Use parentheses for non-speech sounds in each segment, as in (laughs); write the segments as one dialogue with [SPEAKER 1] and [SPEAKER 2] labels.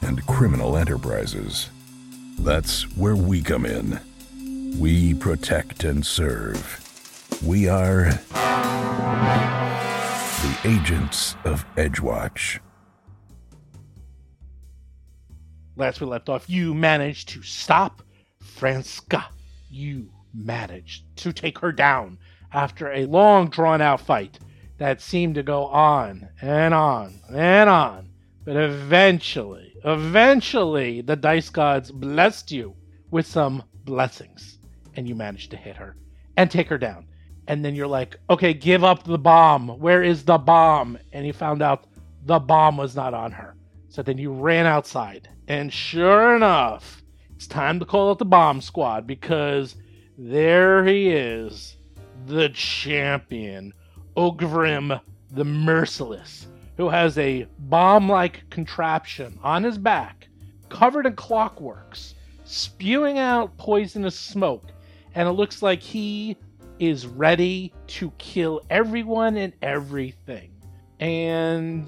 [SPEAKER 1] and criminal enterprises. That's where we come in. We protect and serve. We are the agents of Edgewatch.
[SPEAKER 2] Last we left off, you managed to stop Franska. You managed to take her down after a long, drawn out fight that seemed to go on and on and on. But eventually, eventually, the dice gods blessed you with some blessings, and you managed to hit her and take her down. And then you're like, okay, give up the bomb. Where is the bomb? And you found out the bomb was not on her. So then you ran outside. And sure enough, it's time to call out the bomb squad because there he is, the champion, Ogvrim the Merciless, who has a bomb like contraption on his back, covered in clockworks, spewing out poisonous smoke. And it looks like he is ready to kill everyone and everything. And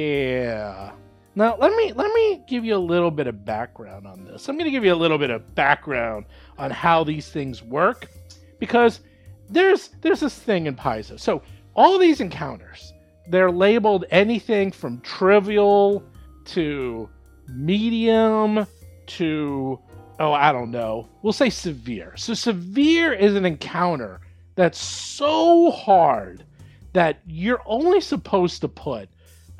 [SPEAKER 2] yeah. Now let me let me give you a little bit of background on this. I'm going to give you a little bit of background on how these things work because there's there's this thing in Paizo. So all these encounters, they're labeled anything from trivial to medium to oh I don't know. We'll say severe. So severe is an encounter that's so hard that you're only supposed to put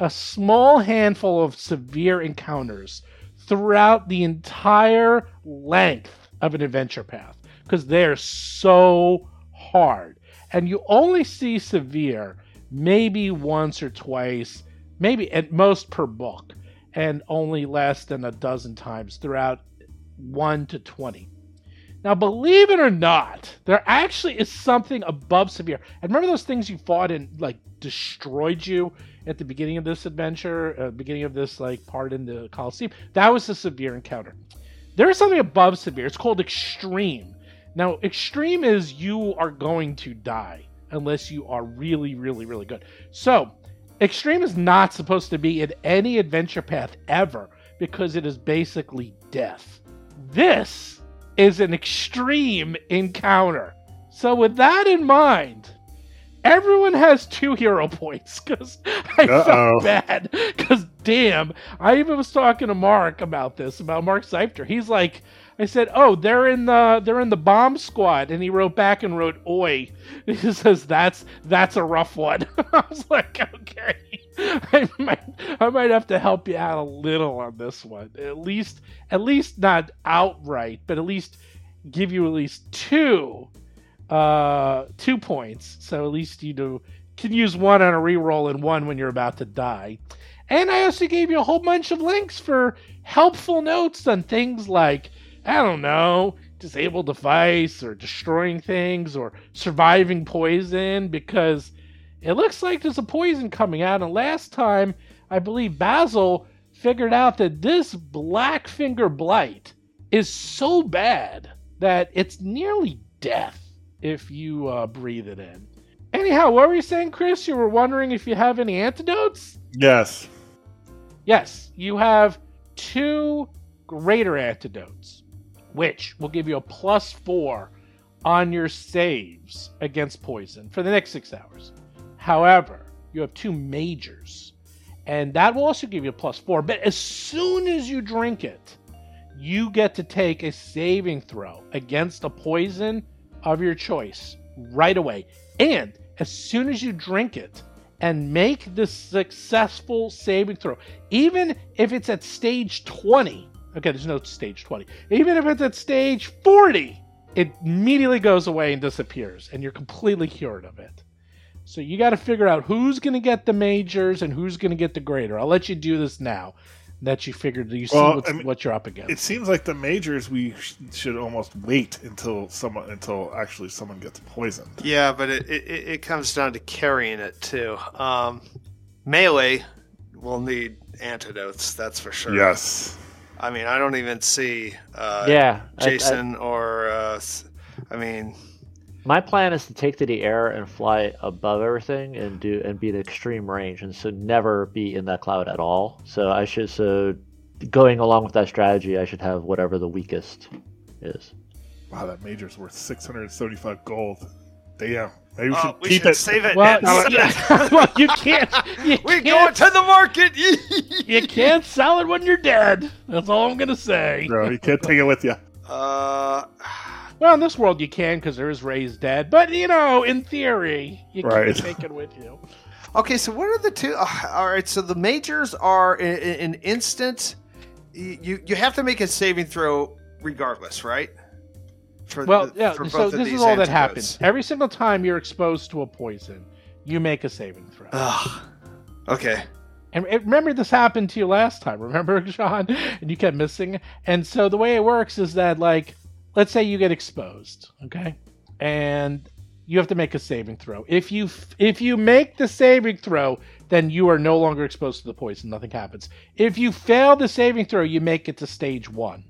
[SPEAKER 2] a small handful of severe encounters throughout the entire length of an adventure path because they're so hard. And you only see severe maybe once or twice, maybe at most per book, and only less than a dozen times throughout 1 to 20. Now, believe it or not, there actually is something above severe. And remember those things you fought and like destroyed you at the beginning of this adventure, uh, beginning of this like part in the Coliseum? That was a severe encounter. There is something above severe. It's called extreme. Now, extreme is you are going to die unless you are really, really, really good. So, extreme is not supposed to be in any adventure path ever because it is basically death. This is an extreme encounter. So with that in mind, everyone has two hero points because I
[SPEAKER 3] Uh-oh.
[SPEAKER 2] felt bad. Because damn, I even was talking to Mark about this about Mark Seifter. He's like, I said, oh, they're in the they're in the bomb squad, and he wrote back and wrote, oi. (laughs) He says that's that's a rough one. (laughs) I was like, okay, (laughs) I might I might have to help you out a little on this one. At least at least not outright, but at least give you at least two uh two points. So at least you do can use one on a reroll and one when you're about to die. And I also gave you a whole bunch of links for helpful notes on things like I don't know, disabled device or destroying things or surviving poison because it looks like there's a poison coming out and last time I believe Basil figured out that this black finger blight is so bad that it's nearly death if you uh, breathe it in. Anyhow, what were you saying, Chris? You were wondering if you have any antidotes?
[SPEAKER 3] Yes.
[SPEAKER 2] Yes, you have two greater antidotes, which will give you a plus four on your saves against poison for the next six hours. However, you have two majors, and that will also give you a plus four. But as soon as you drink it, you get to take a saving throw against a poison of your choice right away. And as soon as you drink it, and make the successful saving throw. Even if it's at stage 20, okay, there's no stage 20. Even if it's at stage 40, it immediately goes away and disappears, and you're completely cured of it. So you got to figure out who's going to get the majors and who's going to get the greater. I'll let you do this now. that you figured you see
[SPEAKER 3] Well,
[SPEAKER 2] what's,
[SPEAKER 3] I mean,
[SPEAKER 2] what you're up against.
[SPEAKER 3] It seems like the majors we sh- should almost wait until someone until actually someone gets poisoned.
[SPEAKER 4] Yeah, but it, it, it it comes down to carrying it too. Um, melee will need antidotes, that's for sure.
[SPEAKER 3] Yes.
[SPEAKER 4] I mean, I don't even see uh,
[SPEAKER 5] yeah. I- I-
[SPEAKER 4] Jason or. Uh, s- I mean,
[SPEAKER 5] my plan is to take to the air and fly above everything and do and be at extreme range, and so never be in that cloud at all. So I should so going along with that strategy, I should have whatever the weakest is.
[SPEAKER 3] Wow, that major's worth six hundred seventy-five gold. Damn. Maybe we
[SPEAKER 4] oh,
[SPEAKER 3] should
[SPEAKER 4] we
[SPEAKER 3] keep
[SPEAKER 4] should
[SPEAKER 3] it.
[SPEAKER 4] save (laughs) it.
[SPEAKER 2] well,
[SPEAKER 4] It's-
[SPEAKER 2] (laughs) yeah, well, you can't. You
[SPEAKER 4] We're going
[SPEAKER 2] can't,
[SPEAKER 4] to the market. (laughs)
[SPEAKER 2] you can't sell it when you're dead. That's all I'm gonna say.
[SPEAKER 3] Bro, you can't take it with you.
[SPEAKER 4] uh,
[SPEAKER 2] Well, in this world you can because there is raised dead, but you know, in theory, you
[SPEAKER 3] Right.
[SPEAKER 2] can take it with
[SPEAKER 4] (laughs)
[SPEAKER 2] you.
[SPEAKER 4] okay, so what are the two? Uh, all right, so the majors are i- i- an instant. y- You you have to make a saving throw regardless, right? For
[SPEAKER 2] Well,
[SPEAKER 4] the-
[SPEAKER 2] yeah.
[SPEAKER 4] for
[SPEAKER 2] So
[SPEAKER 4] both of
[SPEAKER 2] this
[SPEAKER 4] these
[SPEAKER 2] is all that
[SPEAKER 4] antidotes.
[SPEAKER 2] happens. Every single time you're exposed to a poison, you make a saving throw.
[SPEAKER 4] Ugh. Okay.
[SPEAKER 2] And and remember, this happened to you last time. Remember, (laughs) Sean, and you kept missing. And so the way it works is that, like, let's say you get exposed, okay, and you have to make a saving throw. If you f- if you make the saving throw, then you are no longer exposed to the poison. Nothing happens. If you fail the saving throw, you make it to stage one.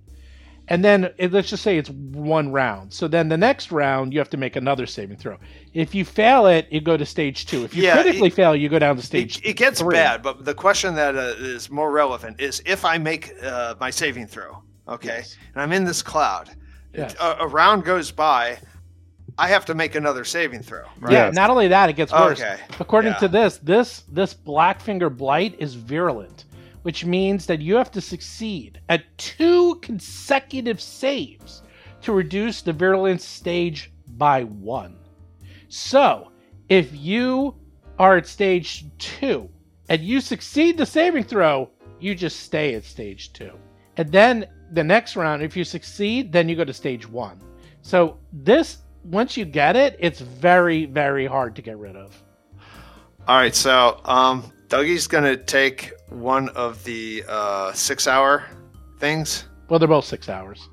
[SPEAKER 2] And then it, let's just say it's one round. So then the next round, you have to make another saving throw. If you fail it, you go to stage two. If you
[SPEAKER 4] Yeah, it-
[SPEAKER 2] critically fail, you go down to stage
[SPEAKER 4] It, it gets
[SPEAKER 2] three.
[SPEAKER 4] bad, but the question that uh, is more relevant is if I make uh, my saving throw, okay,
[SPEAKER 2] Yes.
[SPEAKER 4] and I'm in this cloud,
[SPEAKER 2] Yes.
[SPEAKER 4] a, a round goes by, I have to make another saving throw, right?
[SPEAKER 2] Yeah,
[SPEAKER 3] Yes.
[SPEAKER 2] not only that, it gets worse.
[SPEAKER 4] Oh, Okay.
[SPEAKER 2] According
[SPEAKER 4] Yeah.
[SPEAKER 2] to this, this this black finger blight is virulent, which means that you have to succeed at two consecutive saves to reduce the virulence stage by one. So, if you are at stage two and you succeed the saving throw, you just stay at stage two. And then the next round, if you succeed, then you go to stage one. So this, once you get it, it's very, very hard to get rid of.
[SPEAKER 4] All right, so um, Dougie's gonna take one of the uh, six-hour things.
[SPEAKER 2] Well, they're both six hours.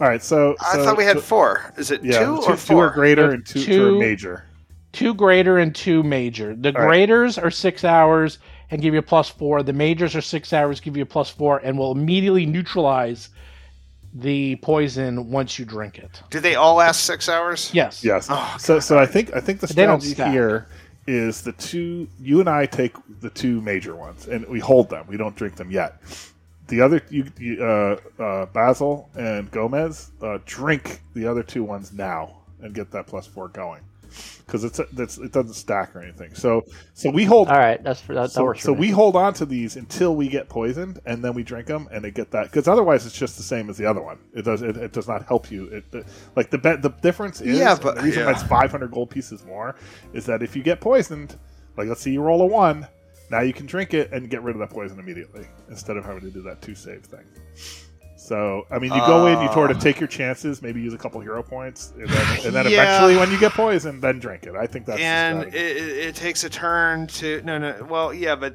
[SPEAKER 3] All right, so,
[SPEAKER 4] I
[SPEAKER 3] so-
[SPEAKER 4] thought we had
[SPEAKER 3] so-
[SPEAKER 4] four. Is it
[SPEAKER 3] yeah,
[SPEAKER 4] two or
[SPEAKER 3] two
[SPEAKER 4] four?
[SPEAKER 3] are greater and two, for
[SPEAKER 2] Two-
[SPEAKER 3] a major.
[SPEAKER 2] Two greater and two major. The
[SPEAKER 3] All right.
[SPEAKER 2] graders are six hours and give you a plus four. The majors are six hours, give you a plus four, and will immediately neutralize the poison once you drink it.
[SPEAKER 4] Do they all last six hours?
[SPEAKER 2] Yes.
[SPEAKER 3] Yes.
[SPEAKER 4] Oh,
[SPEAKER 3] so so I think I think the
[SPEAKER 2] They don't
[SPEAKER 3] strategy
[SPEAKER 2] stack.
[SPEAKER 3] here is the two you and I take the two major ones and we hold them. We don't drink them yet. The other you, you uh, uh, Basil and Gomez uh, drink the other two ones now and get that plus four going because it's, it's it doesn't stack or anything. So so we hold
[SPEAKER 5] All right, that's for that, that
[SPEAKER 3] so,
[SPEAKER 5] works.
[SPEAKER 3] so
[SPEAKER 5] for me.
[SPEAKER 3] we hold on to these until we get poisoned, and then we drink them, and they get that. Because otherwise, it's just the same as the other one. It does. It, it does not help you. It, it- like the bet. The difference is.
[SPEAKER 4] Yeah,
[SPEAKER 3] and
[SPEAKER 4] but-
[SPEAKER 3] the reason
[SPEAKER 4] yeah.
[SPEAKER 3] that's five hundred gold pieces more is that if you get poisoned, like let's say you roll a one, now you can drink it and get rid of that poison immediately instead of having to do that two save thing. So I mean, you go in, you sort
[SPEAKER 4] Uh.
[SPEAKER 3] of take your chances, maybe use a couple hero points, and then, and then
[SPEAKER 4] Yeah.
[SPEAKER 3] eventually, when you get poisoned, then drink it. I think that's the
[SPEAKER 4] and it,
[SPEAKER 3] strategy.
[SPEAKER 4] it, it takes a turn to no no well yeah but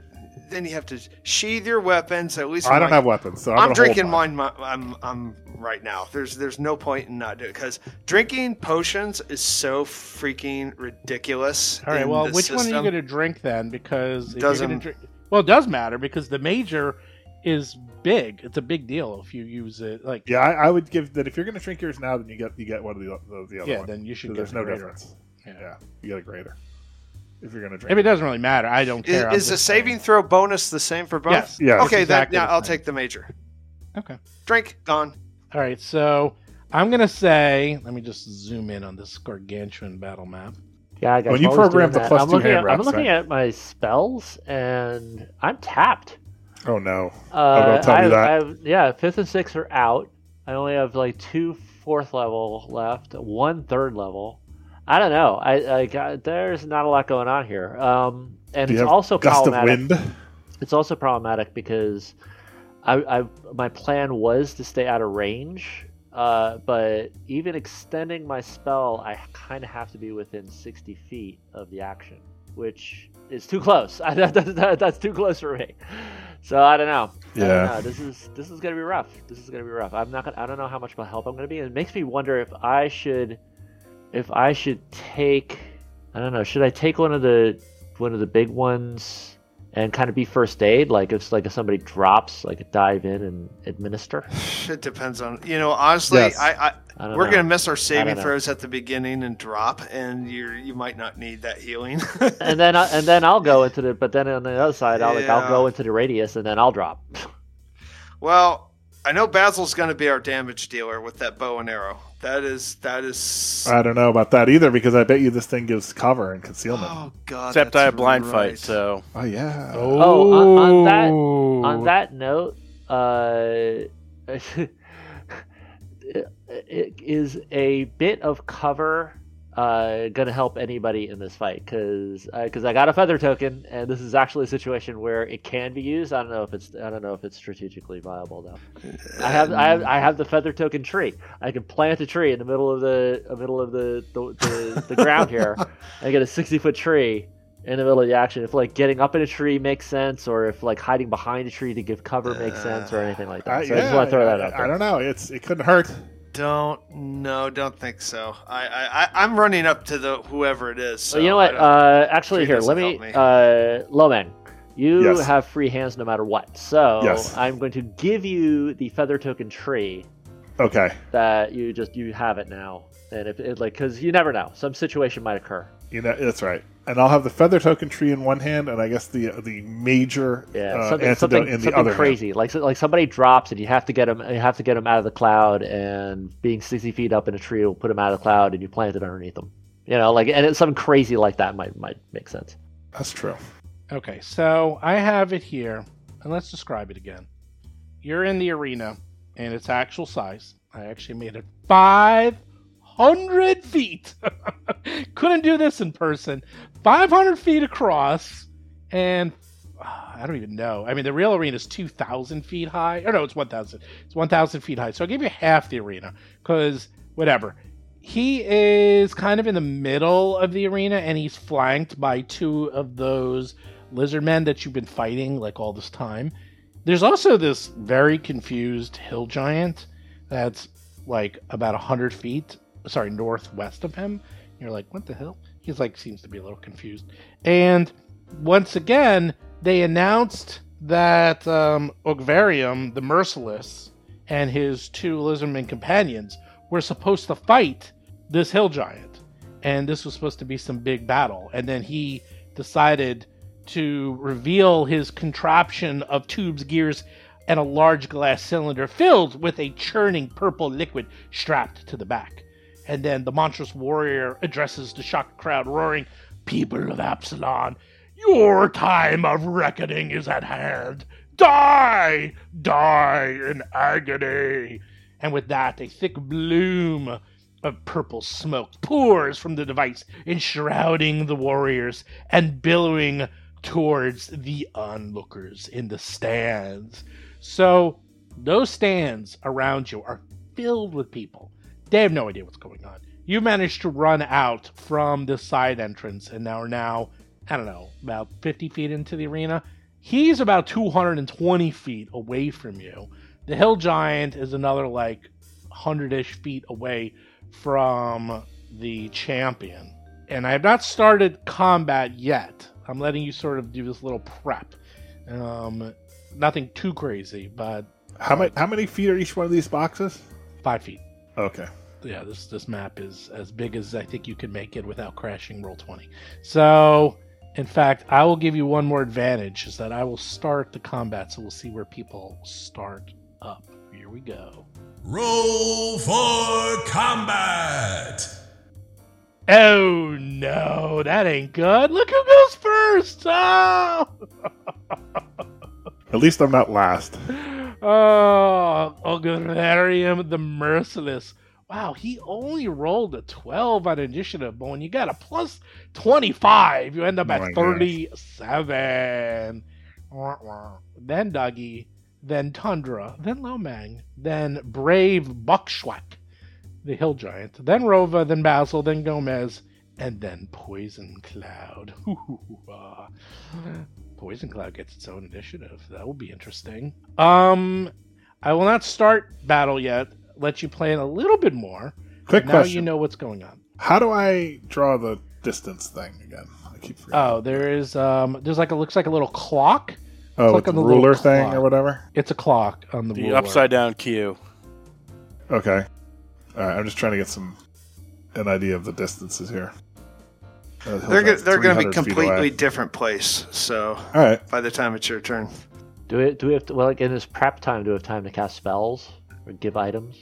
[SPEAKER 4] then you have to sheathe your weapons at least
[SPEAKER 3] I don't
[SPEAKER 4] mine-
[SPEAKER 3] have weapons, so I'm,
[SPEAKER 4] I'm
[SPEAKER 3] gonna hold
[SPEAKER 4] drinking
[SPEAKER 3] mine.
[SPEAKER 4] mine my, I'm I'm right now there's there's no point in not doing because drinking potions is so freaking ridiculous
[SPEAKER 2] All right.
[SPEAKER 4] in
[SPEAKER 2] Well,
[SPEAKER 4] the
[SPEAKER 2] which one are you
[SPEAKER 4] system.
[SPEAKER 2] going to drink then? Because if you're
[SPEAKER 4] Doesn't-
[SPEAKER 2] gonna drink, well, it does matter because the major is big. It's a big deal if you use it. Like,
[SPEAKER 3] Yeah, I, I would give that if you're going to drink yours now, then you get you get one of the the, the other
[SPEAKER 2] yeah,
[SPEAKER 3] one.
[SPEAKER 2] then you should.
[SPEAKER 3] So
[SPEAKER 2] get
[SPEAKER 3] there's
[SPEAKER 2] the
[SPEAKER 3] no
[SPEAKER 2] greater.
[SPEAKER 3] difference.
[SPEAKER 2] Yeah.
[SPEAKER 3] Yeah. you get a greater if you're going to
[SPEAKER 2] I mean,
[SPEAKER 3] drink.
[SPEAKER 2] it doesn't really matter. I don't care. I'm
[SPEAKER 4] is, is the
[SPEAKER 2] just saying.
[SPEAKER 4] saving throw bonus the same for both
[SPEAKER 2] Yes.
[SPEAKER 3] Yeah.
[SPEAKER 4] okay
[SPEAKER 2] It's
[SPEAKER 4] that
[SPEAKER 2] exactly
[SPEAKER 4] yeah
[SPEAKER 2] the
[SPEAKER 4] I'll
[SPEAKER 2] same.
[SPEAKER 4] take the major
[SPEAKER 2] Okay.
[SPEAKER 4] drink gone (sighs)
[SPEAKER 2] All right, so I'm gonna say. Let me just zoom in on this gargantuan battle map.
[SPEAKER 5] Yeah, guys,
[SPEAKER 3] When you
[SPEAKER 5] while we're doing
[SPEAKER 3] programmed the
[SPEAKER 5] that,
[SPEAKER 3] plus
[SPEAKER 5] I'm
[SPEAKER 3] two
[SPEAKER 5] looking
[SPEAKER 3] hand
[SPEAKER 5] at,
[SPEAKER 3] wraps,
[SPEAKER 5] I'm looking
[SPEAKER 3] right?
[SPEAKER 5] at my spells, and I'm tapped.
[SPEAKER 3] Oh no!
[SPEAKER 5] Uh,
[SPEAKER 3] gonna tell you
[SPEAKER 5] I-
[SPEAKER 3] that.
[SPEAKER 5] I have- yeah, fifth and sixth are out. I only have like two fourth level left, one third level. I don't know. I, I got, there's not a lot going on here. Um, and
[SPEAKER 3] Do you
[SPEAKER 5] it's
[SPEAKER 3] have
[SPEAKER 5] also
[SPEAKER 3] gust of
[SPEAKER 5] problematic.
[SPEAKER 3] wind.
[SPEAKER 5] It's also problematic because I, I my plan was to stay out of range, uh, but even extending my spell, I kind of have to be within sixty feet of the action, (laughs) which is too close. that, that, that, that's too close for me. So I don't know. I don't
[SPEAKER 3] Yeah.
[SPEAKER 5] know. This is this is gonna be rough. This is gonna be rough. I'm not gonna. I don't know how much of a help I'm gonna be. It makes me wonder if I should, if I should take. I don't know. Should I take one of the one of the big ones and kind of be first aid? Like if like if somebody drops, like dive in and administer.
[SPEAKER 4] It depends on you know. Honestly,
[SPEAKER 3] Yes.
[SPEAKER 4] I,
[SPEAKER 5] I
[SPEAKER 4] I
[SPEAKER 5] don't
[SPEAKER 4] we're
[SPEAKER 5] know.
[SPEAKER 4] gonna miss our
[SPEAKER 5] I
[SPEAKER 4] saving
[SPEAKER 5] don't know.
[SPEAKER 4] throws at the beginning and drop, and you you might not need that healing. (laughs)
[SPEAKER 5] And then I, and then I'll go into the. But then on the other side, I'll like I'll
[SPEAKER 4] Yeah.
[SPEAKER 5] go into the radius and then I'll drop.
[SPEAKER 4] well, I know Basil's gonna be our damage dealer with that bow and arrow. That is that is.
[SPEAKER 3] I don't know about that either because I bet you this thing gives cover and concealment.
[SPEAKER 4] oh God!
[SPEAKER 6] Except
[SPEAKER 4] that's
[SPEAKER 6] I have blind
[SPEAKER 4] right.
[SPEAKER 6] fight, so
[SPEAKER 3] Oh yeah.
[SPEAKER 5] Oh, on- on that-
[SPEAKER 2] Oh.
[SPEAKER 5] on that note, uh, (laughs) is a bit of cover uh, gonna help anybody in this fight? Because because I got a feather token, and this is actually a situation where it can be used. I don't know if it's I don't know if it's strategically viable though. I have I have, I have the feather token tree. I can plant a tree in the middle of the uh, middle of the the, the, the ground here. I get a sixty foot tree in the middle of the action. If like getting up in a tree makes sense, or if like hiding behind a tree to give cover makes sense, or anything like that.
[SPEAKER 3] I,
[SPEAKER 5] So I just want to throw that
[SPEAKER 3] I-
[SPEAKER 5] out
[SPEAKER 3] I
[SPEAKER 5] there.
[SPEAKER 3] don't know. It's it couldn't hurt.
[SPEAKER 4] Uh, Don't no, don't think so. I I I- I'm running up to the whoever it is. So
[SPEAKER 5] Well, you know
[SPEAKER 4] I
[SPEAKER 5] what?
[SPEAKER 4] don't-
[SPEAKER 5] Uh, actually,
[SPEAKER 4] tree
[SPEAKER 5] here,
[SPEAKER 4] doesn't
[SPEAKER 5] let me.
[SPEAKER 4] help me.
[SPEAKER 5] Uh, Lomang, you
[SPEAKER 3] Yes.
[SPEAKER 5] have free hands no matter what. So
[SPEAKER 3] Yes.
[SPEAKER 5] I'm going to give you the feather token tree
[SPEAKER 3] Okay.
[SPEAKER 5] that you just you have it now, and if it like because you never know, some situation might occur.
[SPEAKER 3] You know that's right. And I'll have the feather token tree in one hand, and I guess the the major
[SPEAKER 5] Yeah,
[SPEAKER 3] uh,
[SPEAKER 5] something,
[SPEAKER 3] antidote
[SPEAKER 5] something,
[SPEAKER 3] in the
[SPEAKER 5] something
[SPEAKER 3] other. hand.
[SPEAKER 5] crazy. Like so- like somebody drops and you have to get them. You have to get them out of the cloud, and being sixty feet up in a tree will put them out of the cloud, and you plant it underneath them. You know, like and it's something crazy like that might might make sense.
[SPEAKER 3] That's true.
[SPEAKER 2] Okay, so I have it here, and let's describe it again. You're in the arena, and its actual size. I actually made it 500 feet. (laughs) Couldn't do this in person. 500 feet across, and uh, I don't even know. I mean, the real arena is 2,000 feet high. Or no, it's 1,000. It's 1,000 feet high. So I give you half the arena, because whatever. He is kind of in the middle of the arena, and he's flanked by two of those lizard men that you've been fighting like all this time. There's also this very confused hill giant that's like about 100 feet, sorry, northwest of him. You're like, what the hell? He's like, seems to be a little confused. And once again, they announced that um, Ogvarium, the Merciless, and his two lizard men companions were supposed to fight this hill giant. And this was supposed to be some big battle. And then he decided to reveal his contraption of tubes, gears, and a large glass cylinder filled with a churning purple liquid strapped to the back. And then the monstrous warrior addresses the shocked crowd, roaring, People of Absalon, your time of reckoning is at hand. Die! Die in agony! And with that, a thick bloom of purple smoke pours from the device, enshrouding the warriors and billowing towards the onlookers in the stands. So, those stands around you are filled with people. They have no idea what's going on. You managed to run out from the side entrance and now are now, I don't know, about 50 feet into the arena. He's about 220 feet away from you. The hill giant is another like 100 ish feet away from the champion. And I have not started combat yet. I'm letting you sort of do this little prep. Um, nothing too crazy, but
[SPEAKER 3] How many how many feet are each one of these boxes?
[SPEAKER 2] five feet.
[SPEAKER 3] Okay.
[SPEAKER 2] yeah, this this map is as big as I think you could make it without crashing roll twenty. So, in fact, I will give you one more advantage: is that I will start the combat, so we'll see where people start up. Here we go.
[SPEAKER 7] Roll for combat!
[SPEAKER 2] Oh no, that ain't good. Look who goes first. Oh,
[SPEAKER 3] At least I'm not last.
[SPEAKER 2] oh, Ogularium the Merciless. Wow, he only rolled a 12 on initiative, but when you got a plus 25, you end up
[SPEAKER 3] Oh
[SPEAKER 2] at
[SPEAKER 3] my gosh.
[SPEAKER 2] 37. Wah, wah. Then Dougie, then Tundra, then Lomang, then Brave Buckshwak, the Hill Giant, then Rova, then Basil, then (laughs)
[SPEAKER 3] (laughs)
[SPEAKER 2] Gomez, and then Poison Cloud. Hoo, hoo, hoo, ah. Poison Cloud gets its own initiative. That will be interesting. Um, I will not start battle yet. Let you plan a little bit more.
[SPEAKER 3] Quick
[SPEAKER 2] now
[SPEAKER 3] question:
[SPEAKER 2] you know what's going on.
[SPEAKER 3] How do I draw the distance thing again? I keep forgetting.
[SPEAKER 2] Oh, there is um, there's like it looks like a little clock.
[SPEAKER 3] oh,
[SPEAKER 2] click
[SPEAKER 3] with the
[SPEAKER 2] on the little
[SPEAKER 3] ruler thing or
[SPEAKER 2] clock.
[SPEAKER 3] whatever.
[SPEAKER 2] It's a clock on the,
[SPEAKER 6] The
[SPEAKER 2] ruler.
[SPEAKER 6] upside down cue.
[SPEAKER 3] Okay, all right. I'm just trying to get some an idea of the distances here. Uh,
[SPEAKER 4] They're go-
[SPEAKER 3] hill's
[SPEAKER 4] they're
[SPEAKER 3] like
[SPEAKER 4] going to be
[SPEAKER 3] 300 feet away.
[SPEAKER 4] completely different place. So
[SPEAKER 3] All right.
[SPEAKER 4] by the time it's your turn,
[SPEAKER 5] Do we do we have to, well like in this prep time? Do we have time to cast spells or give items?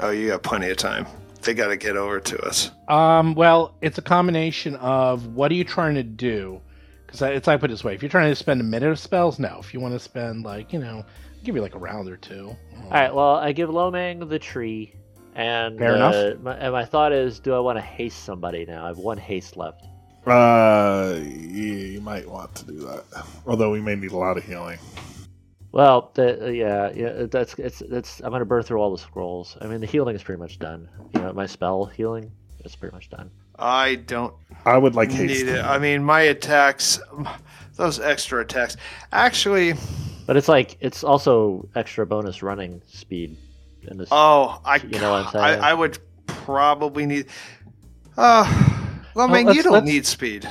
[SPEAKER 4] oh, you got plenty of time. They got to get over to us.
[SPEAKER 2] Um, well, it's a combination of what are you trying to do? Because it's I put it this way: if you're trying to spend a minute of spells, no. If you want to spend like you know, give you like a round or two.
[SPEAKER 5] All right. Well, I give Lomang the tree, and
[SPEAKER 2] Fair enough.
[SPEAKER 5] uh, My, and my thought is, do I want to haste somebody now? I have one haste left.
[SPEAKER 3] Uh, yeah, you might want to do that. Although we may need a lot of healing.
[SPEAKER 5] Well, the, uh, yeah, yeah, that's it's it's. I'm gonna burn through all the scrolls. I mean, the healing is pretty much done. You know, my spell healing is pretty much done.
[SPEAKER 4] I don't
[SPEAKER 3] I would like haste.
[SPEAKER 4] need it. I mean, my attacks, those extra attacks. Actually,
[SPEAKER 5] But it's like it's also extra bonus running speed. In this,
[SPEAKER 4] oh, I
[SPEAKER 5] You know what I'm
[SPEAKER 4] I,
[SPEAKER 5] saying?
[SPEAKER 4] I would probably need. Uh, well,
[SPEAKER 2] Well,
[SPEAKER 4] I mean, you
[SPEAKER 2] let's-
[SPEAKER 4] don't
[SPEAKER 2] let's-
[SPEAKER 4] need speed.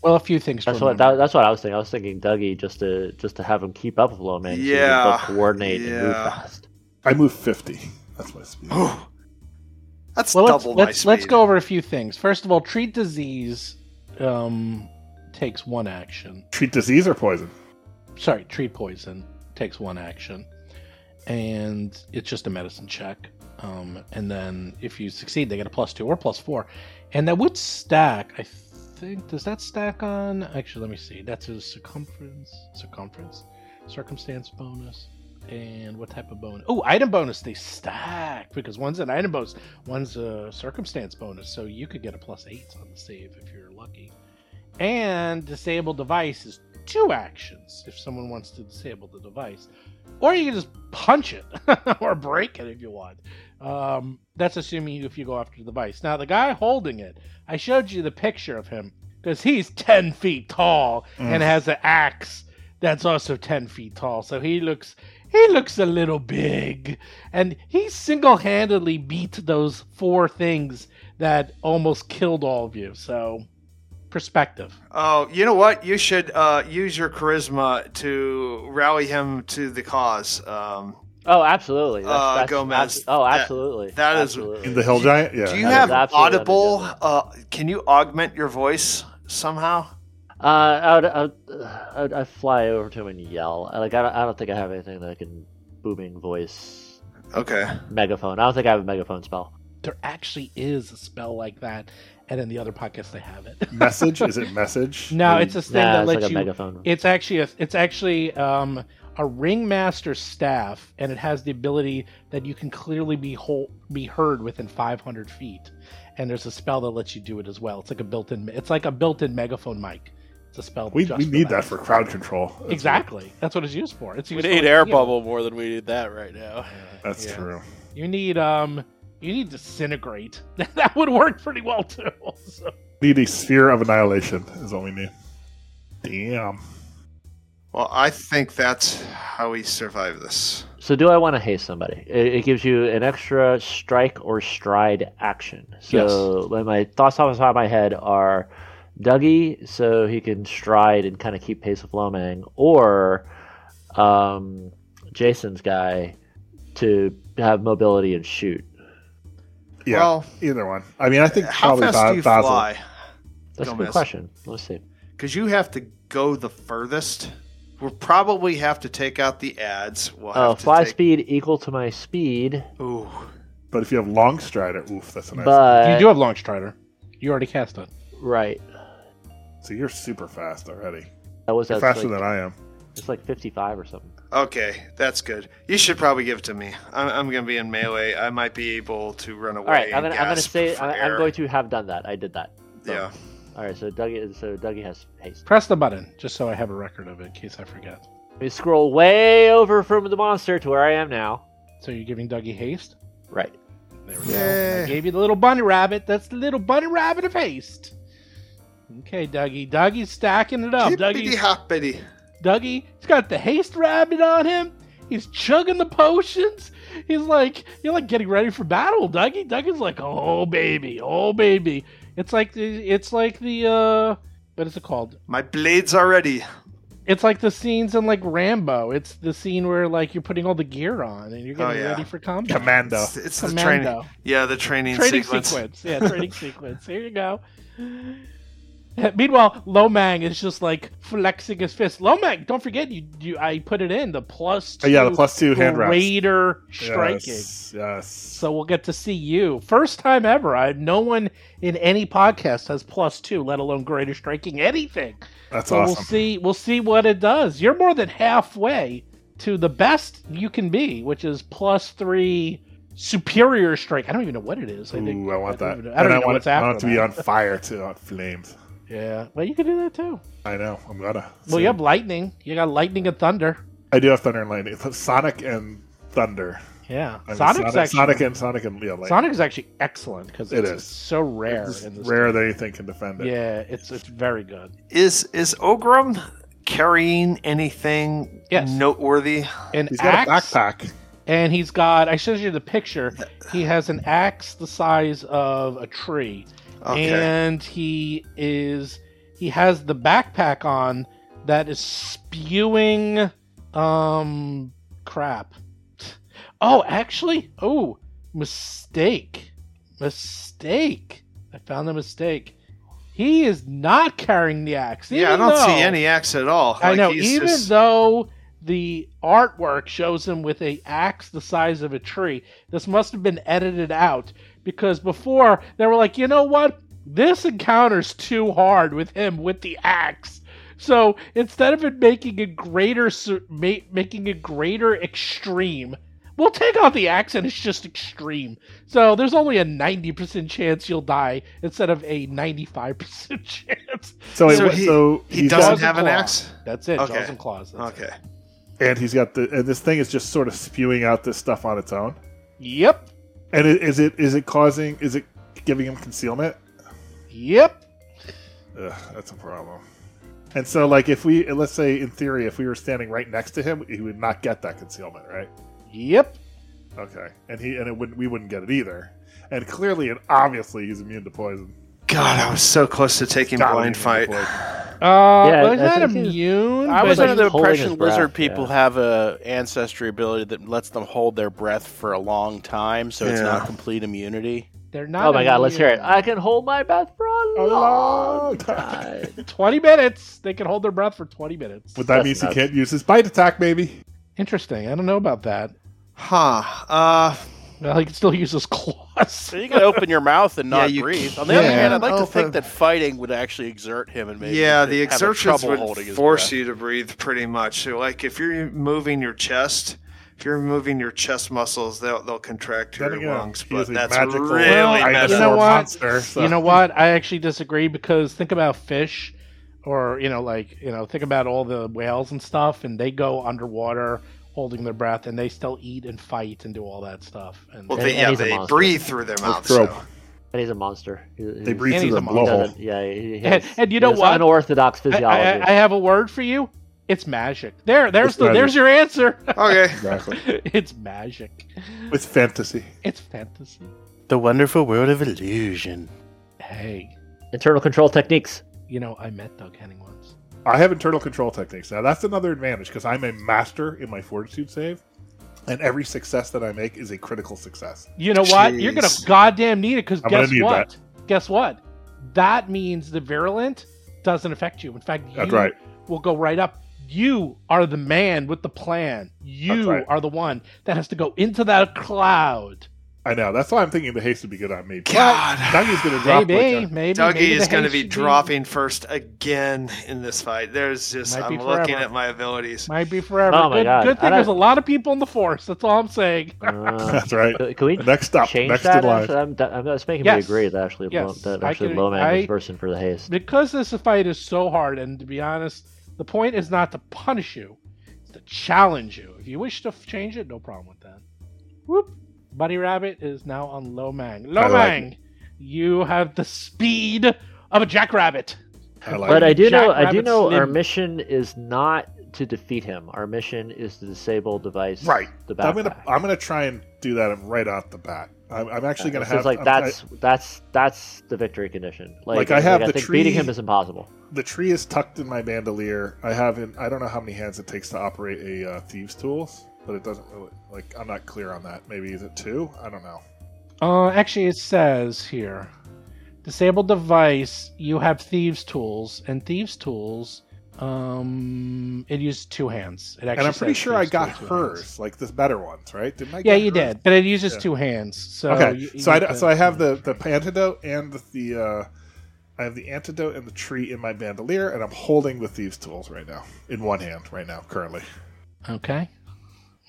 [SPEAKER 2] Well, a few things. to
[SPEAKER 5] that's what
[SPEAKER 2] remember.
[SPEAKER 5] that, that's what I was thinking. I was thinking Dougie just to just to have him keep up with Lomang. so he could
[SPEAKER 4] Yeah,
[SPEAKER 5] both coordinate and move
[SPEAKER 4] yeah.
[SPEAKER 5] fast.
[SPEAKER 3] I move fifty. That's my speed.
[SPEAKER 4] Ooh, that's
[SPEAKER 2] well, let's
[SPEAKER 4] double my
[SPEAKER 2] let's,
[SPEAKER 4] speed.
[SPEAKER 2] let's go over a few things. First of all, treat disease um, takes one action.
[SPEAKER 3] Treat disease or poison.
[SPEAKER 2] Sorry, treat poison takes one action, and it's just a medicine check. Um, and then if you succeed, they get a plus two or plus four, and that would stack. I think does that stack on? Actually, let me see. That's a circumference, circumference, circumstance bonus. And what type of bonus? Oh, item bonus. They stack because one's an item bonus, one's a circumstance bonus. So you could get a plus eight on the save if you're lucky. And disable device is two actions if someone wants to disable the device, or you can just punch it (laughs) or break it if you want. Um, that's assuming you, if you go after the device. Now the guy holding it, I showed you the picture of him because he's ten feet tall
[SPEAKER 3] Mm.
[SPEAKER 2] and has an axe that's also 10 feet tall so he looks he looks a little big and he single-handedly beat those four things that almost killed all of you so perspective
[SPEAKER 4] Oh, you know what? You should uh, use your charisma to rally him to the cause. Um,
[SPEAKER 5] Oh, absolutely. That's,
[SPEAKER 4] Uh,
[SPEAKER 5] that's,
[SPEAKER 4] Gomez,
[SPEAKER 5] abs- oh,
[SPEAKER 4] that-
[SPEAKER 5] absolutely.
[SPEAKER 4] that is-
[SPEAKER 5] absolutely.
[SPEAKER 3] In the hill giant. Yeah.
[SPEAKER 4] do you
[SPEAKER 5] that
[SPEAKER 4] have
[SPEAKER 5] is absolutely
[SPEAKER 4] audible?
[SPEAKER 5] understandable.
[SPEAKER 4] Uh, can you augment your voice somehow?
[SPEAKER 5] Uh, I would, I would, I would, I'd fly over to him and yell. Like I don't, I don't think I have anything that I can booming voice
[SPEAKER 4] Okay.
[SPEAKER 5] megaphone. I don't think I have a megaphone spell.
[SPEAKER 2] there actually is a spell like that and in the other podcast they have it (laughs)
[SPEAKER 3] message? Is it message?
[SPEAKER 2] no it's this thing
[SPEAKER 5] Nah,
[SPEAKER 2] that
[SPEAKER 5] it's
[SPEAKER 2] lets
[SPEAKER 5] like a
[SPEAKER 2] you
[SPEAKER 5] megaphone.
[SPEAKER 2] It's actually a, it's actually um, a ringmaster staff, and it has the ability that you can clearly be whole, be heard within 500 feet. And there's a spell that lets you do it as well. It's like a built-in it's like a built-in megaphone mic. It's a spell.
[SPEAKER 3] we,
[SPEAKER 2] just
[SPEAKER 3] we need that
[SPEAKER 2] that
[SPEAKER 3] for (laughs) crowd control. That's
[SPEAKER 2] exactly. That's what it's used for. It's
[SPEAKER 6] We
[SPEAKER 2] used
[SPEAKER 6] need
[SPEAKER 2] for
[SPEAKER 6] air
[SPEAKER 2] you.
[SPEAKER 6] bubble more than we need that right now.
[SPEAKER 3] what- That's
[SPEAKER 6] Yeah.
[SPEAKER 3] true.
[SPEAKER 2] You need um you need disintegrate. (laughs) that would work pretty well too. (laughs) So.
[SPEAKER 3] Need a sphere of annihilation is what we need. Damn.
[SPEAKER 4] Well, I think that's how we survive this.
[SPEAKER 5] So do I want to haste somebody? It, it gives you an extra strike or stride action. So my- my thoughts off the top of my head are Dougie, so he can stride and kind of keep pace with Lomang, or um, Jason's guy to have mobility and shoot.
[SPEAKER 3] Yeah.
[SPEAKER 4] Well,
[SPEAKER 3] either one. I mean, I think
[SPEAKER 4] How
[SPEAKER 3] probably
[SPEAKER 4] fast
[SPEAKER 3] Ba-
[SPEAKER 4] do you
[SPEAKER 3] Basil.
[SPEAKER 4] fly?
[SPEAKER 5] That's a
[SPEAKER 4] Gomez.
[SPEAKER 5] good question. Let's see.
[SPEAKER 4] Because you have to go the furthest. We'll probably have to take out the ads. We'll have
[SPEAKER 5] Uh,
[SPEAKER 4] to
[SPEAKER 5] fly
[SPEAKER 4] take...
[SPEAKER 5] speed equal to my speed,
[SPEAKER 4] Ooh.
[SPEAKER 3] But if you have long strider, oof, that's a nice.
[SPEAKER 5] but
[SPEAKER 2] you do have launch strider. You already cast it.
[SPEAKER 5] right.
[SPEAKER 3] so you're super fast already.
[SPEAKER 5] That was
[SPEAKER 3] You're
[SPEAKER 5] that's
[SPEAKER 3] faster
[SPEAKER 5] like,
[SPEAKER 3] than I am.
[SPEAKER 5] It's like fifty-five or something.
[SPEAKER 4] Okay, that's good. You should probably give it to me. I'm, I'm going to be in melee. I might be able to run away.
[SPEAKER 5] All right,
[SPEAKER 4] and
[SPEAKER 5] I'm gonna I'm gonna
[SPEAKER 4] gasp
[SPEAKER 5] say
[SPEAKER 4] for
[SPEAKER 5] I,
[SPEAKER 4] air.
[SPEAKER 5] I'm going to have done that. I did that. So-
[SPEAKER 4] Yeah.
[SPEAKER 5] All right, so Dougie so Dougie has haste.
[SPEAKER 2] Press the button just so I have a record of it in case I forget.
[SPEAKER 5] We scroll way over from the monster to where I am now.
[SPEAKER 2] So you're giving Dougie haste?
[SPEAKER 5] Right.
[SPEAKER 2] There we go. I gave you the little bunny rabbit. That's the little bunny rabbit of haste. Okay, Dougie. Dougie's stacking it up.
[SPEAKER 4] Hippity
[SPEAKER 2] Dougie's,
[SPEAKER 4] hoppity.
[SPEAKER 2] Dougie, he's got the haste rabbit on him. He's chugging the potions. He's like, you're like getting ready for battle, Dougie. Dougie's like, oh baby, oh baby. It's like the, it's like the, uh, what is it called?
[SPEAKER 4] My blades are ready.
[SPEAKER 2] It's like the scenes in like Rambo. It's the scene where like you're putting all the gear on and you're
[SPEAKER 4] Oh,
[SPEAKER 2] getting
[SPEAKER 4] yeah.
[SPEAKER 2] ready for combat.
[SPEAKER 3] Commando.
[SPEAKER 4] It's, it's the training.
[SPEAKER 2] Commando.
[SPEAKER 4] Yeah, the training,
[SPEAKER 2] Trading
[SPEAKER 4] sequence.
[SPEAKER 2] sequence. Yeah, trading sequence. Here you go. (laughs) Meanwhile, Lomang is just like flexing his fist. Lomang, don't forget you. you I put it in the plus
[SPEAKER 3] Oh,
[SPEAKER 2] two.
[SPEAKER 3] yeah, the plus two hand wraps.
[SPEAKER 2] greater striking.
[SPEAKER 3] Yes. yes.
[SPEAKER 2] So we'll get to see you first time ever. I no one in any podcast has plus two, let alone greater striking anything.
[SPEAKER 3] That's
[SPEAKER 2] so we'll
[SPEAKER 3] awesome.
[SPEAKER 2] see. We'll see what it does. You're more than halfway to the best you can be, which is plus three superior strike. I don't even know what it is. I think
[SPEAKER 3] Ooh, I want
[SPEAKER 2] don't
[SPEAKER 3] that.
[SPEAKER 2] even know- I don't
[SPEAKER 3] and I
[SPEAKER 2] even know
[SPEAKER 3] want,
[SPEAKER 2] what's
[SPEAKER 3] it, I
[SPEAKER 2] after
[SPEAKER 3] want it to be
[SPEAKER 2] that.
[SPEAKER 3] on fire too, on flames.
[SPEAKER 2] Yeah, well, you can do that too.
[SPEAKER 3] I know. I'm gonna.
[SPEAKER 2] Well, you have lightning. You got lightning and thunder.
[SPEAKER 3] I do have thunder and lightning. Sonic and thunder.
[SPEAKER 2] Yeah,
[SPEAKER 3] I mean,
[SPEAKER 2] Sonic's
[SPEAKER 3] Sonic,
[SPEAKER 2] actually
[SPEAKER 3] Sonic and Sonic and yeah, lightning.
[SPEAKER 2] Sonic's actually excellent because
[SPEAKER 3] It
[SPEAKER 2] it's
[SPEAKER 3] is.
[SPEAKER 2] so rare.
[SPEAKER 3] It's
[SPEAKER 2] in this
[SPEAKER 3] rare that anything can defend it.
[SPEAKER 2] game. Yeah, it's it's very good.
[SPEAKER 4] Is is Ogrum carrying anything
[SPEAKER 2] Yes.
[SPEAKER 4] noteworthy?
[SPEAKER 2] An
[SPEAKER 3] He's got
[SPEAKER 2] axe,
[SPEAKER 3] a backpack.
[SPEAKER 2] and he's got. I showed you the picture. He has an axe the size of a tree,
[SPEAKER 4] Okay.
[SPEAKER 2] and he is he has the backpack on that is spewing um crap. Oh, actually, oh, mistake. Mistake. I found a mistake. He is not carrying the axe.
[SPEAKER 4] yeah, I
[SPEAKER 2] even
[SPEAKER 4] don't
[SPEAKER 2] though-
[SPEAKER 4] see any axe at all.
[SPEAKER 2] I
[SPEAKER 4] Like,
[SPEAKER 2] know,
[SPEAKER 4] he's
[SPEAKER 2] even
[SPEAKER 4] just-
[SPEAKER 2] though the artwork shows him with a axe the size of a tree, this must have been edited out because before they were like, you know what? This encounter's too hard with him with the axe. So instead of it making it greater, su- ma- making it greater extreme, we'll take out the axe and it's just extreme. So there's only a 90% chance you'll die instead of a 95% (laughs) chance.
[SPEAKER 3] So,
[SPEAKER 4] So
[SPEAKER 3] so,
[SPEAKER 4] he-
[SPEAKER 3] so
[SPEAKER 4] he
[SPEAKER 3] he's
[SPEAKER 4] doesn't
[SPEAKER 2] Jaws
[SPEAKER 3] got-
[SPEAKER 4] have an
[SPEAKER 2] and Claw.
[SPEAKER 4] axe?
[SPEAKER 2] That's it.
[SPEAKER 4] Okay.
[SPEAKER 2] Jaws and claws. That's it.
[SPEAKER 4] Okay.
[SPEAKER 3] and he's got the, and this thing is just sort of spewing out this stuff on its own.
[SPEAKER 2] Yep.
[SPEAKER 3] And it, is it is it causing? Is it giving him concealment?
[SPEAKER 2] Yep.
[SPEAKER 3] Ugh, that's a problem. And so, like, if we let's say in theory, if we were standing right next to him, he would not get that concealment, right?
[SPEAKER 2] Yep.
[SPEAKER 3] Okay, and he and it would not we wouldn't get it either. And clearly and obviously, he's immune to poison.
[SPEAKER 4] God, I was so close to taking
[SPEAKER 3] God,
[SPEAKER 4] blind
[SPEAKER 3] he's immune to
[SPEAKER 4] fight.
[SPEAKER 3] poison.
[SPEAKER 5] (laughs)
[SPEAKER 2] Uh, well,
[SPEAKER 5] I
[SPEAKER 2] he's not
[SPEAKER 5] think he's-
[SPEAKER 2] immune.
[SPEAKER 6] I
[SPEAKER 2] but
[SPEAKER 6] was
[SPEAKER 5] like
[SPEAKER 6] under the
[SPEAKER 5] holding his
[SPEAKER 6] impression
[SPEAKER 5] breath,
[SPEAKER 6] lizard people
[SPEAKER 5] yeah.
[SPEAKER 6] have a ancestry ability that lets them hold their breath for a long time, so it's
[SPEAKER 4] Yeah.
[SPEAKER 6] not complete immunity.
[SPEAKER 2] they're not.
[SPEAKER 5] Oh my god, let's hear it.
[SPEAKER 2] immune.
[SPEAKER 5] I can hold my breath for a
[SPEAKER 3] A
[SPEAKER 5] long
[SPEAKER 3] long
[SPEAKER 5] time.
[SPEAKER 2] Twenty minutes. They can hold their breath for twenty minutes.
[SPEAKER 3] But that
[SPEAKER 5] That's
[SPEAKER 3] means
[SPEAKER 5] nuts.
[SPEAKER 3] he can't use his bite attack, maybe.
[SPEAKER 2] Interesting. I don't know about that.
[SPEAKER 4] Huh. Uh,
[SPEAKER 2] Well, he can still use his (laughs) claws.
[SPEAKER 6] So you can open your mouth and
[SPEAKER 4] Yeah,
[SPEAKER 6] not
[SPEAKER 4] you
[SPEAKER 6] breathe.
[SPEAKER 4] c-
[SPEAKER 6] On the other
[SPEAKER 4] yeah.
[SPEAKER 6] hand, I'd like to
[SPEAKER 4] Oh,
[SPEAKER 6] think
[SPEAKER 4] but-
[SPEAKER 6] that fighting would actually exert him and maybe
[SPEAKER 4] yeah,
[SPEAKER 6] he'd
[SPEAKER 4] the
[SPEAKER 6] have a
[SPEAKER 4] exertions
[SPEAKER 6] trouble holding
[SPEAKER 4] would
[SPEAKER 6] his
[SPEAKER 4] force
[SPEAKER 6] breath.
[SPEAKER 4] you to breathe pretty much. So, like, if you're moving your chest, if you're moving your chest muscles, they'll, they'll contract your
[SPEAKER 3] Then again,
[SPEAKER 4] lungs.
[SPEAKER 3] he
[SPEAKER 4] But
[SPEAKER 3] is a
[SPEAKER 4] that's
[SPEAKER 3] magical
[SPEAKER 4] really
[SPEAKER 2] Well,
[SPEAKER 4] messed
[SPEAKER 2] you know
[SPEAKER 4] up.
[SPEAKER 2] what?
[SPEAKER 3] monster. so-
[SPEAKER 2] You know what? I actually disagree because think about fish, or you know, like you know, think about all the whales and stuff, and they go underwater holding their breath, and they still eat and fight and do all that stuff. And
[SPEAKER 4] Well,
[SPEAKER 5] And-
[SPEAKER 4] they,
[SPEAKER 5] and
[SPEAKER 4] yeah,
[SPEAKER 5] he's a
[SPEAKER 4] they
[SPEAKER 5] monster.
[SPEAKER 4] breathe through their mouth.
[SPEAKER 3] Throat.
[SPEAKER 4] so-
[SPEAKER 5] And he's a monster. He-
[SPEAKER 3] They
[SPEAKER 5] he's-
[SPEAKER 3] breathe
[SPEAKER 2] And
[SPEAKER 3] through
[SPEAKER 2] he's
[SPEAKER 3] the
[SPEAKER 2] a monster.
[SPEAKER 3] blowhole.
[SPEAKER 5] doesn't- Yeah, he, he
[SPEAKER 2] And-
[SPEAKER 5] has,
[SPEAKER 2] and you
[SPEAKER 5] he
[SPEAKER 2] know
[SPEAKER 5] has
[SPEAKER 2] what?
[SPEAKER 5] Unorthodox
[SPEAKER 2] I,
[SPEAKER 5] physiology.
[SPEAKER 2] I, I have a word for you. It's magic. There, there's
[SPEAKER 3] It's
[SPEAKER 2] the,
[SPEAKER 3] magic.
[SPEAKER 2] there's your answer. (laughs)
[SPEAKER 4] Okay.
[SPEAKER 3] Exactly.
[SPEAKER 2] it's magic.
[SPEAKER 3] It's fantasy.
[SPEAKER 2] It's fantasy.
[SPEAKER 6] The wonderful world of illusion.
[SPEAKER 2] Hey,
[SPEAKER 5] Internal control techniques.
[SPEAKER 2] you know, I met Doug Henning once.
[SPEAKER 3] I have internal control techniques. Now that's another advantage because I'm a master in my fortitude save, and every success that I make is a critical success.
[SPEAKER 2] You know what? You're gonna
[SPEAKER 4] Jeez.
[SPEAKER 2] goddamn need it because
[SPEAKER 3] I'm gonna
[SPEAKER 2] guess
[SPEAKER 3] need
[SPEAKER 2] what? Guess what? That means the virulent doesn't affect you. In fact,
[SPEAKER 3] That's
[SPEAKER 2] you
[SPEAKER 3] right.
[SPEAKER 2] will go right up. You are the man with the plan.
[SPEAKER 3] That's
[SPEAKER 2] You
[SPEAKER 3] right.
[SPEAKER 2] are the one that has to go into that cloud.
[SPEAKER 3] I know. That's why I'm thinking the haste would be good on me. But
[SPEAKER 4] God.
[SPEAKER 3] Dougie's going to drop.
[SPEAKER 2] maybe,
[SPEAKER 3] Like
[SPEAKER 2] maybe
[SPEAKER 4] Dougie
[SPEAKER 2] maybe the
[SPEAKER 4] is going to
[SPEAKER 2] haste
[SPEAKER 4] be
[SPEAKER 2] should
[SPEAKER 4] dropping first again in this fight. There's just
[SPEAKER 2] Might be
[SPEAKER 4] I'm looking
[SPEAKER 2] forever.
[SPEAKER 4] at my abilities.
[SPEAKER 2] Might be forever.
[SPEAKER 5] Oh my
[SPEAKER 2] good,
[SPEAKER 5] God.
[SPEAKER 2] good
[SPEAKER 5] I
[SPEAKER 2] thing
[SPEAKER 5] don't-
[SPEAKER 2] there's a lot of people in the force. (laughs) That's all I'm saying.
[SPEAKER 3] a, (laughs)
[SPEAKER 5] Uh,
[SPEAKER 3] that's right.
[SPEAKER 5] can can we
[SPEAKER 3] Next stop.
[SPEAKER 5] change
[SPEAKER 3] Next
[SPEAKER 5] that?
[SPEAKER 3] in line.
[SPEAKER 5] Actually, I'm, that- I'm, that's making me
[SPEAKER 2] Yes.
[SPEAKER 5] agree that actually,
[SPEAKER 2] Yes,
[SPEAKER 5] Lo- that
[SPEAKER 2] I
[SPEAKER 5] actually
[SPEAKER 2] can-
[SPEAKER 5] Lomax
[SPEAKER 2] I-
[SPEAKER 5] is person for the haste.
[SPEAKER 2] because this fight is so hard, and to be honest, the point is not to punish you, it's to challenge you. If you wish to f- change it, no problem with that. Whoop! Buddy Rabbit is now on Lomang.
[SPEAKER 3] like
[SPEAKER 2] Lomang, you have the speed of a jackrabbit.
[SPEAKER 3] I like
[SPEAKER 5] But I
[SPEAKER 3] it.
[SPEAKER 5] do know, I do
[SPEAKER 2] Jackrabbit
[SPEAKER 5] know, our
[SPEAKER 2] Slim.
[SPEAKER 5] mission is not to defeat him. Our mission is to disable device.
[SPEAKER 3] Right.
[SPEAKER 5] The backpack.
[SPEAKER 3] I'm gonna I'm gonna try and do that right off the bat. I'm, I'm actually gonna
[SPEAKER 5] So
[SPEAKER 3] have
[SPEAKER 5] it's like
[SPEAKER 3] I'm- I-
[SPEAKER 5] that's that's that's the victory condition.
[SPEAKER 3] Like, I have the
[SPEAKER 5] think
[SPEAKER 3] tree-
[SPEAKER 5] beating him is impossible.
[SPEAKER 3] the tree is tucked in my bandolier. I haven't. I don't know how many hands it takes to operate a uh, thieves' tools, but it doesn't really. Like I'm not clear on that. Maybe is it two? I don't know.
[SPEAKER 2] Uh, actually, it says here disable device, you have thieves' tools, and thieves' tools, um, it uses two hands. It actually
[SPEAKER 3] And I'm pretty
[SPEAKER 2] says
[SPEAKER 3] sure I
[SPEAKER 2] thieves'
[SPEAKER 3] got
[SPEAKER 2] tool, two
[SPEAKER 3] hers,
[SPEAKER 2] hands.
[SPEAKER 3] like the better ones, right? Didn't I?
[SPEAKER 2] Yeah,
[SPEAKER 3] get
[SPEAKER 2] you
[SPEAKER 3] hers?
[SPEAKER 2] did, but it uses
[SPEAKER 3] Yeah.
[SPEAKER 2] two hands. So
[SPEAKER 3] Okay,
[SPEAKER 2] you- you
[SPEAKER 3] so I
[SPEAKER 2] need
[SPEAKER 3] d-
[SPEAKER 2] to-
[SPEAKER 3] so I have the the antidote and the, the uh, I have the antidote and the tree in my bandolier, and I'm holding the thieves' tools right now in one hand right now currently.
[SPEAKER 2] Okay.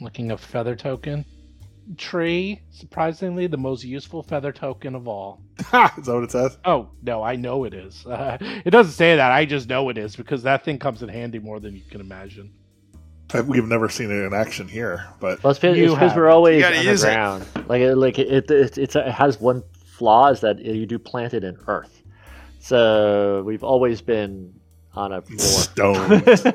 [SPEAKER 2] Looking up feather token. Tree, surprisingly, the most useful feather token of all.
[SPEAKER 3] (laughs) is that what it says?
[SPEAKER 2] Oh, no, I know it is. (laughs) it doesn't say that. I just know it is because that thing comes in handy more than you can imagine.
[SPEAKER 3] I, we've never seen it in action here, but
[SPEAKER 5] Well, it's
[SPEAKER 2] You
[SPEAKER 5] because
[SPEAKER 2] have
[SPEAKER 5] we're always
[SPEAKER 4] You gotta use it.
[SPEAKER 5] underground. Like it, like it, it, it's it has one flaw is that you do plant it in earth. So we've always been on a
[SPEAKER 2] (laughs)
[SPEAKER 5] floor.
[SPEAKER 3] stone. yeah.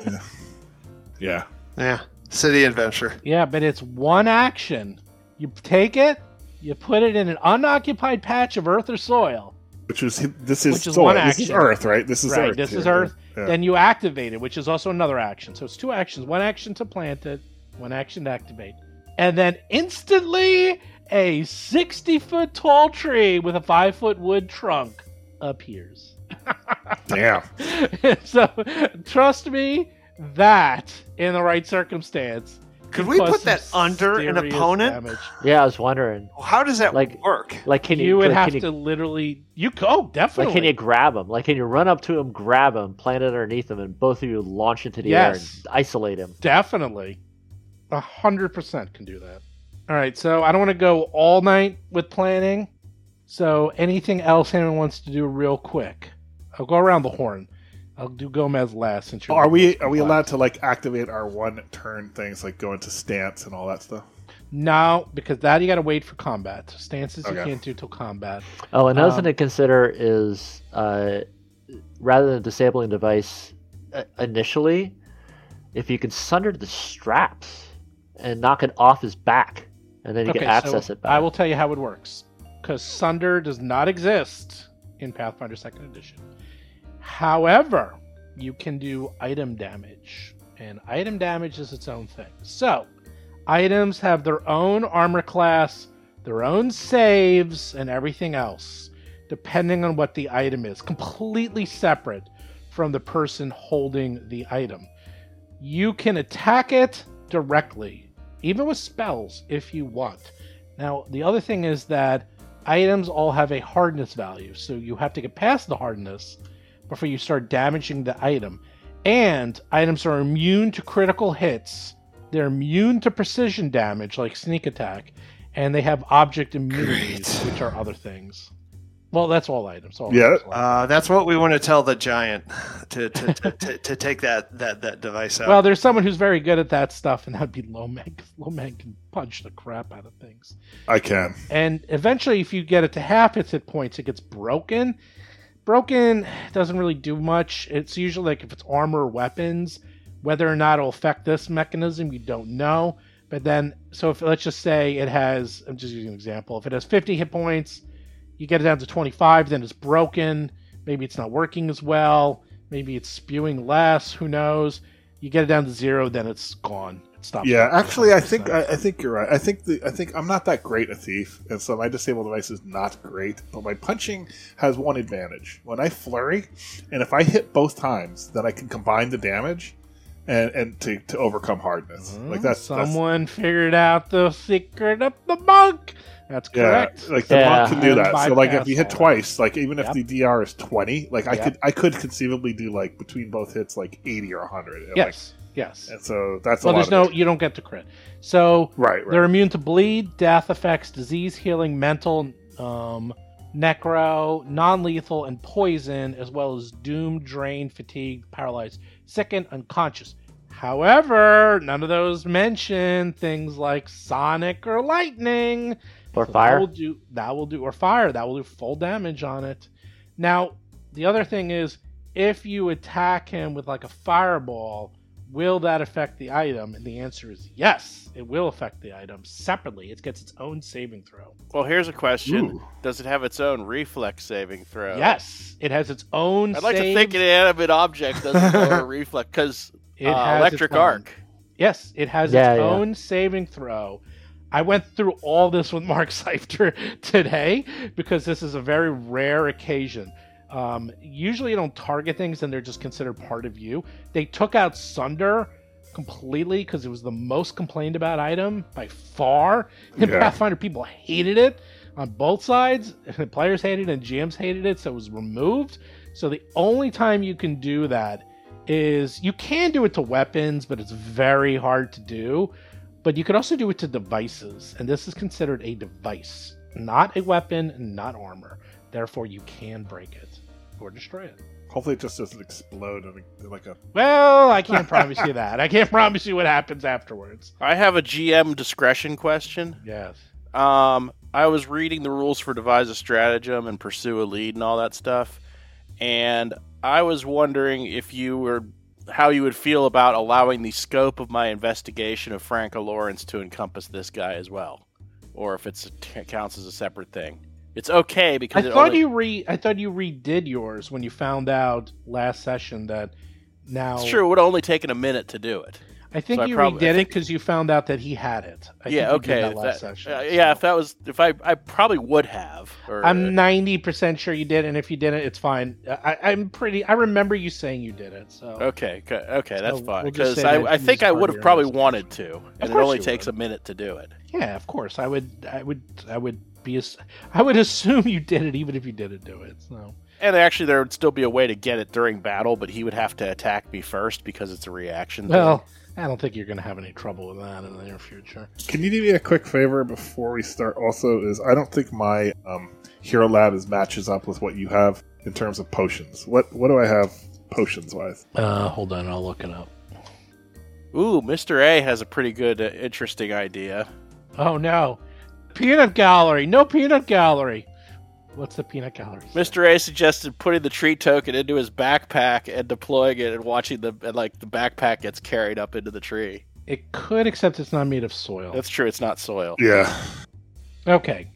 [SPEAKER 3] yeah.
[SPEAKER 4] Yeah. City adventure.
[SPEAKER 2] Yeah, but it's one action. You take it, you put it in an unoccupied patch of earth or soil.
[SPEAKER 3] Which was this is
[SPEAKER 2] Which is
[SPEAKER 3] soil.
[SPEAKER 2] one
[SPEAKER 3] This is
[SPEAKER 2] action.
[SPEAKER 3] Earth, right? This is
[SPEAKER 2] right,
[SPEAKER 3] Earth.
[SPEAKER 2] this is
[SPEAKER 3] here.
[SPEAKER 2] earth.
[SPEAKER 3] Yeah.
[SPEAKER 2] Then you activate it, which is also another action. So it's two actions one action to plant it, one action to activate. And then instantly, a 60 foot tall tree with a five foot wood trunk appears. (laughs)
[SPEAKER 3] Damn.
[SPEAKER 2] so trust me, that in the right circumstance.
[SPEAKER 4] Could
[SPEAKER 2] can
[SPEAKER 4] we
[SPEAKER 2] cause
[SPEAKER 4] put
[SPEAKER 2] some
[SPEAKER 4] that under an
[SPEAKER 2] serious
[SPEAKER 4] opponent?
[SPEAKER 2] damage.
[SPEAKER 5] yeah, I was wondering,
[SPEAKER 4] How does that
[SPEAKER 5] Like-
[SPEAKER 4] work?
[SPEAKER 5] like, can you,
[SPEAKER 2] You would
[SPEAKER 5] can
[SPEAKER 2] have
[SPEAKER 5] you-
[SPEAKER 2] to literally. You go, definitely.
[SPEAKER 5] Like, can you grab him? Like, can you run up to him, grab him, plant it underneath him, and both of you launch into the air
[SPEAKER 2] Yes.
[SPEAKER 5] and isolate him?
[SPEAKER 2] Definitely. A hundred percent can do that. All right, so I don't want to go all night with planning. So anything else anyone wants to do real quick? I'll go around the horn. I'll do Gomez last since you're
[SPEAKER 3] Are we are we allowed to like activate our one turn things like go into stance and all that stuff?
[SPEAKER 2] No, because that you gotta wait for combat. So stances you
[SPEAKER 3] Okay.
[SPEAKER 2] can't do till combat.
[SPEAKER 5] Oh, another
[SPEAKER 2] Um,
[SPEAKER 5] thing to consider is uh, rather than disabling the device uh, initially, if you can sunder the straps and knock it off his back, and then you can access
[SPEAKER 2] so
[SPEAKER 5] it back.
[SPEAKER 2] I will tell you how it works. Because Sunder does not exist in Pathfinder Second Edition. However, you can do item damage, and item damage is its own thing. So, items have their own armor class, their own saves, and everything else, depending on what the item is. Completely separate from the person holding the item. You can attack it directly, even with spells if you want. Now, the other thing is that items all have a hardness value, so you have to get past the hardness before you start damaging the item. And items are immune to critical hits, they're immune to precision damage, like sneak attack, and they have object immunities,
[SPEAKER 4] Great.
[SPEAKER 2] which are other things. Well, that's all items. All
[SPEAKER 3] Yeah.
[SPEAKER 2] items, all
[SPEAKER 4] Uh, that's what we want to tell the giant to to, to, to, to take that, that that device out.
[SPEAKER 2] Well, there's someone who's very good at that stuff, and that'd be Lomang. 'cause Lomang can punch the crap out of things.
[SPEAKER 3] I can.
[SPEAKER 2] And eventually, if you get it to half its hit points, it gets broken. Broken doesn't really do much. It's usually like if it's armor or weapons, whether or not it'll affect this mechanism, you don't know. But then, so if let's just say it has, I'm just using an example, if it has 50 hit points, you get it down to 25, then it's broken. Maybe it's not working as well. Maybe it's spewing less. Who knows? You get it down to zero, then it's gone. It stops.
[SPEAKER 3] Yeah,
[SPEAKER 2] working
[SPEAKER 3] actually, I think
[SPEAKER 2] 100%.
[SPEAKER 3] I, I think you're right. I think the I think I'm not that great a thief, and so my disabled device is not great. But my punching has one advantage: when I flurry, and if I hit both times, then I can combine the damage, and and to, to overcome hardness. Like that's that's-
[SPEAKER 2] Hmm, someone figured out the secret of the monk. That's
[SPEAKER 3] Yeah,
[SPEAKER 2] correct.
[SPEAKER 3] like the
[SPEAKER 5] Yeah.
[SPEAKER 3] monk can do
[SPEAKER 2] And
[SPEAKER 3] that. So like if you
[SPEAKER 2] bypass
[SPEAKER 3] hit
[SPEAKER 2] all
[SPEAKER 3] twice, like even if
[SPEAKER 2] Yep.
[SPEAKER 3] the DR is twenty, like I
[SPEAKER 2] Yep.
[SPEAKER 3] could I could conceivably do like between both hits like eighty or hundred.
[SPEAKER 2] yes, yes.
[SPEAKER 3] and so that's
[SPEAKER 2] Well,
[SPEAKER 3] a lot.
[SPEAKER 2] there's no
[SPEAKER 3] of
[SPEAKER 2] you don't get to crit. So
[SPEAKER 3] right,
[SPEAKER 2] they're
[SPEAKER 3] right.
[SPEAKER 2] immune to bleed, death effects, disease, healing, mental, um, necro, non-lethal, and poison, as well as doom, drain, fatigue, paralyzed, sickened, unconscious. However, none of those mention things like sonic or lightning.
[SPEAKER 5] or
[SPEAKER 2] So
[SPEAKER 5] fire.
[SPEAKER 2] That will do that will do or fire. That will do full damage on it. Now, the other thing is if you attack him with like a fireball Will that affect the item? And the answer is yes, it will affect the item separately. It gets its own saving throw.
[SPEAKER 6] Well, here's a question:
[SPEAKER 3] Ooh.
[SPEAKER 6] Does it have its own reflex saving throw?
[SPEAKER 2] Yes, it has its own.
[SPEAKER 6] I'd like
[SPEAKER 2] save.
[SPEAKER 6] to think an inanimate object doesn't throw a reflex because
[SPEAKER 2] It
[SPEAKER 6] uh,
[SPEAKER 2] has its
[SPEAKER 6] electric
[SPEAKER 2] own-
[SPEAKER 6] arc.
[SPEAKER 2] Yes, it has
[SPEAKER 5] Yeah,
[SPEAKER 2] its
[SPEAKER 5] yeah.
[SPEAKER 2] own saving throw. I went through all this with Mark (laughs) Seifter today because this is a very rare occasion. Um, usually, you don't target things and they're just considered part of you. They took out Sunder completely because it was the most complained about item by far. (laughs) And
[SPEAKER 3] Yeah.
[SPEAKER 2] Pathfinder people hated it on both sides. (laughs) Players hated it and GMs hated it, so it was removed. So the only time you can do that is you can do it to weapons, but it's very hard to do. But you can also do it to devices, and this is considered a device, not a weapon, not armor. Therefore, you can break it or destroy it.
[SPEAKER 3] Hopefully, it just doesn't explode in a- like a.
[SPEAKER 2] Well, I can't promise you that. I can't (laughs) promise you what happens afterwards.
[SPEAKER 6] I have a GM discretion question.
[SPEAKER 2] Yes.
[SPEAKER 6] Um, I was reading the rules for devise a stratagem and pursue a lead and all that stuff, and I was wondering if you were how you would feel about allowing the scope of my investigation of Franco Lawrence to encompass this guy as well, or if it's it counts as a separate thing. It's okay
[SPEAKER 2] I
[SPEAKER 6] because it
[SPEAKER 2] thought
[SPEAKER 6] only-
[SPEAKER 2] you re I thought you redid yours when you found out last session that now
[SPEAKER 6] It's true. It would have only taken a minute to do it.
[SPEAKER 2] I think
[SPEAKER 6] So I
[SPEAKER 2] you
[SPEAKER 6] probably- I
[SPEAKER 2] redid it
[SPEAKER 6] think-
[SPEAKER 2] because you found out that he had it. I
[SPEAKER 6] yeah.
[SPEAKER 2] think you
[SPEAKER 6] Okay.
[SPEAKER 2] did that
[SPEAKER 6] if
[SPEAKER 2] last
[SPEAKER 6] that-
[SPEAKER 2] session,
[SPEAKER 6] uh,
[SPEAKER 2] so.
[SPEAKER 6] yeah. If that was, if I, I probably would have. Or,
[SPEAKER 2] I'm ninety percent sure you did, and if you didn't, it's fine. I, I'm pretty. I remember you saying you did it. So
[SPEAKER 6] Okay. Okay. okay that's
[SPEAKER 2] So
[SPEAKER 6] fine.
[SPEAKER 2] we'll just
[SPEAKER 6] Because
[SPEAKER 2] say that
[SPEAKER 6] I, I
[SPEAKER 2] you
[SPEAKER 6] think
[SPEAKER 2] just
[SPEAKER 6] I
[SPEAKER 2] part of
[SPEAKER 6] would have
[SPEAKER 2] your
[SPEAKER 6] probably wanted to, and it
[SPEAKER 2] course
[SPEAKER 6] only
[SPEAKER 2] you
[SPEAKER 6] takes
[SPEAKER 2] would.
[SPEAKER 6] a minute to do it.
[SPEAKER 2] yeah, of course, I would. I would. I would be. as- I would (laughs) assume you did it, even if you didn't do it. So
[SPEAKER 6] And actually, there would still be a way to get it during battle, but he would have to attack me first because it's a reaction. thing.
[SPEAKER 2] well, I don't think you're going to have any trouble with that in the near future.
[SPEAKER 3] Can you do me a quick favor before we start? Also, is I don't think my um, hero lab is matches up with what you have in terms of potions. What what do I have potions wise?
[SPEAKER 2] Uh, hold on, I'll look it up.
[SPEAKER 6] Ooh, Mister A has a pretty good, uh, interesting idea.
[SPEAKER 2] Oh no, peanut gallery. No peanut gallery. What's the peanut gallery? say?
[SPEAKER 6] Mister A suggested putting the tree token into his backpack and deploying it, and watching the and, like the backpack gets carried up into the tree.
[SPEAKER 2] It could, except it's not made of soil.
[SPEAKER 6] That's true. It's not soil.
[SPEAKER 3] Yeah,
[SPEAKER 2] Okay.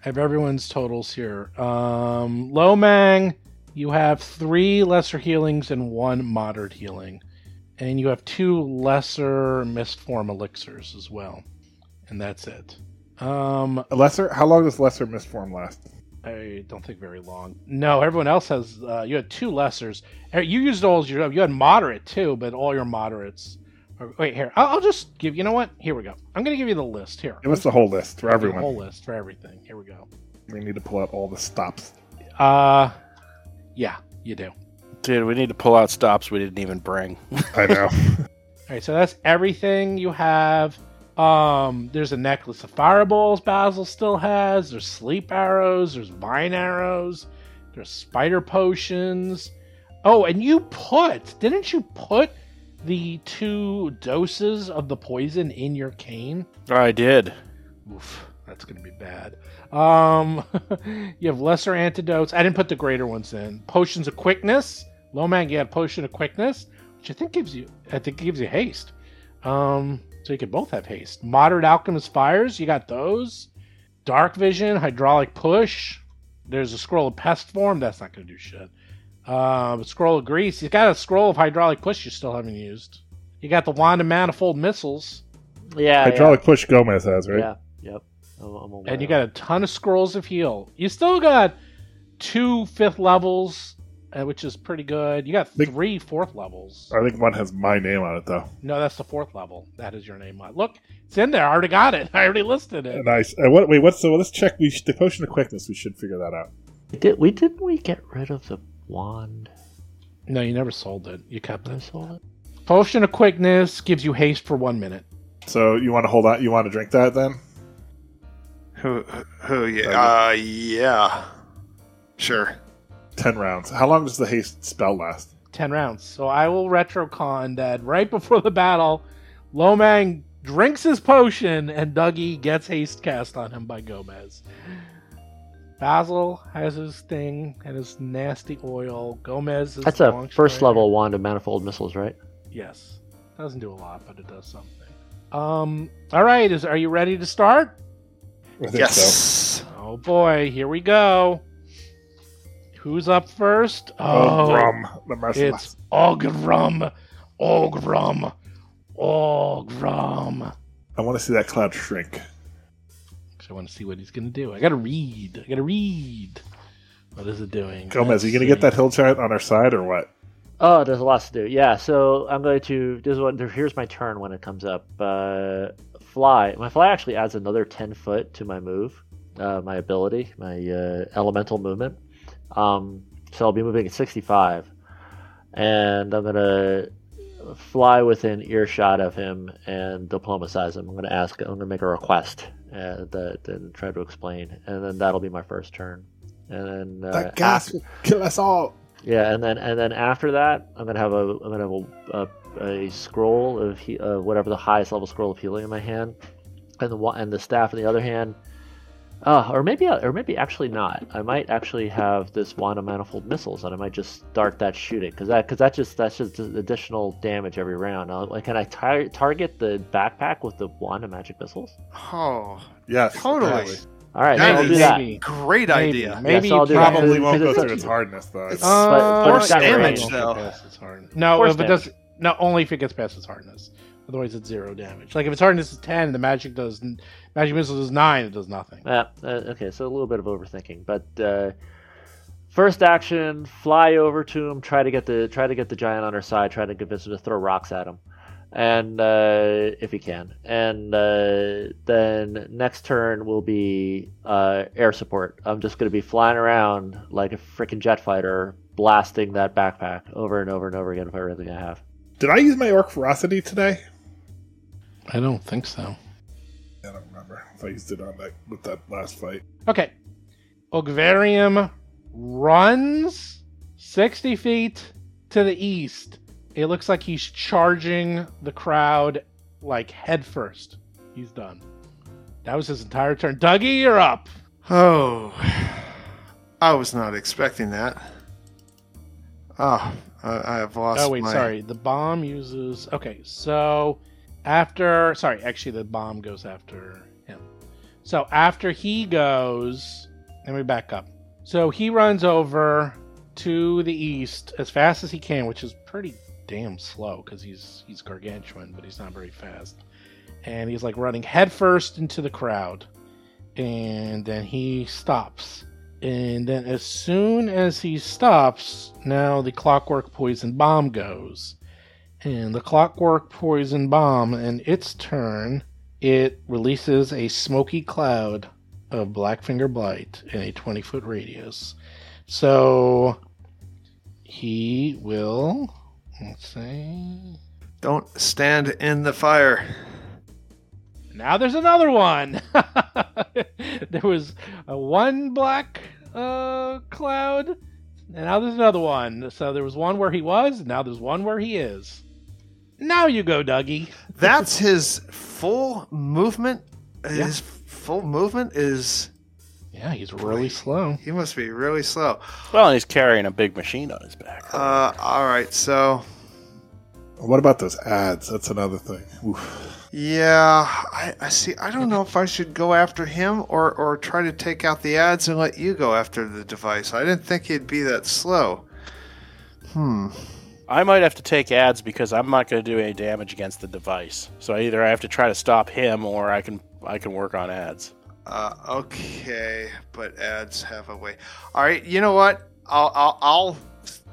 [SPEAKER 2] I have everyone's totals here. Um Lomang, you have three lesser healings and one moderate healing. And you have two lesser misform elixirs as well. And that's it. Um
[SPEAKER 3] A lesser. How long does lesser misform last?
[SPEAKER 2] I don't think very long. No, everyone else has uh, you had two lessers. Uh, You used all your you had moderate too, but all your moderates are, wait here. I'll, I'll just give you know what? Here we go. I'm gonna give you the list here.
[SPEAKER 3] Give us the whole list for
[SPEAKER 2] The
[SPEAKER 3] everyone.
[SPEAKER 2] whole list for everything. Here we go.
[SPEAKER 3] We need to pull out all the stops.
[SPEAKER 2] Uh, yeah, you do. All
[SPEAKER 6] Dude, we need to pull out stops we didn't even bring.
[SPEAKER 3] I know.
[SPEAKER 2] right, so that's everything you have. Um, there's a necklace of fireballs Basil still has. There's sleep arrows. There's vine arrows. There's spider potions. Oh, and you put didn't you put the two doses of the poison in your cane?
[SPEAKER 6] Oh, I did.
[SPEAKER 2] Oof, that's gonna be bad. Um, (laughs) you have lesser antidotes. I didn't put the greater ones in. Potions of quickness. Lomang, you have potion of quickness, which I think gives you. I think gives you haste. Um, so you could both have haste. Moderate alchemist fires. You got those. Dark vision, hydraulic push. There's a scroll of pest form. That's not gonna do shit. Um, scroll of grease. You got a scroll of hydraulic push you still haven't used. You got the wand of manifold missiles.
[SPEAKER 5] Yeah,
[SPEAKER 3] Hydraulic push Gomez has
[SPEAKER 5] yeah,
[SPEAKER 3] right.
[SPEAKER 5] yeah, yep. I'm, I'm aware
[SPEAKER 2] and you
[SPEAKER 5] of
[SPEAKER 2] got a ton of scrolls of heal. You still got two fifth levels, uh, which is pretty good. You got
[SPEAKER 3] Big- Uh,
[SPEAKER 2] three fourth levels.
[SPEAKER 3] I think one has my name on it though.
[SPEAKER 2] No, that's the fourth level. That is your name. on- Look, it's in there. I already got it. (laughs) I already listed it.
[SPEAKER 3] Nice. Uh, what, wait, what's the? Let's check. We sh- the potion of quickness. We should figure that out.
[SPEAKER 5] it. Did we didn't we get rid of the wand?
[SPEAKER 2] No, you never sold it. You kept
[SPEAKER 5] when I
[SPEAKER 2] it.
[SPEAKER 5] sold it?
[SPEAKER 2] Potion of quickness gives you haste for one minute.
[SPEAKER 3] So you want to hold on? You want to drink that then?
[SPEAKER 4] Who? Who? Yeah. Uh, yeah. Sure.
[SPEAKER 3] Ten rounds. How long does the haste spell last?
[SPEAKER 2] 10 rounds. So I will retrocon that right before the battle, Lomang drinks his potion and Dougie gets haste cast on him by Gomez. Basil has his thing and his nasty oil. Gomez is
[SPEAKER 5] That's a
[SPEAKER 2] long
[SPEAKER 5] first
[SPEAKER 2] strider.
[SPEAKER 5] level wand of manifold missiles, right?
[SPEAKER 2] Yes. Doesn't do a lot, but it does something. Um. All right. Is are you ready to start?
[SPEAKER 3] I think so.
[SPEAKER 4] Yes.
[SPEAKER 2] Oh boy, here we go. Who's up first?
[SPEAKER 3] Oh, rum. The merciless.
[SPEAKER 2] It's Ogrum. Ogrum. Ogrum.
[SPEAKER 3] I want to see that cloud shrink.
[SPEAKER 2] So I want to see what he's going to do. I got to read. I got to read. What is it doing?
[SPEAKER 3] Gomez,
[SPEAKER 2] Let's
[SPEAKER 3] are you going to get
[SPEAKER 2] see.
[SPEAKER 3] that hill giant on our side or what?
[SPEAKER 5] Oh, there's lots to do. Yeah, so I'm going to. This is what. Here's my turn when it comes up. Uh, fly. My fly actually adds another ten foot to my move, uh, my ability, my uh, elemental movement. Um, so I'll be moving at 65, and I'm gonna fly within earshot of him and diplomatize him. I'm gonna ask. I'm gonna make a request uh, that and try to explain, and then that'll be my first turn. And then uh,
[SPEAKER 3] that gas will kill us all.
[SPEAKER 5] yeah, and then and then after that, I'm gonna have a I'm gonna have a, a, a scroll of he, uh, whatever the highest level scroll of healing in my hand, and the wa- and the staff in the other hand. Uh, or maybe or maybe actually not. I might actually have this wand of manifold missiles, and I might just start that shooting because that because that just that's just additional damage every round. Now, like, can I tar- target the backpack with the wand of magic missiles?
[SPEAKER 4] Oh,
[SPEAKER 3] Yes.
[SPEAKER 4] totally.
[SPEAKER 5] All right, so
[SPEAKER 4] That
[SPEAKER 5] I'll
[SPEAKER 4] is
[SPEAKER 5] do that.
[SPEAKER 2] Maybe.
[SPEAKER 4] Great
[SPEAKER 2] Maybe.
[SPEAKER 4] idea.
[SPEAKER 2] Maybe
[SPEAKER 5] Yes, I'll
[SPEAKER 2] you
[SPEAKER 5] do
[SPEAKER 2] can-
[SPEAKER 5] that.
[SPEAKER 3] Probably won't
[SPEAKER 5] Because
[SPEAKER 3] go
[SPEAKER 5] it's
[SPEAKER 3] through
[SPEAKER 5] a-
[SPEAKER 3] its hardness, though.
[SPEAKER 4] It's-
[SPEAKER 5] Uh, But-
[SPEAKER 4] but
[SPEAKER 5] it's got
[SPEAKER 4] damage,
[SPEAKER 5] range.
[SPEAKER 4] though.
[SPEAKER 2] Past its hardness. No,
[SPEAKER 5] Force
[SPEAKER 2] if it
[SPEAKER 5] damage.
[SPEAKER 2] does, no, only if it gets past its hardness. Otherwise, it's zero damage. Like if its hardness is ten, the magic does magic missile does nine. It does nothing.
[SPEAKER 5] Uh, uh, okay, so a little bit of overthinking, but uh, first action: fly over to him, try to get the try to get the giant on her side, try to convince him to throw rocks at him, and uh, if he can. And uh, then next turn will be uh, air support. I'm just going to be flying around like a freaking jet fighter, blasting that backpack over and over and over again with everything I have. (laughs)
[SPEAKER 3] Did I use my orc ferocity today?
[SPEAKER 2] I don't think so.
[SPEAKER 3] I don't remember if I used it on that with that last fight.
[SPEAKER 2] Okay. Ogvarium runs 60 feet to the east. It looks like he's charging the crowd like headfirst. He's done. That was his entire turn. Dougie, you're up.
[SPEAKER 4] Oh, I was not expecting that. Oh, I, I have lost.
[SPEAKER 2] oh, wait,
[SPEAKER 4] my-
[SPEAKER 2] sorry. The bomb uses. Okay, so after. Sorry, actually, the bomb goes after him. So after he goes. Let me back up. So he runs over to the east as fast as he can, which is pretty damn slow because he's he's gargantuan, but he's not very fast. And he's like running headfirst into the crowd, and then he stops. And then as soon as he stops, now the clockwork poison bomb goes, and the clockwork poison bomb, in its turn, it releases a smoky cloud of blackfinger blight in a twenty foot radius. So he will. Let's see.
[SPEAKER 4] Don't stand in the fire.
[SPEAKER 2] Now there's another one. (laughs) there was a one black uh, cloud, and now there's another one. So there was one where he was, now there's one where he is. Now you go, Dougie.
[SPEAKER 4] That's his full movement.
[SPEAKER 2] Yeah.
[SPEAKER 4] His full movement is.
[SPEAKER 2] Yeah, he's really slow.
[SPEAKER 4] He must be really slow.
[SPEAKER 6] Well, and he's carrying a big machine on his back.
[SPEAKER 4] Uh, all right, so
[SPEAKER 3] What about those ads? That's another thing. Oof.
[SPEAKER 4] yeah, I, I see. I don't know if I should go after him or or try to take out the ads and let you go after the device. I didn't think he'd be that slow. Hmm.
[SPEAKER 6] I might have to take ads because I'm not going to do any damage against the device. So either I have to try to stop him, or I can I can work on ads.
[SPEAKER 4] Uh, okay, but ads have a way. All right, you know what? I'll, I'll, I'll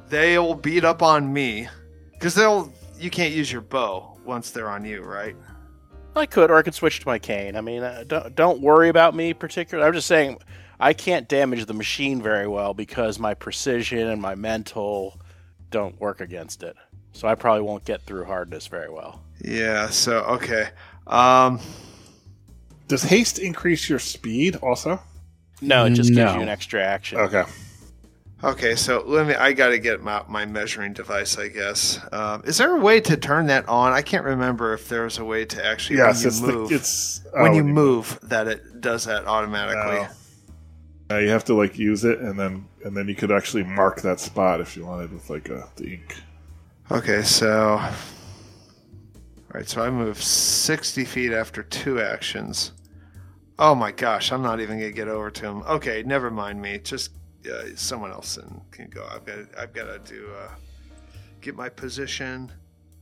[SPEAKER 4] they'll beat up on me because they'll. You can't use your bow once they're on you, right?
[SPEAKER 6] I could, or I could switch to my cane. I mean, uh, don't don't worry about me particularly. I'm just saying I can't damage the machine very well because my precision and my mental don't work against it. So I probably won't get through hardness very well.
[SPEAKER 4] Yeah. So okay. Um.
[SPEAKER 3] Does haste increase your speed also?
[SPEAKER 6] No, it just gives
[SPEAKER 2] No.
[SPEAKER 6] you an extra action.
[SPEAKER 3] Okay.
[SPEAKER 4] Okay, so let me. I got to get my, my measuring device, I guess. Um, is there a way to turn that on? I can't remember if there's a way to actually
[SPEAKER 3] Yes,
[SPEAKER 4] when
[SPEAKER 3] it's
[SPEAKER 4] you move
[SPEAKER 3] the, it's oh,
[SPEAKER 4] when you move that it does that automatically.
[SPEAKER 3] Oh. Yeah, you have to like use it, and then and then you could actually mark Oh. that spot if you wanted with like a the ink.
[SPEAKER 4] Okay, so All right, so I move 60 feet after two actions. Oh my gosh, I'm not even gonna get over to him. Okay, never mind me. Just uh, someone else in, can go. I've got I've got to do uh, get my position.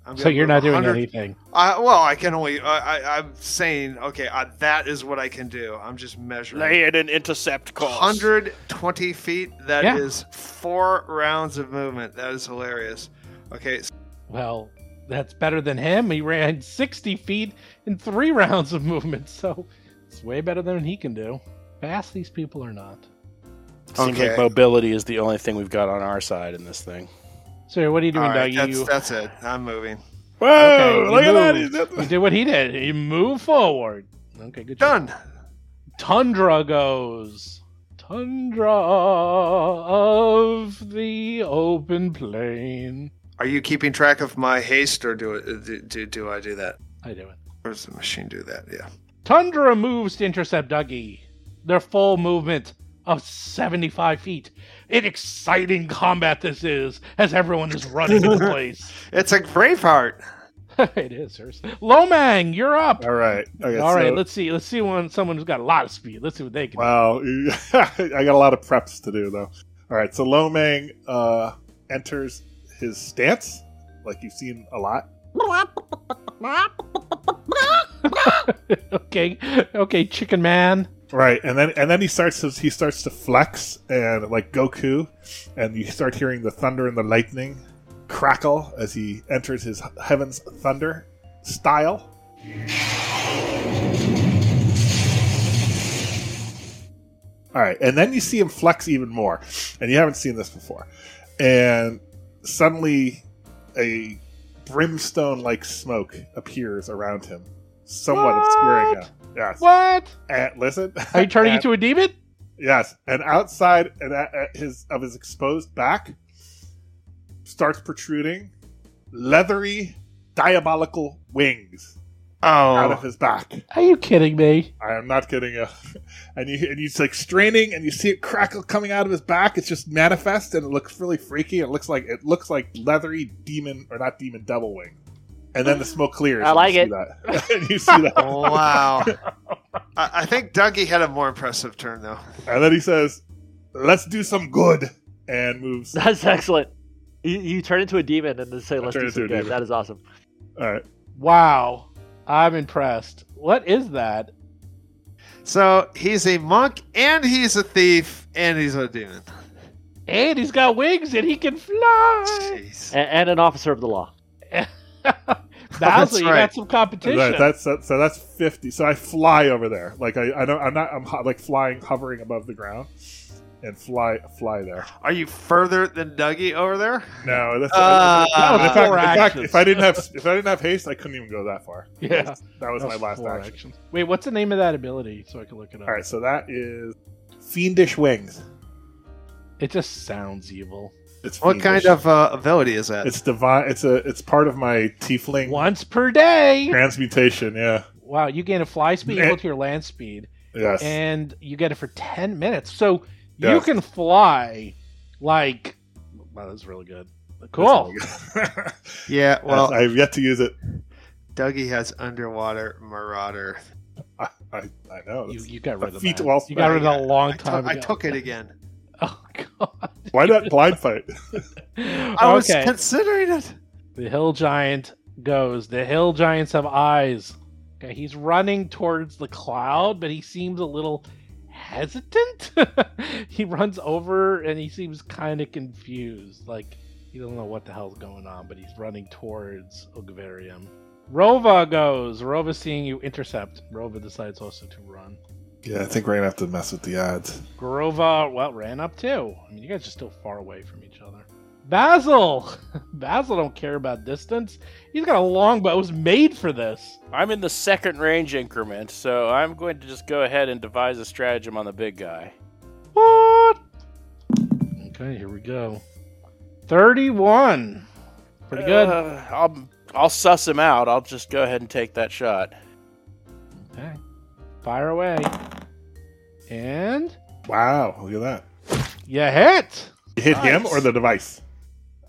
[SPEAKER 4] I'm
[SPEAKER 2] So
[SPEAKER 4] gonna
[SPEAKER 2] you're
[SPEAKER 4] move
[SPEAKER 2] not doing
[SPEAKER 4] 100
[SPEAKER 2] anything.
[SPEAKER 4] I, well, I can only. I, I, I'm saying, okay, I, that is what I can do. I'm just measuring.
[SPEAKER 6] Land and intercept calls.
[SPEAKER 4] 120 feet. That is
[SPEAKER 2] Yeah.
[SPEAKER 4] four rounds of movement. That is hilarious. Okay, s-
[SPEAKER 2] Well, that's better than him. He ran 60 feet in three (laughs) rounds of movement, so it's way better than he can do. Fast these people are not.
[SPEAKER 6] Seems
[SPEAKER 4] Okay.
[SPEAKER 6] like mobility is the only thing we've got on our side in this thing.
[SPEAKER 2] So what are you
[SPEAKER 4] all
[SPEAKER 2] doing,
[SPEAKER 4] right,
[SPEAKER 2] Doug?
[SPEAKER 4] that's,
[SPEAKER 2] You,
[SPEAKER 4] that's it. I'm moving.
[SPEAKER 3] Whoa!
[SPEAKER 2] okay,
[SPEAKER 6] Oh,
[SPEAKER 2] you
[SPEAKER 3] look at
[SPEAKER 2] moved.
[SPEAKER 3] that.
[SPEAKER 2] you did what he did. You move forward. Okay, good job.
[SPEAKER 4] Done.
[SPEAKER 2] Tundra goes. Tundra of the open plain.
[SPEAKER 4] Are you keeping track of my haste, or do it? Do, do, do I do that?
[SPEAKER 2] I do it.
[SPEAKER 4] Or does the machine do that? Yeah.
[SPEAKER 2] Tundra moves to intercept Dougie. Their full movement of 75 feet. An exciting combat this is, as everyone is running in place. (laughs)
[SPEAKER 4] It's a Braveheart.
[SPEAKER 2] it is, hers. Lomang, you're up.
[SPEAKER 3] All right. Okay,
[SPEAKER 2] All right,
[SPEAKER 3] so-
[SPEAKER 2] let's see. Let's see one someone who's got a lot of speed. Let's see what they can. do.
[SPEAKER 3] Wow, (laughs) I got a lot of preps to do though. All right, so Lomang uh, enters his stance, like you've seen a lot.
[SPEAKER 2] okay, okay, Chicken Man.
[SPEAKER 3] Right, and then and then he starts to, he starts to flex and like Goku, and you start hearing the thunder and the lightning crackle as he enters his heaven's thunder style. All right, and then you see him flex even more, and you haven't seen this before, and suddenly a brimstone like smoke appears around him, somewhat obscuring
[SPEAKER 2] What?
[SPEAKER 3] him. Yes.
[SPEAKER 2] What?
[SPEAKER 3] And listen,
[SPEAKER 2] Are you
[SPEAKER 3] (laughs)
[SPEAKER 2] turning
[SPEAKER 3] and,
[SPEAKER 2] into a demon?
[SPEAKER 3] Yes, and outside and at, at his of his exposed back starts protruding leathery diabolical wings out of
[SPEAKER 4] Oh,
[SPEAKER 3] his back.
[SPEAKER 2] Are you kidding me?
[SPEAKER 3] I am not kidding you. (laughs) And you and he's like straining, and you see it crackle coming out of his back. It's just manifest, and it looks really freaky. It looks like it looks like leathery demon or not demon devil wing. And then the smoke clears.
[SPEAKER 5] I
[SPEAKER 3] and
[SPEAKER 5] like
[SPEAKER 3] you
[SPEAKER 5] it.
[SPEAKER 3] See that. (laughs) and you see
[SPEAKER 5] (laughs)
[SPEAKER 3] that.
[SPEAKER 4] wow. (laughs) I, I think Dougie had a more impressive turn though.
[SPEAKER 3] And then he says, "Let's do some good," and
[SPEAKER 5] (laughs)
[SPEAKER 3] moves
[SPEAKER 5] That's excellent. You, you turn into a demon and then say, "Let's
[SPEAKER 3] turn
[SPEAKER 5] do
[SPEAKER 3] into
[SPEAKER 5] some
[SPEAKER 3] a
[SPEAKER 5] good."
[SPEAKER 3] demon.
[SPEAKER 5] That is awesome.
[SPEAKER 3] All right.
[SPEAKER 2] Wow, I'm impressed. What is that?
[SPEAKER 4] So he's a monk, and he's a thief, and he's a demon.
[SPEAKER 2] And he's got wings and he can fly. (laughs)
[SPEAKER 4] Jeez.
[SPEAKER 5] A- and an officer of the law.
[SPEAKER 2] Oh, Bowser, you
[SPEAKER 4] right.
[SPEAKER 2] got some competition.
[SPEAKER 3] Right, that's that, so that's fifty. So I fly over there. Like I, I don't. I'm not. I'm ho- like flying, hovering above the ground, and fly, fly there.
[SPEAKER 4] Are you further than Dougie over there?
[SPEAKER 3] No, that's.
[SPEAKER 4] Uh,
[SPEAKER 3] no, in fact,
[SPEAKER 2] four
[SPEAKER 3] in fact,
[SPEAKER 2] actions.
[SPEAKER 3] if I didn't have if I didn't have haste, I couldn't even go that far.
[SPEAKER 2] Yeah.
[SPEAKER 3] that was
[SPEAKER 2] That
[SPEAKER 3] my
[SPEAKER 2] was
[SPEAKER 3] last
[SPEAKER 2] four
[SPEAKER 3] action.
[SPEAKER 2] actions. Wait, what's the name of that ability so I can look it up?
[SPEAKER 3] All right, so that is fiendish wings.
[SPEAKER 2] It just sounds evil.
[SPEAKER 3] It's
[SPEAKER 4] What
[SPEAKER 3] fiendish.
[SPEAKER 4] kind of uh, ability is that?
[SPEAKER 3] It's divine. It's a. It's part of my tiefling
[SPEAKER 2] Once per day.
[SPEAKER 3] transmutation. Yeah.
[SPEAKER 2] Wow, you gain a fly speed
[SPEAKER 3] And-
[SPEAKER 2] equal to your land speed,
[SPEAKER 3] Yes.
[SPEAKER 2] and you get it for ten minutes. So you
[SPEAKER 3] Yes.
[SPEAKER 2] can fly like. Wow, that's really good. Cool.
[SPEAKER 3] (laughs)
[SPEAKER 4] yeah, well,
[SPEAKER 3] I've yet to use it.
[SPEAKER 4] Dougie has underwater marauder.
[SPEAKER 3] I, I, I know.
[SPEAKER 2] You, you got
[SPEAKER 3] The
[SPEAKER 2] rid of
[SPEAKER 3] feet
[SPEAKER 2] that.
[SPEAKER 3] while
[SPEAKER 2] You got rid of that a long
[SPEAKER 4] I, took-
[SPEAKER 2] time
[SPEAKER 4] I
[SPEAKER 2] ago.
[SPEAKER 4] took it again.
[SPEAKER 2] (laughs) Oh god.
[SPEAKER 3] Why not blind fight?
[SPEAKER 4] I was
[SPEAKER 2] Oh, okay. (laughs)
[SPEAKER 4] considering it.
[SPEAKER 2] The hill giant goes. The hill giants have eyes. Okay, he's running towards the cloud, but he seems a little hesitant. (laughs) he runs over and he seems kind of confused. Like he doesn't know what the hell's going on, but he's running towards Ogvarium. Rova goes. Rova seeing you intercept. Rova decides also to run.
[SPEAKER 3] Yeah, I think we're gonna have to mess with the odds.
[SPEAKER 2] Grova, uh, well, ran up too. I mean, you guys are still far away from each other. Basil, (laughs) Basil don't care about distance. He's got a longbow. It was made for this.
[SPEAKER 6] I'm in the second range increment, so I'm going to just go ahead and devise a stratagem on the big guy.
[SPEAKER 2] What? Okay, here we go. Thirty-one. Pretty good.
[SPEAKER 6] Uh, I'll I'll suss him out. I'll just go ahead and take that shot.
[SPEAKER 2] okay. Fire away. And
[SPEAKER 3] Wow, look at that.
[SPEAKER 2] you hit.
[SPEAKER 3] You hit him
[SPEAKER 6] Nice.
[SPEAKER 3] or the device?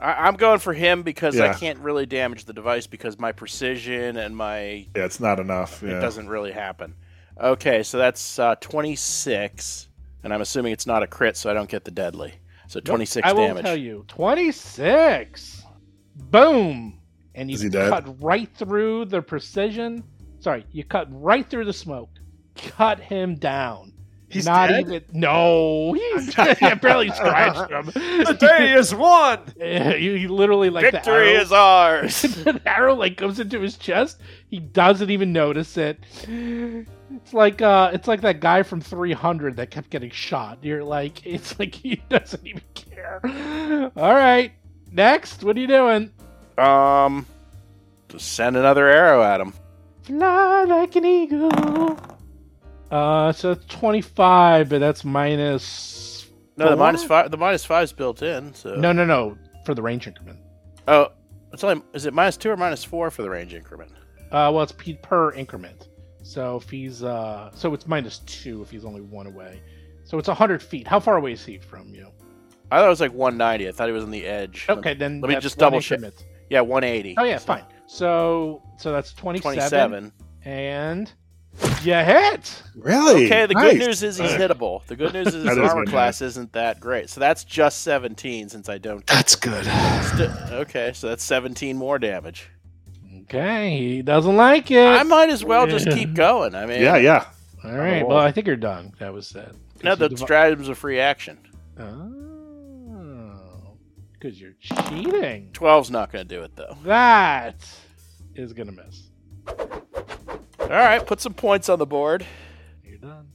[SPEAKER 6] I, I'm going for him because I
[SPEAKER 3] Yeah.
[SPEAKER 6] can't really damage the device because my precision and my
[SPEAKER 3] Yeah, it's not enough. Yeah.
[SPEAKER 6] it doesn't really happen. Okay, so that's uh, 26, and I'm assuming it's not a crit, so I don't get the deadly. So 26
[SPEAKER 2] I will
[SPEAKER 6] damage.
[SPEAKER 2] tell you, twenty-six. Boom, and you
[SPEAKER 3] Is he dead?
[SPEAKER 2] cut right through the precision. Sorry, you cut right through the smoke. Cut him down.
[SPEAKER 4] He's
[SPEAKER 2] not
[SPEAKER 4] dead?
[SPEAKER 2] even. No, he's (laughs) I barely scratched him.
[SPEAKER 4] (laughs) The day is won.
[SPEAKER 2] (laughs) he, he literally like the
[SPEAKER 6] Victory
[SPEAKER 2] arrow-
[SPEAKER 6] is
[SPEAKER 2] (laughs)
[SPEAKER 6] ours.
[SPEAKER 2] the arrow like goes into his chest. He doesn't even notice it. It's like uh, it's like that guy from 300 that kept getting shot. You're like, (laughs) it's like he doesn't even care. All right, next, what are you doing?
[SPEAKER 6] um, just send another arrow at him.
[SPEAKER 2] Fly like an eagle. Uh, so it's 25, but that's minus.
[SPEAKER 6] No, the
[SPEAKER 2] Four?
[SPEAKER 6] minus five. The minus five's built in. So
[SPEAKER 2] No, no, no, for the range increment.
[SPEAKER 6] Oh, it's only is it minus two or minus four for the range increment?
[SPEAKER 2] Uh, well, it's p- per increment. So if he's uh, so it's minus two if he's only one away. So it's hundred feet. How far away is he from you?
[SPEAKER 6] I thought it was like 190. I thought he was on the edge.
[SPEAKER 2] Okay, then
[SPEAKER 6] let me
[SPEAKER 2] that's
[SPEAKER 6] just
[SPEAKER 2] one
[SPEAKER 6] double check.
[SPEAKER 2] increment.
[SPEAKER 6] Yeah, 180.
[SPEAKER 2] Oh yeah, fine. So so that's twenty-seven,
[SPEAKER 6] 27.
[SPEAKER 2] and you hit.
[SPEAKER 3] Really?
[SPEAKER 6] Okay, the
[SPEAKER 3] Nice.
[SPEAKER 6] good news is he's
[SPEAKER 3] Nice.
[SPEAKER 6] hittable. The
[SPEAKER 3] (laughs)
[SPEAKER 6] good news is
[SPEAKER 3] That
[SPEAKER 6] his
[SPEAKER 3] is
[SPEAKER 6] armor
[SPEAKER 3] good
[SPEAKER 6] class isn't that great. So that's just 17 since I don't.
[SPEAKER 4] That's good.
[SPEAKER 6] Sti- okay, so that's 17 more damage.
[SPEAKER 2] Okay, he doesn't like it.
[SPEAKER 6] I might as well just keep going. I mean,
[SPEAKER 3] Yeah, yeah.
[SPEAKER 2] All right. Well, I think you're done. That was that.
[SPEAKER 6] no, the stratagem's a free action.
[SPEAKER 2] oh, because you're cheating.
[SPEAKER 6] 12's not going to do it, though.
[SPEAKER 2] That is gonna miss.
[SPEAKER 6] All right, put some points on the board.
[SPEAKER 2] You're done.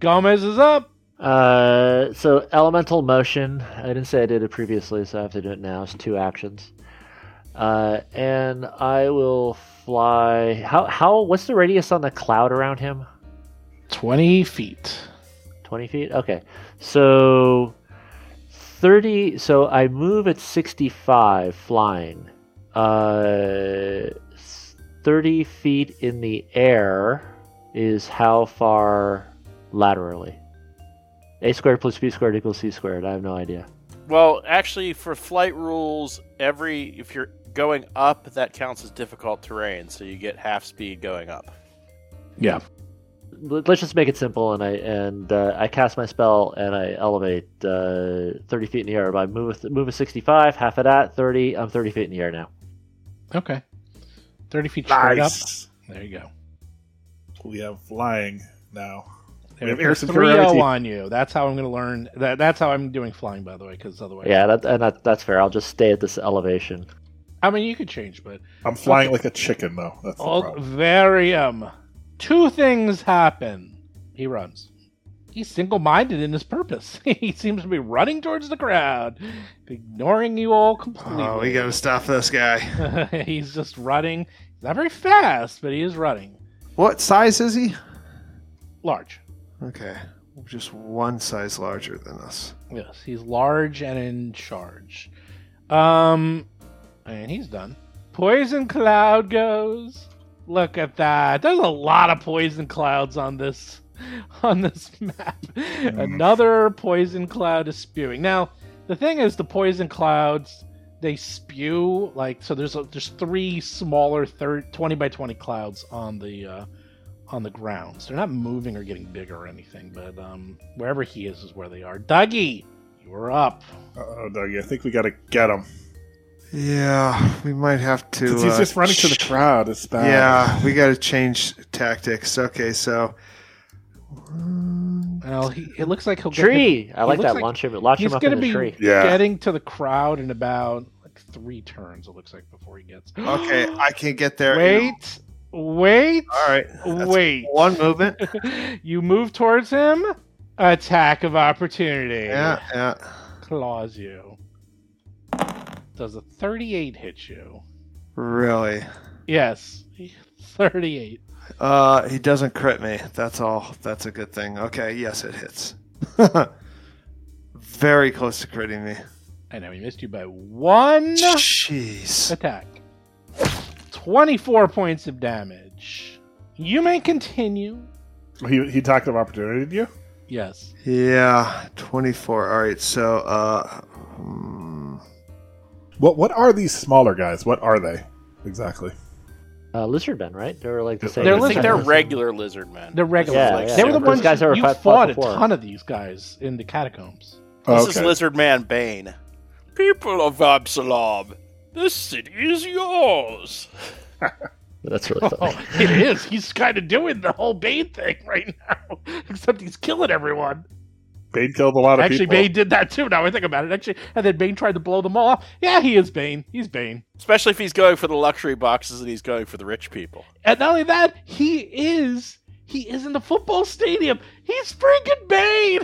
[SPEAKER 2] Gomez is up.
[SPEAKER 5] Uh, so elemental motion. I didn't say I did it previously, so I have to do it now. It's two actions. Uh, and I will fly. How how? What's the radius on the cloud around him?
[SPEAKER 2] Twenty feet.
[SPEAKER 5] 20 feet okay so 30 so i move at 65 flying uh 30 feet in the air is how far laterally a squared plus b squared equals c squared i have no idea
[SPEAKER 6] Well, actually, for flight rules, every if you're going up, that counts as difficult terrain, so you get half speed going up.
[SPEAKER 2] Yeah.
[SPEAKER 5] L- let's just make it simple and i and uh, i cast my spell and i elevate uh 30 feet in the air by move a- move a 65 half of that 30 i'm 30 feet in the air now
[SPEAKER 2] Okay. Thirty feet straight up.
[SPEAKER 3] Nice.
[SPEAKER 2] There you go.
[SPEAKER 3] We have flying now. We
[SPEAKER 2] There
[SPEAKER 3] have
[SPEAKER 2] you go.
[SPEAKER 3] air superiority.
[SPEAKER 2] 3-0 on you. That's how I'm going to learn. That, that's how I'm doing flying, by the way, because otherwise,
[SPEAKER 5] yeah that, and that, that's fair i'll just stay at this elevation
[SPEAKER 2] I mean, you could change, but
[SPEAKER 3] I'm flying like a chicken, though. That's the
[SPEAKER 6] Oh,
[SPEAKER 3] problem.
[SPEAKER 2] Alvarium. um, Two things happen. He runs. He's single minded in his purpose. (laughs) he seems to be running towards the crowd, ignoring you all completely.
[SPEAKER 4] Oh, we gotta stop this guy.
[SPEAKER 2] (laughs) He's just running. He's not very fast, but he is running.
[SPEAKER 4] What size is he?
[SPEAKER 2] Large.
[SPEAKER 4] Okay, just one size larger than us.
[SPEAKER 2] Yes, he's large and in charge. Um, and he's done. Poison cloud goes. Look at that. There's a lot of poison clouds on this (laughs) on this map. Mm. Another poison cloud is spewing. Now, the thing is, the poison clouds they spew like so. There's a, there's three smaller thir- 20 by 20 clouds on the uh, on the grounds. They're not moving or getting bigger or anything, but um, wherever he is is where they are. Dougie, you're up.
[SPEAKER 3] Oh, Dougie, I think we got to get him.
[SPEAKER 4] Yeah, we might have to.
[SPEAKER 3] Since he's
[SPEAKER 4] uh,
[SPEAKER 3] just running to the
[SPEAKER 4] sh-
[SPEAKER 3] crowd. It's bad.
[SPEAKER 4] Yeah, we got to change tactics. Okay, so
[SPEAKER 2] Well, he, it looks like he'll get
[SPEAKER 5] Tree. I
[SPEAKER 2] he
[SPEAKER 5] like
[SPEAKER 2] looks
[SPEAKER 5] that.
[SPEAKER 2] like
[SPEAKER 5] launch him. Launch
[SPEAKER 2] he's
[SPEAKER 5] him up
[SPEAKER 2] gonna
[SPEAKER 5] in the
[SPEAKER 2] be
[SPEAKER 5] tree.
[SPEAKER 3] Yeah.
[SPEAKER 2] getting to the crowd in about like three turns. It looks like before he gets.
[SPEAKER 4] (gasps) okay,
[SPEAKER 2] (gasps)
[SPEAKER 4] I can get there.
[SPEAKER 2] wait, wait,
[SPEAKER 4] All right. that's
[SPEAKER 2] wait. (laughs)
[SPEAKER 4] One movement.
[SPEAKER 2] you move towards him. Attack of opportunity.
[SPEAKER 4] Yeah, yeah.
[SPEAKER 2] Claws you. Does a 38 hit you?
[SPEAKER 4] Really.
[SPEAKER 2] Yes. (laughs) 38.
[SPEAKER 4] Uh, he doesn't crit me. That's all. That's a good thing. Okay, yes, it hits. (laughs) Very close to critting me.
[SPEAKER 2] I know he missed you by one
[SPEAKER 4] Jeez.
[SPEAKER 2] attack. 24 points of damage. You may continue.
[SPEAKER 3] He, he talked of opportunity, did you?
[SPEAKER 2] Yes.
[SPEAKER 4] Yeah, 24. All right, so uh hmm.
[SPEAKER 3] What what are these smaller guys? What are they exactly?
[SPEAKER 5] Uh, lizard men, right? They're like the
[SPEAKER 3] They're
[SPEAKER 5] same.
[SPEAKER 2] They're
[SPEAKER 6] I think
[SPEAKER 2] lizard
[SPEAKER 6] they're
[SPEAKER 2] men.
[SPEAKER 6] regular lizard men.
[SPEAKER 2] They're regular.
[SPEAKER 5] Yeah,
[SPEAKER 6] Like
[SPEAKER 5] yeah.
[SPEAKER 2] They were the
[SPEAKER 5] Those
[SPEAKER 2] ones
[SPEAKER 5] guys that were
[SPEAKER 2] you
[SPEAKER 5] five-
[SPEAKER 2] fought
[SPEAKER 5] five
[SPEAKER 2] a
[SPEAKER 5] before.
[SPEAKER 2] ton of these guys in the catacombs.
[SPEAKER 6] This is
[SPEAKER 3] okay.
[SPEAKER 6] Lizard Man Bane. People of Absalom, this city is yours.
[SPEAKER 5] That's really
[SPEAKER 2] (laughs)
[SPEAKER 5] funny.
[SPEAKER 2] Oh, It is. He's kind of doing the whole Bane thing right now, (laughs) except he's killing everyone.
[SPEAKER 3] Bane killed a lot of
[SPEAKER 2] Actually,
[SPEAKER 3] people.
[SPEAKER 2] Bane did that too. Now I think about it. Actually, and then Bane tried to blow them all up. Yeah, he is Bane. He's Bane.
[SPEAKER 6] Especially if he's going for the luxury boxes and he's going for the rich people.
[SPEAKER 2] And not only that, he is he is in the football stadium. He's freaking Bane.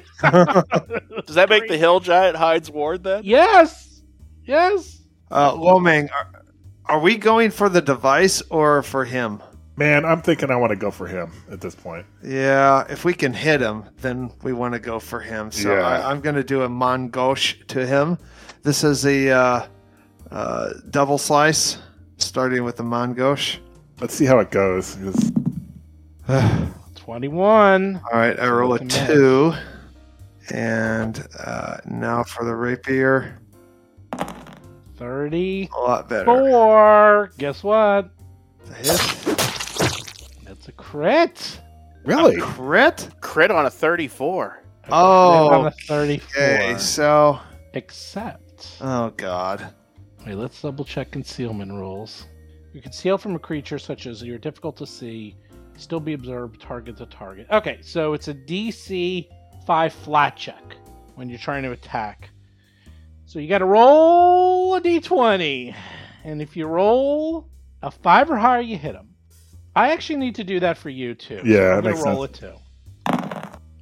[SPEAKER 6] Does that make the hill giant Hyde's ward then?
[SPEAKER 2] Yes, yes.
[SPEAKER 4] Uh, Lomang, are, are we going for the device or for him?
[SPEAKER 3] Man, I'm thinking I want to go for him at this point.
[SPEAKER 4] Yeah, if we can hit him, then we want to go for him. So
[SPEAKER 3] Yeah.
[SPEAKER 4] I, I'm going to do a Mongosh to him. This is a uh, uh, double slice, starting with the Mongosh.
[SPEAKER 3] Let's see how it goes. It's-
[SPEAKER 2] Twenty one.
[SPEAKER 4] All right, I roll a
[SPEAKER 2] it's a miss.
[SPEAKER 4] two. And uh, now for the rapier.
[SPEAKER 2] 34.
[SPEAKER 4] A lot better.
[SPEAKER 2] Guess what?
[SPEAKER 4] It's a hit.
[SPEAKER 2] That's a crit.
[SPEAKER 3] Really?
[SPEAKER 4] Crit?
[SPEAKER 6] Crit on a 34.
[SPEAKER 2] On
[SPEAKER 4] Oh,
[SPEAKER 2] a 34.
[SPEAKER 4] okay. So,
[SPEAKER 2] Except.
[SPEAKER 4] oh, God.
[SPEAKER 2] Wait, let's double check concealment rules. You conceal from a creature such as you're difficult to see, still be observed, target to target. Okay, so it's a DC 5 flat check when you're trying to attack. So you got to roll a d20, and if you roll a 5 or higher, you hit him. I actually need to do that for you too. so we're
[SPEAKER 3] Yeah, that
[SPEAKER 2] gonna
[SPEAKER 3] makes
[SPEAKER 2] roll a 2.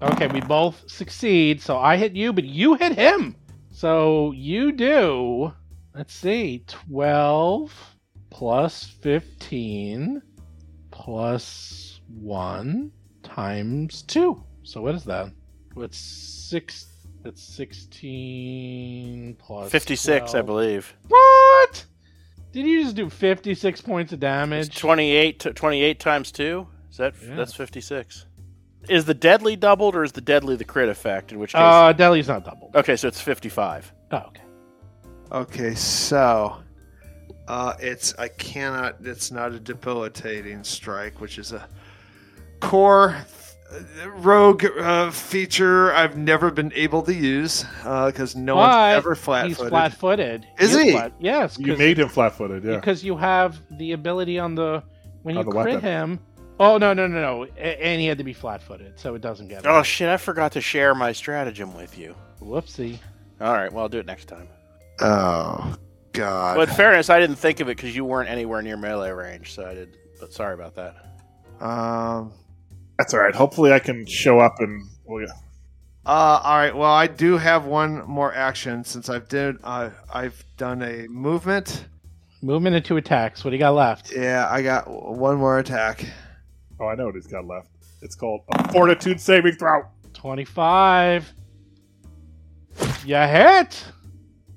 [SPEAKER 2] Okay, we both succeed, so I hit you, but you hit him. So you do, let's see, 12 plus 15 plus 1 times 2. So what is that? What's 6 that's 16 plus
[SPEAKER 6] 56, I
[SPEAKER 2] 12.
[SPEAKER 6] believe.
[SPEAKER 2] What? Did you just do 56 points of
[SPEAKER 6] It's
[SPEAKER 2] damage?
[SPEAKER 6] 28, t- 28 times 2? Is that
[SPEAKER 2] Yeah.
[SPEAKER 6] that's 56. Is the deadly doubled or is the deadly the crit effect in which case
[SPEAKER 2] Uh, Deli's not doubled.
[SPEAKER 6] Okay, so it's 55.
[SPEAKER 2] Oh, okay.
[SPEAKER 4] Okay, so uh, it's I cannot. It's not a debilitating strike, which is a core uh, rogue uh, feature I've never been able to use because no
[SPEAKER 2] But
[SPEAKER 4] one's ever
[SPEAKER 2] He's
[SPEAKER 4] flat-footed.
[SPEAKER 2] flat-footed.
[SPEAKER 4] Is
[SPEAKER 2] He's
[SPEAKER 4] he?
[SPEAKER 2] Flat. Yes,
[SPEAKER 3] You
[SPEAKER 2] 'cause-
[SPEAKER 3] made him flat-footed, yeah.
[SPEAKER 2] because you have the ability on the when you
[SPEAKER 3] On the
[SPEAKER 2] crit
[SPEAKER 3] weapon.
[SPEAKER 2] him. Oh no no no no! A- And he had to be flat-footed, so it doesn't get.
[SPEAKER 6] Oh
[SPEAKER 2] it.
[SPEAKER 6] shit, I forgot to share my stratagem with you.
[SPEAKER 2] Whoopsie!
[SPEAKER 6] All right, well, I'll do it next time.
[SPEAKER 4] Oh God!
[SPEAKER 6] But in fairness, I didn't think of it because you weren't anywhere near melee range, so I did. But sorry about that.
[SPEAKER 4] Um.
[SPEAKER 3] That's all right. Hopefully, I can show up and well, yeah.
[SPEAKER 4] Uh, all right. Well, I do have one more action since I've did uh, I've done a movement.
[SPEAKER 2] Movement and two attacks. What do you got left?
[SPEAKER 4] Yeah, I got w- one more attack.
[SPEAKER 3] Oh, I know what he's got left. It's called a fortitude saving throw.
[SPEAKER 2] Twenty-five. You hit.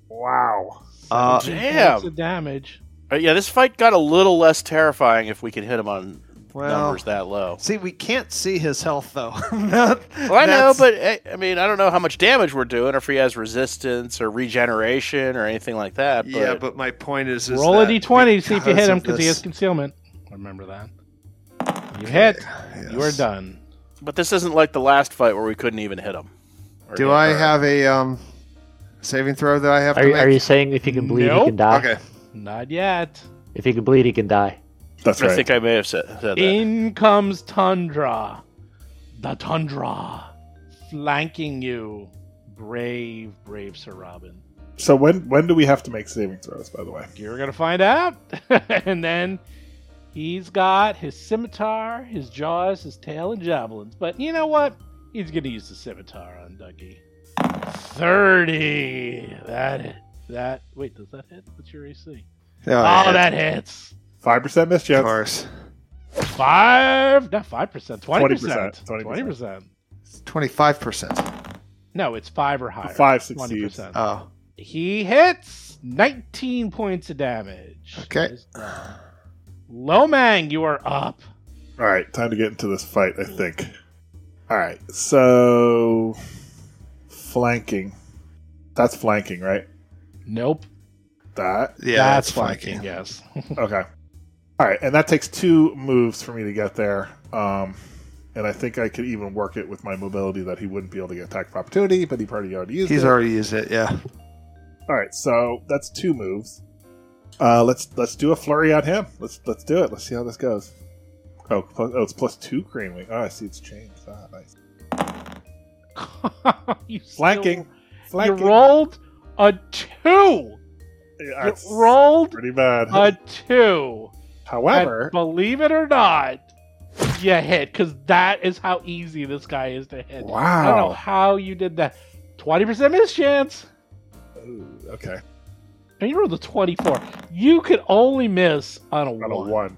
[SPEAKER 3] Wow.
[SPEAKER 4] Uh,
[SPEAKER 2] 17
[SPEAKER 6] Damn.
[SPEAKER 2] points of damage.
[SPEAKER 6] But yeah, this fight got a little less terrifying if we could hit him on
[SPEAKER 4] Well,
[SPEAKER 6] numbers
[SPEAKER 4] (laughs)
[SPEAKER 6] that low.
[SPEAKER 4] see, we can't see his health though. (laughs) That-
[SPEAKER 6] Well, I know,
[SPEAKER 4] that's-
[SPEAKER 6] but eh, I mean, I don't know how much damage we're doing, or if he has resistance or regeneration or anything like that. But,
[SPEAKER 4] yeah, but my point is, is
[SPEAKER 2] Roll a
[SPEAKER 4] that
[SPEAKER 2] d20 to see if you hit him because he
[SPEAKER 4] this-
[SPEAKER 2] has concealment. Remember that. You hit. You are
[SPEAKER 4] Yes.
[SPEAKER 2] done.
[SPEAKER 6] but this isn't like the last fight where we couldn't even hit him. Or
[SPEAKER 4] Do
[SPEAKER 6] hit
[SPEAKER 4] I
[SPEAKER 6] her.
[SPEAKER 4] have a um saving throw that I have
[SPEAKER 5] Are
[SPEAKER 4] to
[SPEAKER 5] you,
[SPEAKER 4] make?
[SPEAKER 5] are you saying if he can bleed, he
[SPEAKER 2] Nope.
[SPEAKER 5] can die?
[SPEAKER 4] okay.
[SPEAKER 2] Not yet.
[SPEAKER 5] If he can bleed, he can die.
[SPEAKER 3] That's
[SPEAKER 6] I
[SPEAKER 3] right.
[SPEAKER 6] think I may have said, said that.
[SPEAKER 2] In comes Tundra. The Tundra. Flanking you. Brave, brave Sir Robin.
[SPEAKER 3] so when when do we have to make saving throws? By the way,
[SPEAKER 2] You're going to find out. (laughs) and then he's got his scimitar, his jaws, his tail, and javelins. But you know what? He's going to use the scimitar on Dougie. 30. That hit. That. Wait, does that hit? What's your AC?
[SPEAKER 4] Oh,
[SPEAKER 2] Oh, that hits.
[SPEAKER 3] five percent
[SPEAKER 4] of
[SPEAKER 3] mischance.
[SPEAKER 4] course.
[SPEAKER 2] Five. Not 5%. 20%.
[SPEAKER 3] 20%.
[SPEAKER 2] 20%.
[SPEAKER 4] Twenty-five percent.
[SPEAKER 2] No, it's five or higher.
[SPEAKER 3] Five succeeds.
[SPEAKER 2] 20%.
[SPEAKER 4] Oh,
[SPEAKER 2] He hits 19 points of damage.
[SPEAKER 4] Okay.
[SPEAKER 2] That is done. Lomang, you are up.
[SPEAKER 3] All right, time to get into this fight. I think. All right, so flanking. That's flanking, right?
[SPEAKER 2] Nope.
[SPEAKER 3] that.
[SPEAKER 4] Yeah,
[SPEAKER 2] That's
[SPEAKER 4] that's
[SPEAKER 2] flanking. (laughs)
[SPEAKER 4] flanking.
[SPEAKER 2] Yes.
[SPEAKER 3] Okay. All right, and that takes two moves for me to get there. Um, and I think I could even work it with my mobility that he wouldn't be able to get attack of opportunity, but he probably already used
[SPEAKER 4] He's
[SPEAKER 3] it.
[SPEAKER 4] already used it. Yeah.
[SPEAKER 3] All right, so that's two moves. Uh, let's let's do a flurry on him. Let's let's do it. Let's see how this goes. Oh, plus, oh, it's plus two crane wing. Oh, I see. It's changed. Ah, nice.
[SPEAKER 2] you still-
[SPEAKER 3] Flanking. Flanking.
[SPEAKER 2] You rolled a two.
[SPEAKER 3] Yeah,
[SPEAKER 2] You
[SPEAKER 3] that's
[SPEAKER 2] rolled
[SPEAKER 3] pretty bad.
[SPEAKER 2] a two.
[SPEAKER 3] However,
[SPEAKER 2] And believe it or not, you hit because that is how easy this guy is to hit. I don't know
[SPEAKER 3] wow.
[SPEAKER 2] how you did that. Twenty percent miss chance.
[SPEAKER 3] Ooh, okay,
[SPEAKER 2] And you rolled a twenty-four. You could only miss on a,
[SPEAKER 3] got
[SPEAKER 2] one,
[SPEAKER 3] a one.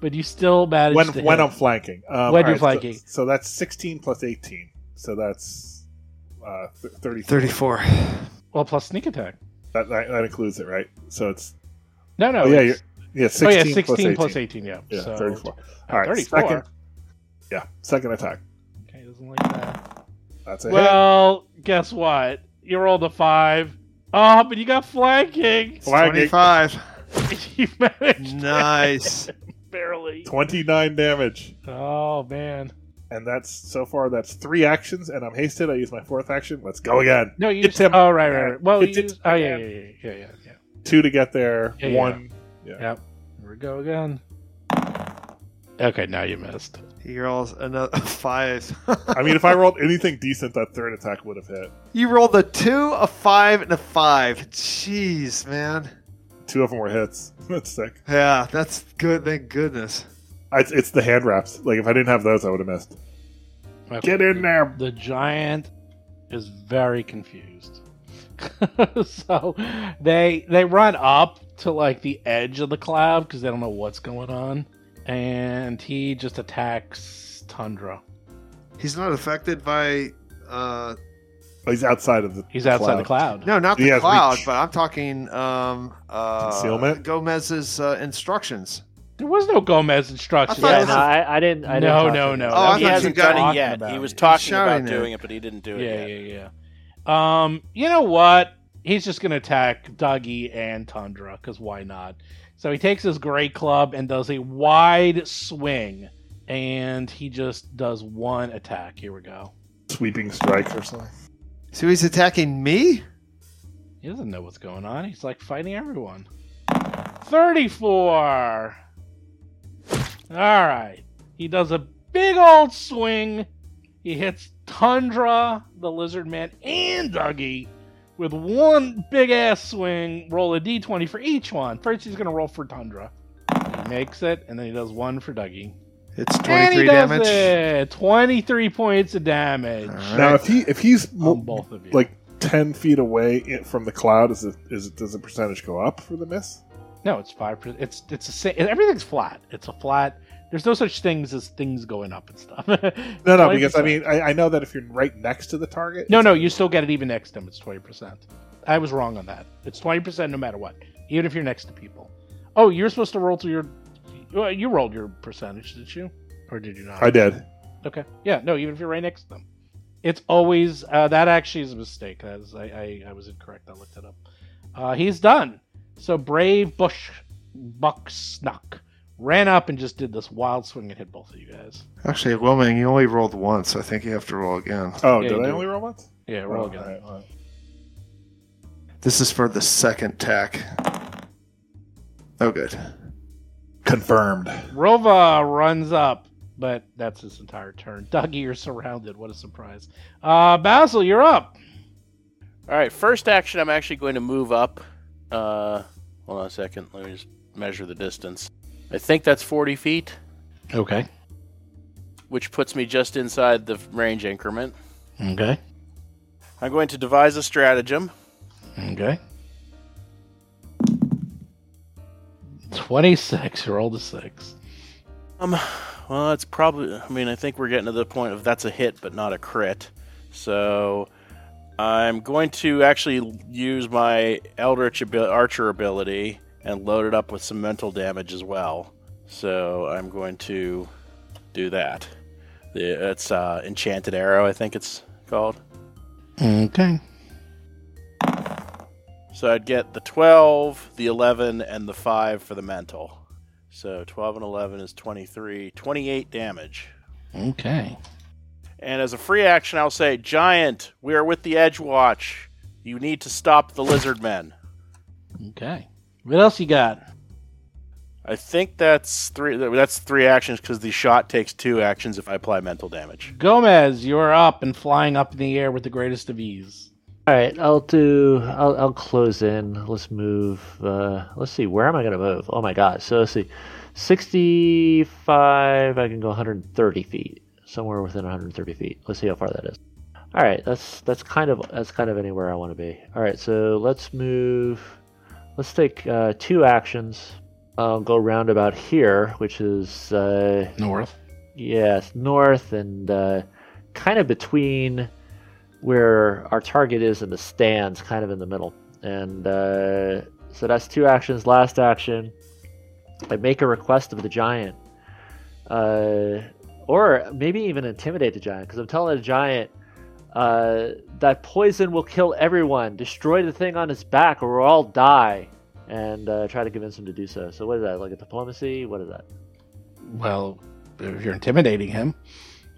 [SPEAKER 2] but you still managed
[SPEAKER 3] When
[SPEAKER 2] to
[SPEAKER 3] when
[SPEAKER 2] hit.
[SPEAKER 3] I'm flanking. Um,
[SPEAKER 2] When
[SPEAKER 3] all
[SPEAKER 2] you're
[SPEAKER 3] so-
[SPEAKER 2] flanking.
[SPEAKER 3] So, that's sixteen plus eighteen. So that's uh, th- thirty.
[SPEAKER 4] 34.
[SPEAKER 2] well plus sneak attack.
[SPEAKER 3] That, that that includes it, right? So it's
[SPEAKER 2] No, no.
[SPEAKER 3] Oh, yeah,
[SPEAKER 2] it's-
[SPEAKER 3] yeah,
[SPEAKER 2] oh
[SPEAKER 3] sixteen,
[SPEAKER 2] yeah,
[SPEAKER 3] plus
[SPEAKER 2] sixteen
[SPEAKER 3] 18.
[SPEAKER 2] plus eighteen. Yeah,
[SPEAKER 3] Yeah,
[SPEAKER 2] So-
[SPEAKER 3] thirty-four.
[SPEAKER 2] Uh,
[SPEAKER 3] All right,
[SPEAKER 2] 34.
[SPEAKER 3] second. Yeah, second attack.
[SPEAKER 2] Okay, doesn't like that.
[SPEAKER 3] That's a hit.
[SPEAKER 2] Well, guess what? You rolled a five. Oh, but you got flanking.
[SPEAKER 3] Flagging.
[SPEAKER 4] 25.
[SPEAKER 2] you managed
[SPEAKER 4] Nice.
[SPEAKER 2] barely.
[SPEAKER 3] 29 damage.
[SPEAKER 2] (laughs) Oh man.
[SPEAKER 3] And that's so far that's three actions, and I'm hasted. I use my fourth action. Let's go again.
[SPEAKER 2] No, you.
[SPEAKER 3] It's
[SPEAKER 2] Just,
[SPEAKER 3] him.
[SPEAKER 2] oh right, right, right. Well,
[SPEAKER 3] It's
[SPEAKER 2] you
[SPEAKER 3] it.
[SPEAKER 2] used, oh yeah, yeah, yeah, yeah, yeah, yeah.
[SPEAKER 3] Two to get there.
[SPEAKER 2] Yeah, yeah.
[SPEAKER 3] one.
[SPEAKER 2] Here we go again. Okay, now you missed.
[SPEAKER 4] He rolls another (laughs) five.
[SPEAKER 3] I mean, if I rolled anything decent, that third attack would have hit.
[SPEAKER 4] you rolled a two, a five, and a five. Jeez, man.
[SPEAKER 3] Two of them were hits. (laughs) That's sick.
[SPEAKER 4] Yeah, that's good. Thank goodness.
[SPEAKER 3] It's, it's the hand wraps. Like if I didn't have those, I would have missed.
[SPEAKER 2] Okay.
[SPEAKER 3] Get in there.
[SPEAKER 2] The giant is very confused. (laughs) so they they run up to like the edge of the cloud because they don't know what's going on, and he just attacks Tundra.
[SPEAKER 4] He's not affected by. Uh,
[SPEAKER 3] Oh, he's outside of the.
[SPEAKER 2] He's outside the cloud.
[SPEAKER 4] no, not the
[SPEAKER 3] He has
[SPEAKER 4] cloud,
[SPEAKER 3] reach.
[SPEAKER 4] but I'm talking um, uh,
[SPEAKER 3] Concealment?
[SPEAKER 4] Gomez's uh, instructions.
[SPEAKER 2] There was no Gomez instruction.
[SPEAKER 4] I thought
[SPEAKER 5] Yeah,
[SPEAKER 4] it
[SPEAKER 5] no, I, I didn't. I didn't
[SPEAKER 2] No,
[SPEAKER 5] talk
[SPEAKER 2] no,
[SPEAKER 5] to him.
[SPEAKER 2] no.
[SPEAKER 4] Oh, I
[SPEAKER 6] he
[SPEAKER 4] thought you
[SPEAKER 6] hasn't
[SPEAKER 4] got
[SPEAKER 6] done
[SPEAKER 2] talking
[SPEAKER 6] it yet.
[SPEAKER 2] about
[SPEAKER 6] He was
[SPEAKER 2] it.
[SPEAKER 6] talking
[SPEAKER 4] Shouting
[SPEAKER 6] about
[SPEAKER 4] it.
[SPEAKER 6] doing it, but he didn't do it
[SPEAKER 2] yeah,
[SPEAKER 6] yet.
[SPEAKER 2] yeah, yeah. Um, you know what? He's just gonna attack Dougie and Tundra because why not? So he takes his great club and does a wide swing, and he just does one attack. Here we go.
[SPEAKER 3] Sweeping strike or something.
[SPEAKER 4] So he's attacking me?
[SPEAKER 2] He doesn't know what's going on. He's like fighting everyone. Thirty-four. All right. He does a big old swing. He hits Tundra, the lizard man, and Dougie with one big ass swing. Roll a d20 for each one. First, he's going to roll for Tundra. He makes it, and then he does one for Dougie.
[SPEAKER 4] It's
[SPEAKER 2] and he
[SPEAKER 4] 23
[SPEAKER 2] does
[SPEAKER 4] damage.
[SPEAKER 2] it. 23 points of damage. on
[SPEAKER 4] All right.
[SPEAKER 3] Now, if he if he's mo-
[SPEAKER 2] both of you.
[SPEAKER 3] like ten feet away in- from the cloud, is it is it does the percentage go up for the miss?
[SPEAKER 2] No, it's five percent. It's it's a sa- everything's flat. It's a flat. There's no such things as things going up and stuff. (laughs)
[SPEAKER 3] No, no, because I mean, I, I know that if you're right next to the target,
[SPEAKER 2] no,
[SPEAKER 3] it's-
[SPEAKER 2] no, you still get it even next to him. It's twenty percent. I was wrong on that. It's twenty percent no matter what, even if you're next to people. Oh, you're supposed to roll to your. Well, you rolled your percentage, did you, or did you not?
[SPEAKER 3] I did.
[SPEAKER 2] Okay. Yeah. No. Even if you're right next to them, it's always uh, that. Actually, is a mistake. That is, I, I I was incorrect. I looked it up. Uh, he's done. So brave Bush Buck Snuck ran up and just did this wild swing and hit both of you guys.
[SPEAKER 4] Actually, Wilming, you only rolled once. I think you have to roll again.
[SPEAKER 3] Oh,
[SPEAKER 2] Yeah,
[SPEAKER 3] did
[SPEAKER 2] you
[SPEAKER 3] I
[SPEAKER 2] do.
[SPEAKER 3] only roll once?
[SPEAKER 2] Yeah, roll
[SPEAKER 3] Oh,
[SPEAKER 2] again.
[SPEAKER 3] alright, alright.
[SPEAKER 4] This is for the second tack. Oh, good.
[SPEAKER 3] Confirmed.
[SPEAKER 2] Rova runs up, but that's his entire turn. Dougie, you're surrounded. What a surprise. Uh, Basil, you're up.
[SPEAKER 6] All right, first action, I'm actually going to move up. Uh, hold on a second. Let me just measure the distance. I think that's 40 feet,
[SPEAKER 2] Okay.
[SPEAKER 6] which puts me just inside the range increment.
[SPEAKER 2] Okay.
[SPEAKER 6] I'm going to devise a stratagem.
[SPEAKER 2] Okay. Twenty-six. Roll the six.
[SPEAKER 6] Um, well, it's probably. I mean, I think we're getting to the point of that's a hit, but not a crit. So, I'm going to actually use my Eldritch abil- Archer ability and load it up with some mental damage as well. So I'm going to do that. The, it's uh, Enchanted Arrow, I think it's called.
[SPEAKER 2] Okay.
[SPEAKER 6] So I'd get the 12, the 11, and the 5 for the mental. So 12 and 11 is 23, 28 damage.
[SPEAKER 2] Okay.
[SPEAKER 6] And as a free action, I'll say, Giant, we are with the Edge Watch. You need to stop the lizard men.
[SPEAKER 2] Okay. What else you got?
[SPEAKER 6] I think that's three. That's three actions because the shot takes two actions if I apply mental damage.
[SPEAKER 2] Gomez, you're up and flying up in the air with the greatest of ease.
[SPEAKER 5] All right, I'll do. I'll, I'll close in. Let's move. Uh, let's see. Where am I going to move? Oh my god. So let's see. Sixty-five. I can go 130 feet. Somewhere within 130 feet. Let's see how far that is. All right. That's that's kind of that's kind of anywhere I want to be. All right. So let's move. Let's take uh, two actions. I'll go round about here, which is uh,
[SPEAKER 2] North.
[SPEAKER 5] Yes, north and uh, kind of between where our target is and the stands, kind of in the middle. And uh, so that's two actions. Last action, I make a request of the giant, uh, or maybe even intimidate the giant, because I'm telling the giant uh, that poison will kill everyone. Destroy the thing on its back, or we'll all die. And uh, try to convince him to do so. So what is that? Like a diplomacy? What is that?
[SPEAKER 2] Well, if you're intimidating him.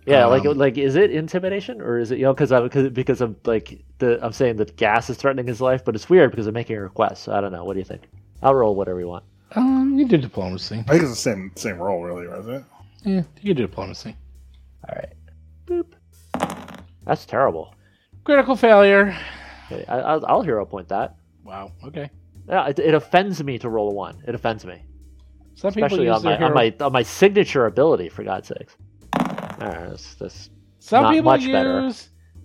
[SPEAKER 5] Yeah, like
[SPEAKER 2] Um,
[SPEAKER 5] like is it intimidation or is it you know because I'm cause, because I'm like the I'm saying that gas is threatening his life, but it's weird because I'm making a request. So I don't know. What do you think? I'll roll whatever you want.
[SPEAKER 2] Um, you do diplomacy.
[SPEAKER 3] I think it's the same same role, really, wasn't it?
[SPEAKER 2] Yeah, you do diplomacy.
[SPEAKER 5] All right. Boop. That's terrible.
[SPEAKER 2] Critical failure.
[SPEAKER 5] Okay, I, I'll, I'll hero point that.
[SPEAKER 2] Wow. Okay.
[SPEAKER 5] Yeah, It, it offends me to roll a one. It offends me,
[SPEAKER 2] Some
[SPEAKER 5] especially
[SPEAKER 2] people
[SPEAKER 5] on
[SPEAKER 2] use their
[SPEAKER 5] my, on
[SPEAKER 2] hero.
[SPEAKER 5] my on my signature ability. For God's sakes. All right. That's, that's
[SPEAKER 2] Some
[SPEAKER 5] not
[SPEAKER 2] people
[SPEAKER 5] much
[SPEAKER 2] use
[SPEAKER 5] better.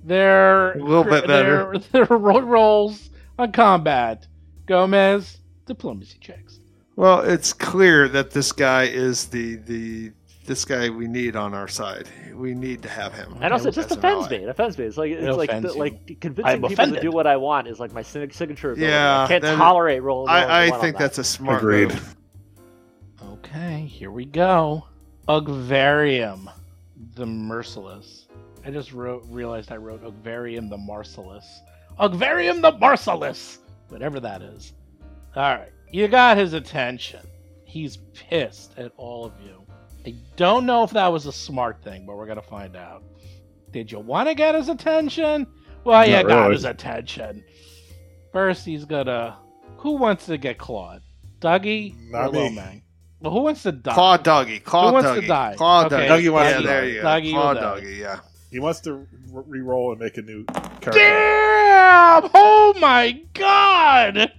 [SPEAKER 2] their
[SPEAKER 4] A little bit
[SPEAKER 2] their- Their, (laughs) ro- rolls on combat. Gomez diplomacy checks.
[SPEAKER 4] Well, it's clear that this guy is the the this guy we need on our side. We need to have him.
[SPEAKER 5] And also, it
[SPEAKER 4] as
[SPEAKER 5] just
[SPEAKER 4] an
[SPEAKER 5] offends
[SPEAKER 4] ally.
[SPEAKER 5] me. It offends me. It's like it's
[SPEAKER 2] It
[SPEAKER 5] like
[SPEAKER 2] offends
[SPEAKER 5] the,
[SPEAKER 2] you.
[SPEAKER 5] like convincing
[SPEAKER 2] I'm
[SPEAKER 5] people
[SPEAKER 2] offended.
[SPEAKER 5] to do what I want is like my sig- signature. ability.
[SPEAKER 4] Yeah,
[SPEAKER 5] I can't
[SPEAKER 4] that-
[SPEAKER 5] tolerate rolling.
[SPEAKER 4] I, I think that's a smart
[SPEAKER 3] Agreed.
[SPEAKER 4] move.
[SPEAKER 2] Okay, here we go. Ugvarium, the merciless. I just wrote, realized I wrote Ugvarium the merciless. Ugvarium the merciless, whatever that is. All right, you got his attention. He's pissed at all of you. I don't know if that was a smart thing, but we're gonna find out. Did you want to get his attention? Well, you
[SPEAKER 3] Not
[SPEAKER 2] got
[SPEAKER 3] really.
[SPEAKER 2] his attention. First, he's gonna. Who wants to get clawed? Dougie
[SPEAKER 3] Not
[SPEAKER 2] or
[SPEAKER 3] me.
[SPEAKER 2] Lomang? Well, who wants to die?
[SPEAKER 4] Claw doggy, claw
[SPEAKER 2] Who wants to
[SPEAKER 4] doggy,
[SPEAKER 2] die?
[SPEAKER 4] claw
[SPEAKER 2] Okay.
[SPEAKER 4] doggy.
[SPEAKER 3] Doggy wants
[SPEAKER 4] yeah,
[SPEAKER 3] to
[SPEAKER 4] there
[SPEAKER 3] die.
[SPEAKER 4] you go.
[SPEAKER 2] Doggy
[SPEAKER 4] claw
[SPEAKER 2] will die.
[SPEAKER 4] doggy, yeah.
[SPEAKER 3] He wants to re- re-roll and make a new character.
[SPEAKER 2] Damn! Oh my god!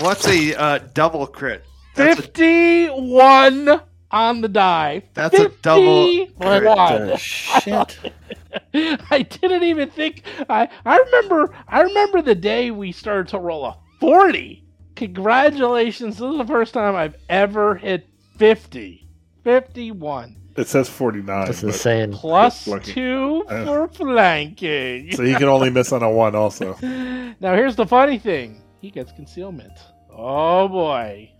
[SPEAKER 4] What's a uh, double crit? That's a,
[SPEAKER 2] 51 on the die.
[SPEAKER 4] that's a double. crit.
[SPEAKER 2] 51.
[SPEAKER 8] shit.
[SPEAKER 2] (laughs) I didn't even think I I remember I remember the day we started to roll a 40. Congratulations. This is the first time I've ever hit 50. 51
[SPEAKER 3] It says forty nine,
[SPEAKER 5] That's
[SPEAKER 3] so
[SPEAKER 5] insane.
[SPEAKER 2] plus
[SPEAKER 3] Good lucky.
[SPEAKER 2] 2
[SPEAKER 3] Uh.
[SPEAKER 2] for flanking.
[SPEAKER 3] he can only miss on a one. Also,
[SPEAKER 2] now here's the funny thing. He gets concealment. Oh boy.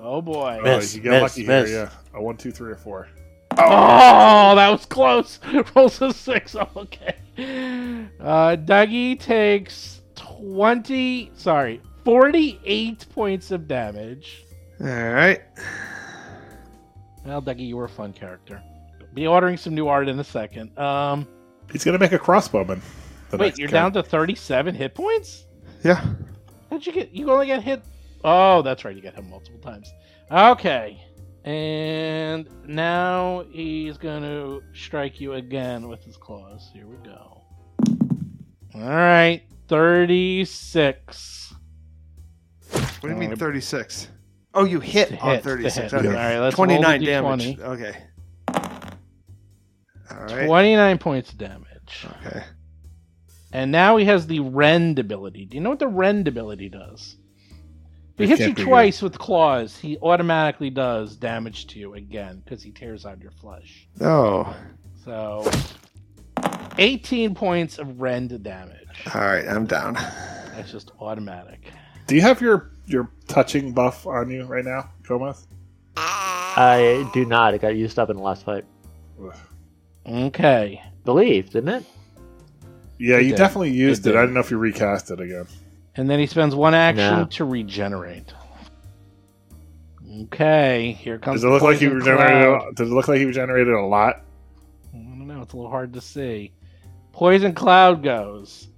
[SPEAKER 2] Oh boy.
[SPEAKER 8] (laughs)
[SPEAKER 3] Oh,
[SPEAKER 8] Miss,
[SPEAKER 3] you get
[SPEAKER 8] miss,
[SPEAKER 3] lucky
[SPEAKER 8] miss.
[SPEAKER 3] here. Yeah, a one, two, three, or four.
[SPEAKER 2] Oh, that was close. (laughs) Rolls a six. Oh, Okay. Uh, Dougie takes 20, sorry, 48 points of damage.
[SPEAKER 4] All right.
[SPEAKER 2] Well, Dougie, you were a fun character. Be ordering some new art in a second. Um,
[SPEAKER 3] He's gonna make a crossbowman. the
[SPEAKER 2] wait,
[SPEAKER 3] next
[SPEAKER 2] you're down
[SPEAKER 3] turn.
[SPEAKER 2] to 37 hit points?
[SPEAKER 4] Yeah.
[SPEAKER 2] How'd you get? You only get hit. Oh, that's right. You got hit multiple times. Okay. And now he's going to strike you again with his claws. Here we go. All right. 36.
[SPEAKER 4] What do you mean
[SPEAKER 2] Um,
[SPEAKER 4] 36? Oh, you hit,
[SPEAKER 2] To hit,
[SPEAKER 4] on
[SPEAKER 2] to
[SPEAKER 4] 36.
[SPEAKER 2] hit.
[SPEAKER 4] Okay.
[SPEAKER 2] All right, let's roll the
[SPEAKER 4] 29
[SPEAKER 2] D20.
[SPEAKER 4] damage. Okay. All right.
[SPEAKER 2] 29 points of damage.
[SPEAKER 4] Okay.
[SPEAKER 2] And now he has the rend ability. Do you know what the rend ability does? If he
[SPEAKER 3] It
[SPEAKER 2] hits you
[SPEAKER 3] can't be good.
[SPEAKER 2] twice with claws, he automatically does damage to you again because he tears out your flesh.
[SPEAKER 4] Oh.
[SPEAKER 2] So, 18 points of rend damage.
[SPEAKER 4] All right, I'm down.
[SPEAKER 2] That's just automatic.
[SPEAKER 3] Do you have your your touching buff on you right now, Gomez?
[SPEAKER 5] I do not. It got used up in the last fight.
[SPEAKER 3] Ugh.
[SPEAKER 2] Okay.
[SPEAKER 5] Believe, didn't it?
[SPEAKER 3] Yeah,
[SPEAKER 2] It
[SPEAKER 3] you
[SPEAKER 2] did.
[SPEAKER 3] definitely used
[SPEAKER 2] It
[SPEAKER 3] it.
[SPEAKER 2] did.
[SPEAKER 3] I don't know if you recast it again.
[SPEAKER 2] And then he spends one action
[SPEAKER 5] Yeah.
[SPEAKER 2] to regenerate. Okay, here comes.
[SPEAKER 3] Does it look like he
[SPEAKER 2] you
[SPEAKER 3] regenerated? a- Does it look like he regenerated a lot? (clears throat)
[SPEAKER 2] I don't know. It's a little hard to see. Poison cloud goes.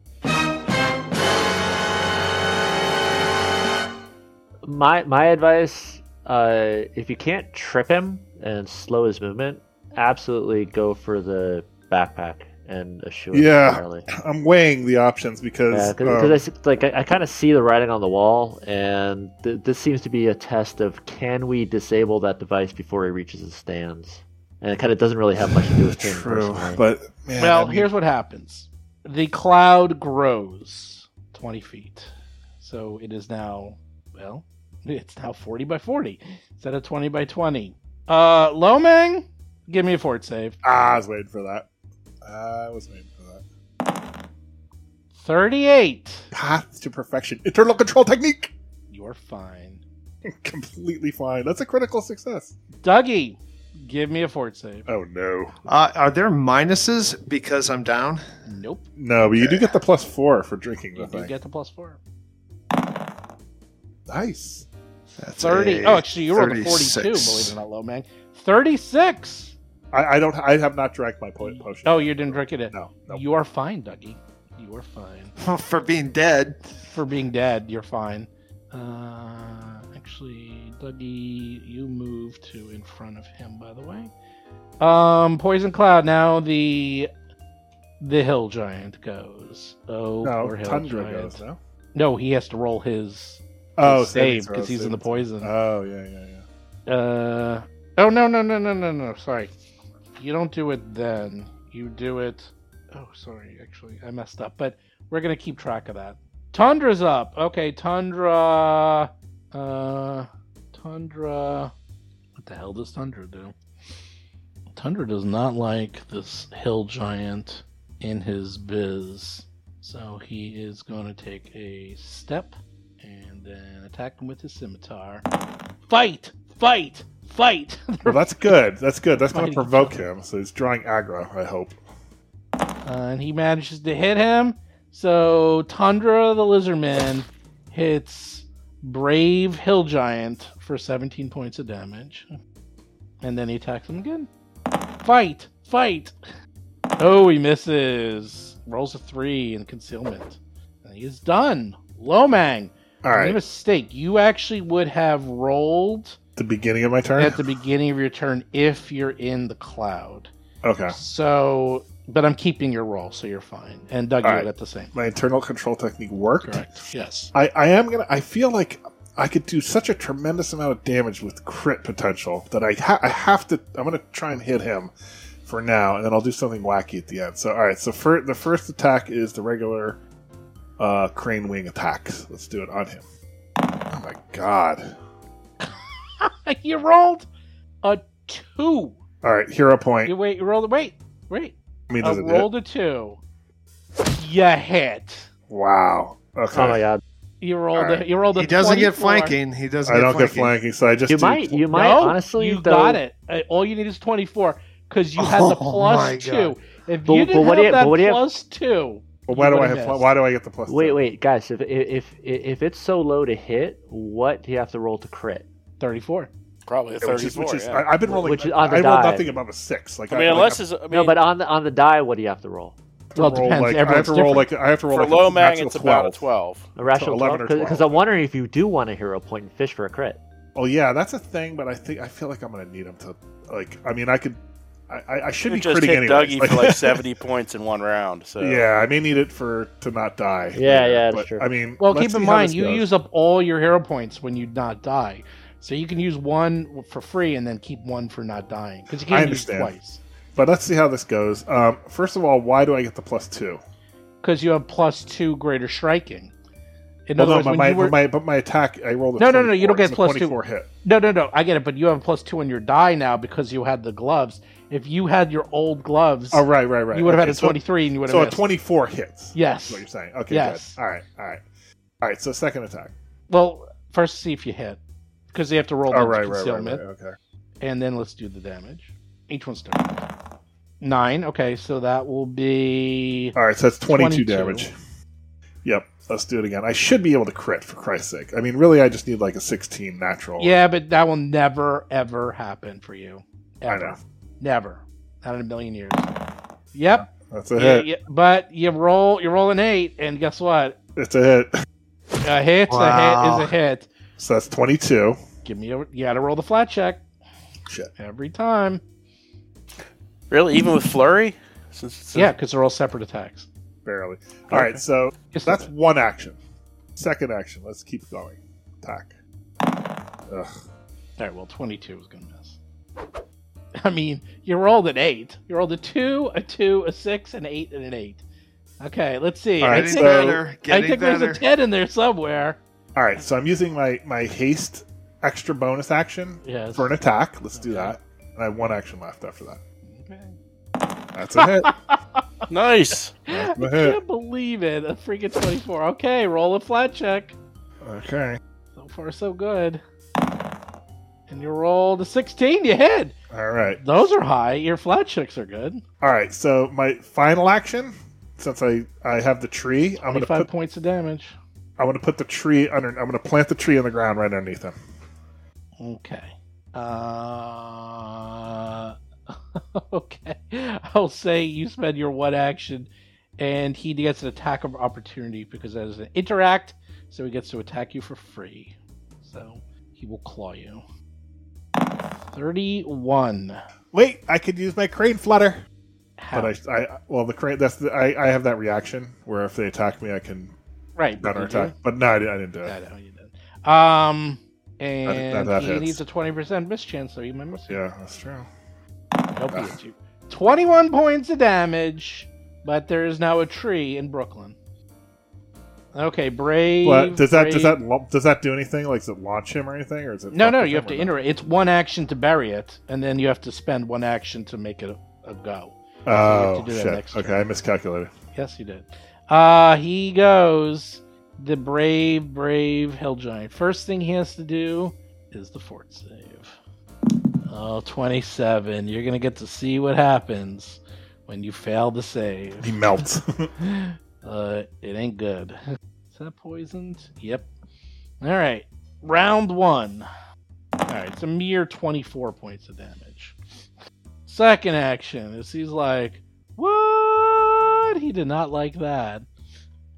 [SPEAKER 5] my my advice uh if you can't trip him and slow his movement absolutely go for the backpack and a shoe
[SPEAKER 3] Yeah. (laughs)
[SPEAKER 5] entirely.
[SPEAKER 3] I'm weighing the options because um,
[SPEAKER 5] yeah because I s like i, I kind of see the writing on the wall and th- this seems to be a test of can we disable that device before he reaches his stands and it kind of doesn't really have much to do with him
[SPEAKER 3] (laughs) true,
[SPEAKER 5] personally.
[SPEAKER 3] but man,
[SPEAKER 2] well,
[SPEAKER 3] I
[SPEAKER 2] here's what happens. The cloud grows 20 feet. So it is now, well, (laughs) it's now 40 by 40 instead of 20 by 20. Uh, Lomang, give me a fort save.
[SPEAKER 3] ah, I was waiting for that. Ah, I was waiting for that.
[SPEAKER 2] 38.
[SPEAKER 3] Path to perfection, internal control technique, (laughs)
[SPEAKER 2] You're fine.
[SPEAKER 3] completely fine. That's a critical success.
[SPEAKER 2] Dougie, give me a fort save.
[SPEAKER 3] Oh no,
[SPEAKER 4] Uh, are there minuses because I'm down?
[SPEAKER 2] Nope.
[SPEAKER 3] no, but you do get the plus four for drinking the
[SPEAKER 2] You do
[SPEAKER 3] thing.
[SPEAKER 2] get the plus four.
[SPEAKER 3] nice.
[SPEAKER 4] That's
[SPEAKER 2] 30.
[SPEAKER 4] a
[SPEAKER 2] Oh, actually, you rolled a 42,
[SPEAKER 4] 36.
[SPEAKER 2] believe it or not, Lomang. 36.
[SPEAKER 3] I, I don't. I have not drank my po- potion.
[SPEAKER 2] Oh, you didn't drink it. in.
[SPEAKER 3] no, no.
[SPEAKER 2] You are fine, Dougie. You are fine.
[SPEAKER 4] (laughs) for being dead.
[SPEAKER 2] For being dead, you're fine. Uh, actually, Dougie, you move to in front of him, by the way. Um, Poison Cloud, now the the hill giant goes. Oh,
[SPEAKER 3] no,
[SPEAKER 2] poor hill
[SPEAKER 3] tundra
[SPEAKER 2] giant.
[SPEAKER 3] goes now.
[SPEAKER 2] No, he has to roll his,
[SPEAKER 3] Oh,
[SPEAKER 2] his save because he's in the poison.
[SPEAKER 3] Oh yeah, yeah, yeah.
[SPEAKER 2] Uh, oh no no no no no no! Sorry, you don't do it then. You do it. Oh, sorry. Actually, I messed up. But we're gonna keep track of that. Tundra's up. Okay, Tundra. Uh, Tundra. What the hell does Tundra do? Tundra does not like this hill giant in his biz, so he is going to take a step and then attack him with his scimitar fight, fight, fight. (laughs) Uh,
[SPEAKER 3] Well, that's good. That's good. That's going to
[SPEAKER 2] Mighty
[SPEAKER 3] provoke him. So he's drawing aggro. I hope.
[SPEAKER 2] and he manages to hit him. So Tundra the Lizardman hits Brave Hill Giant for 17 points of damage. And then he attacks him again. Fight, fight. Oh, he misses. Rolls a three in concealment. And he is done. Lomang, you made
[SPEAKER 3] All
[SPEAKER 2] a
[SPEAKER 3] right.
[SPEAKER 2] mistake. You actually would have rolled
[SPEAKER 3] The beginning of my turn. (laughs)
[SPEAKER 2] at the beginning of your turn if you're in the cloud.
[SPEAKER 3] Okay.
[SPEAKER 2] So, but I'm keeping your roll, so you're fine. And Doug, you
[SPEAKER 3] All right.
[SPEAKER 2] got the same.
[SPEAKER 3] My internal control technique worked.
[SPEAKER 2] Correct. Yes. (laughs)
[SPEAKER 3] I, I am gonna. I feel like I could do such a tremendous amount of damage with crit potential that I ha- I have to. I'm gonna try and hit him for now, and then I'll do something wacky at the end. So all right. So for the first attack is the regular uh, crane wing attack. Let's do it on him. Oh my god.
[SPEAKER 2] you rolled a two.
[SPEAKER 3] All right. Hero point.
[SPEAKER 2] You wait. You rolled. Wait. Wait.
[SPEAKER 3] I
[SPEAKER 6] uh,
[SPEAKER 3] mean,
[SPEAKER 2] I
[SPEAKER 3] does it hit?
[SPEAKER 2] rolled a two. You hit.
[SPEAKER 3] Wow. Okay.
[SPEAKER 5] oh my god
[SPEAKER 2] You rolled.
[SPEAKER 3] All
[SPEAKER 2] A, you rolled. A
[SPEAKER 4] He doesn't get
[SPEAKER 2] 24.
[SPEAKER 4] flanking. He doesn't.
[SPEAKER 3] I don't get flanking,
[SPEAKER 4] flanking.
[SPEAKER 3] so I just
[SPEAKER 5] you
[SPEAKER 3] do-
[SPEAKER 5] might you might
[SPEAKER 2] No,
[SPEAKER 5] honestly
[SPEAKER 2] you
[SPEAKER 5] though-
[SPEAKER 2] got it. Uh, All you need is twenty four because you had the
[SPEAKER 3] (laughs)
[SPEAKER 4] Oh my
[SPEAKER 2] plus
[SPEAKER 4] God.
[SPEAKER 2] two. If
[SPEAKER 5] But-
[SPEAKER 2] you
[SPEAKER 5] but
[SPEAKER 2] didn't
[SPEAKER 5] what do
[SPEAKER 2] have
[SPEAKER 5] you- but
[SPEAKER 2] that
[SPEAKER 5] what do you-
[SPEAKER 2] plus two,
[SPEAKER 3] Well, why
[SPEAKER 2] you
[SPEAKER 3] do I
[SPEAKER 2] would've
[SPEAKER 3] have?
[SPEAKER 2] missed.
[SPEAKER 3] Why do I get the plus?
[SPEAKER 5] wait
[SPEAKER 3] two?
[SPEAKER 5] wait guys if if if- if it's so low to hit what do you have to roll to crit
[SPEAKER 2] thirty four.
[SPEAKER 6] Probably a
[SPEAKER 3] Yeah, Which is,
[SPEAKER 6] 34.
[SPEAKER 3] which is,
[SPEAKER 6] yeah.
[SPEAKER 3] I, I've been rolling.
[SPEAKER 5] Which is
[SPEAKER 3] I
[SPEAKER 5] on the
[SPEAKER 3] rolled
[SPEAKER 5] die.
[SPEAKER 3] nothing above a six. Like
[SPEAKER 6] I mean,
[SPEAKER 3] I,
[SPEAKER 6] unless is I mean,
[SPEAKER 5] no but on the on the die what do you have to roll
[SPEAKER 3] to
[SPEAKER 2] Well, it
[SPEAKER 3] roll,
[SPEAKER 2] depends.
[SPEAKER 3] Like, I have
[SPEAKER 2] Everyone's
[SPEAKER 3] to roll
[SPEAKER 2] different.
[SPEAKER 3] like I have to roll
[SPEAKER 6] for
[SPEAKER 3] like
[SPEAKER 6] low
[SPEAKER 3] a
[SPEAKER 6] man,
[SPEAKER 3] natural
[SPEAKER 6] it's
[SPEAKER 3] 12.
[SPEAKER 6] about a 12.
[SPEAKER 5] A rational
[SPEAKER 3] 11 or
[SPEAKER 5] because
[SPEAKER 3] 12.
[SPEAKER 5] I'm wondering if you do want a hero point and fish for a crit.
[SPEAKER 3] Oh yeah, that's a thing. But I think I feel like I'm gonna need him to. Like I mean, I could. I, I- I should
[SPEAKER 6] You
[SPEAKER 3] be
[SPEAKER 6] just
[SPEAKER 3] critting
[SPEAKER 6] hit
[SPEAKER 3] anyways.
[SPEAKER 6] Dougie for
[SPEAKER 3] (laughs)
[SPEAKER 6] like 70 points in one round. So
[SPEAKER 3] yeah, I may need it for to not die.
[SPEAKER 5] Yeah,
[SPEAKER 3] later,
[SPEAKER 5] yeah, that's
[SPEAKER 3] but,
[SPEAKER 5] true.
[SPEAKER 3] I mean,
[SPEAKER 2] Well,
[SPEAKER 3] let's
[SPEAKER 2] keep in
[SPEAKER 3] see how
[SPEAKER 2] mind
[SPEAKER 3] this
[SPEAKER 2] you
[SPEAKER 3] goes.
[SPEAKER 2] use up all your hero points when you not die, so you can use one for free and then keep one for not dying because you
[SPEAKER 3] I
[SPEAKER 2] can't use
[SPEAKER 3] understand.
[SPEAKER 2] twice
[SPEAKER 3] But let's see how this goes. Um, first of all, why do I get the plus two?
[SPEAKER 2] because you have plus two greater striking. In
[SPEAKER 3] Well,
[SPEAKER 2] other
[SPEAKER 3] no,
[SPEAKER 2] words,
[SPEAKER 3] but
[SPEAKER 2] when
[SPEAKER 3] my,
[SPEAKER 2] you were,
[SPEAKER 3] but my but my attack, I rolled a
[SPEAKER 2] No, no, no, you don't
[SPEAKER 3] 24.
[SPEAKER 2] get plus
[SPEAKER 3] It's a
[SPEAKER 2] two.
[SPEAKER 3] 24 hit.
[SPEAKER 2] no, no, no, I get it, but you have plus two in your die now because you had the gloves. If you had your old gloves,
[SPEAKER 3] Oh right, right, right.
[SPEAKER 2] you would have
[SPEAKER 3] Okay,
[SPEAKER 2] had a
[SPEAKER 3] so-
[SPEAKER 2] twenty-three, and you would have
[SPEAKER 3] So a
[SPEAKER 2] missed.
[SPEAKER 3] 24 hits. That's
[SPEAKER 2] Yes.
[SPEAKER 3] what you're saying. Okay,
[SPEAKER 2] Yes.
[SPEAKER 3] good. All right, all right. All right, so second attack.
[SPEAKER 2] Well, first see if you hit because they have to roll
[SPEAKER 3] Oh,
[SPEAKER 2] the
[SPEAKER 3] right, right, right,
[SPEAKER 2] concealment.
[SPEAKER 3] right. Okay.
[SPEAKER 2] and then let's do the damage. Each one's turn. Nine. Okay, so that will be
[SPEAKER 3] All right, so that's
[SPEAKER 2] 22.
[SPEAKER 3] 22, damage. Yep, let's do it again. I should be able to crit for Christ's sake. I mean, really, I just need like a 16 natural.
[SPEAKER 2] Yeah, but that will never, ever happen for you.
[SPEAKER 3] I
[SPEAKER 2] Ever.
[SPEAKER 3] know.
[SPEAKER 2] Never. Not in a million years. Yep.
[SPEAKER 3] That's a
[SPEAKER 2] Yeah,
[SPEAKER 3] hit.
[SPEAKER 2] yeah, but you roll you roll an eight, and guess what?
[SPEAKER 3] It's a hit. (laughs)
[SPEAKER 2] A hit's
[SPEAKER 4] Wow.
[SPEAKER 2] a hit is a hit.
[SPEAKER 3] So that's 22.
[SPEAKER 2] Give me a you gotta roll the flat check.
[SPEAKER 3] Shit.
[SPEAKER 2] Every time.
[SPEAKER 6] Really, even with flurry? Since it's a-
[SPEAKER 2] Yeah, because they're all separate attacks.
[SPEAKER 3] Barely. All right, so
[SPEAKER 2] Just
[SPEAKER 3] that's one action. Second action. Let's keep going. Attack. Ugh.
[SPEAKER 2] All right, well, 22 was going to miss. I mean, you rolled an 8. You rolled a 2, a 2, a 6, an 8, and an 8. Okay, let's see.
[SPEAKER 3] All
[SPEAKER 2] I
[SPEAKER 3] right,
[SPEAKER 2] think,
[SPEAKER 4] Getting
[SPEAKER 3] so-
[SPEAKER 2] there's-
[SPEAKER 4] better.
[SPEAKER 2] I
[SPEAKER 4] Getting
[SPEAKER 2] think there's
[SPEAKER 4] better.
[SPEAKER 2] a 10 in there somewhere.
[SPEAKER 3] All right, so I'm using my my haste extra bonus action
[SPEAKER 2] Yes.
[SPEAKER 3] for an attack. Let's do that. And I have one action left after that.
[SPEAKER 2] Okay.
[SPEAKER 3] That's a
[SPEAKER 2] (laughs)
[SPEAKER 3] hit.
[SPEAKER 6] Nice.
[SPEAKER 2] I
[SPEAKER 3] That's a hit.
[SPEAKER 2] can't believe it. A freaking 24. Okay, roll a flat check.
[SPEAKER 3] Okay.
[SPEAKER 2] So far, so good. And you rolled a 16. You hit.
[SPEAKER 3] All right.
[SPEAKER 2] Those are high. Your flat checks are good.
[SPEAKER 3] All right. So my final action, since I I have the tree, I'm gonna
[SPEAKER 2] 25
[SPEAKER 3] put
[SPEAKER 2] points of damage.
[SPEAKER 3] I'm gonna put the tree under. I'm gonna plant the tree on the ground right underneath him.
[SPEAKER 2] Okay. Uh, (laughs) okay. I'll say you spend your one action, and he gets an attack of opportunity because that is an interact, so he gets to attack you for free. So he will claw you. 31.
[SPEAKER 3] Wait, I could use my crane flutter.
[SPEAKER 2] How-
[SPEAKER 3] But I, I well the crane that's the, I I have that reaction where if they attack me I can
[SPEAKER 2] right.
[SPEAKER 3] counter
[SPEAKER 2] did you?
[SPEAKER 3] attack. But no, I, di- I didn't do
[SPEAKER 2] I
[SPEAKER 3] it.
[SPEAKER 2] know you did. Um, and
[SPEAKER 3] that- that
[SPEAKER 2] he
[SPEAKER 3] hits.
[SPEAKER 2] needs a 20% miss chance, so he might miss it.
[SPEAKER 3] Yeah, that's true.
[SPEAKER 2] Nope,
[SPEAKER 3] Ah.
[SPEAKER 2] he hits you. 21 points of damage, but there is now a tree in Brooklyn. Okay, brave.
[SPEAKER 3] But does that
[SPEAKER 2] Brave-
[SPEAKER 3] does that lo- does that do anything? Like, does it launch him or anything? Or is it
[SPEAKER 2] No,
[SPEAKER 3] fuck
[SPEAKER 2] no,
[SPEAKER 3] with
[SPEAKER 2] you
[SPEAKER 3] him
[SPEAKER 2] have to
[SPEAKER 3] or no?
[SPEAKER 2] enter it. It's one action to bury it, and then you have to spend one action to make it a, a go. have to
[SPEAKER 3] Oh
[SPEAKER 2] do that
[SPEAKER 3] shit!
[SPEAKER 2] next
[SPEAKER 3] okay,
[SPEAKER 2] turn.
[SPEAKER 3] I miscalculated.
[SPEAKER 2] Yes, you did. Uh, he goes the brave, brave hell giant. First thing he has to do is the fort save. Oh, 27. You're going to get to see what happens when you fail the save.
[SPEAKER 3] He melts. (laughs)
[SPEAKER 2] (laughs) uh, it ain't good. Is that poisoned? Yep. All right, round one. All right, it's a mere twenty-four points of damage. Second action is he's like, "What?" He did not like that.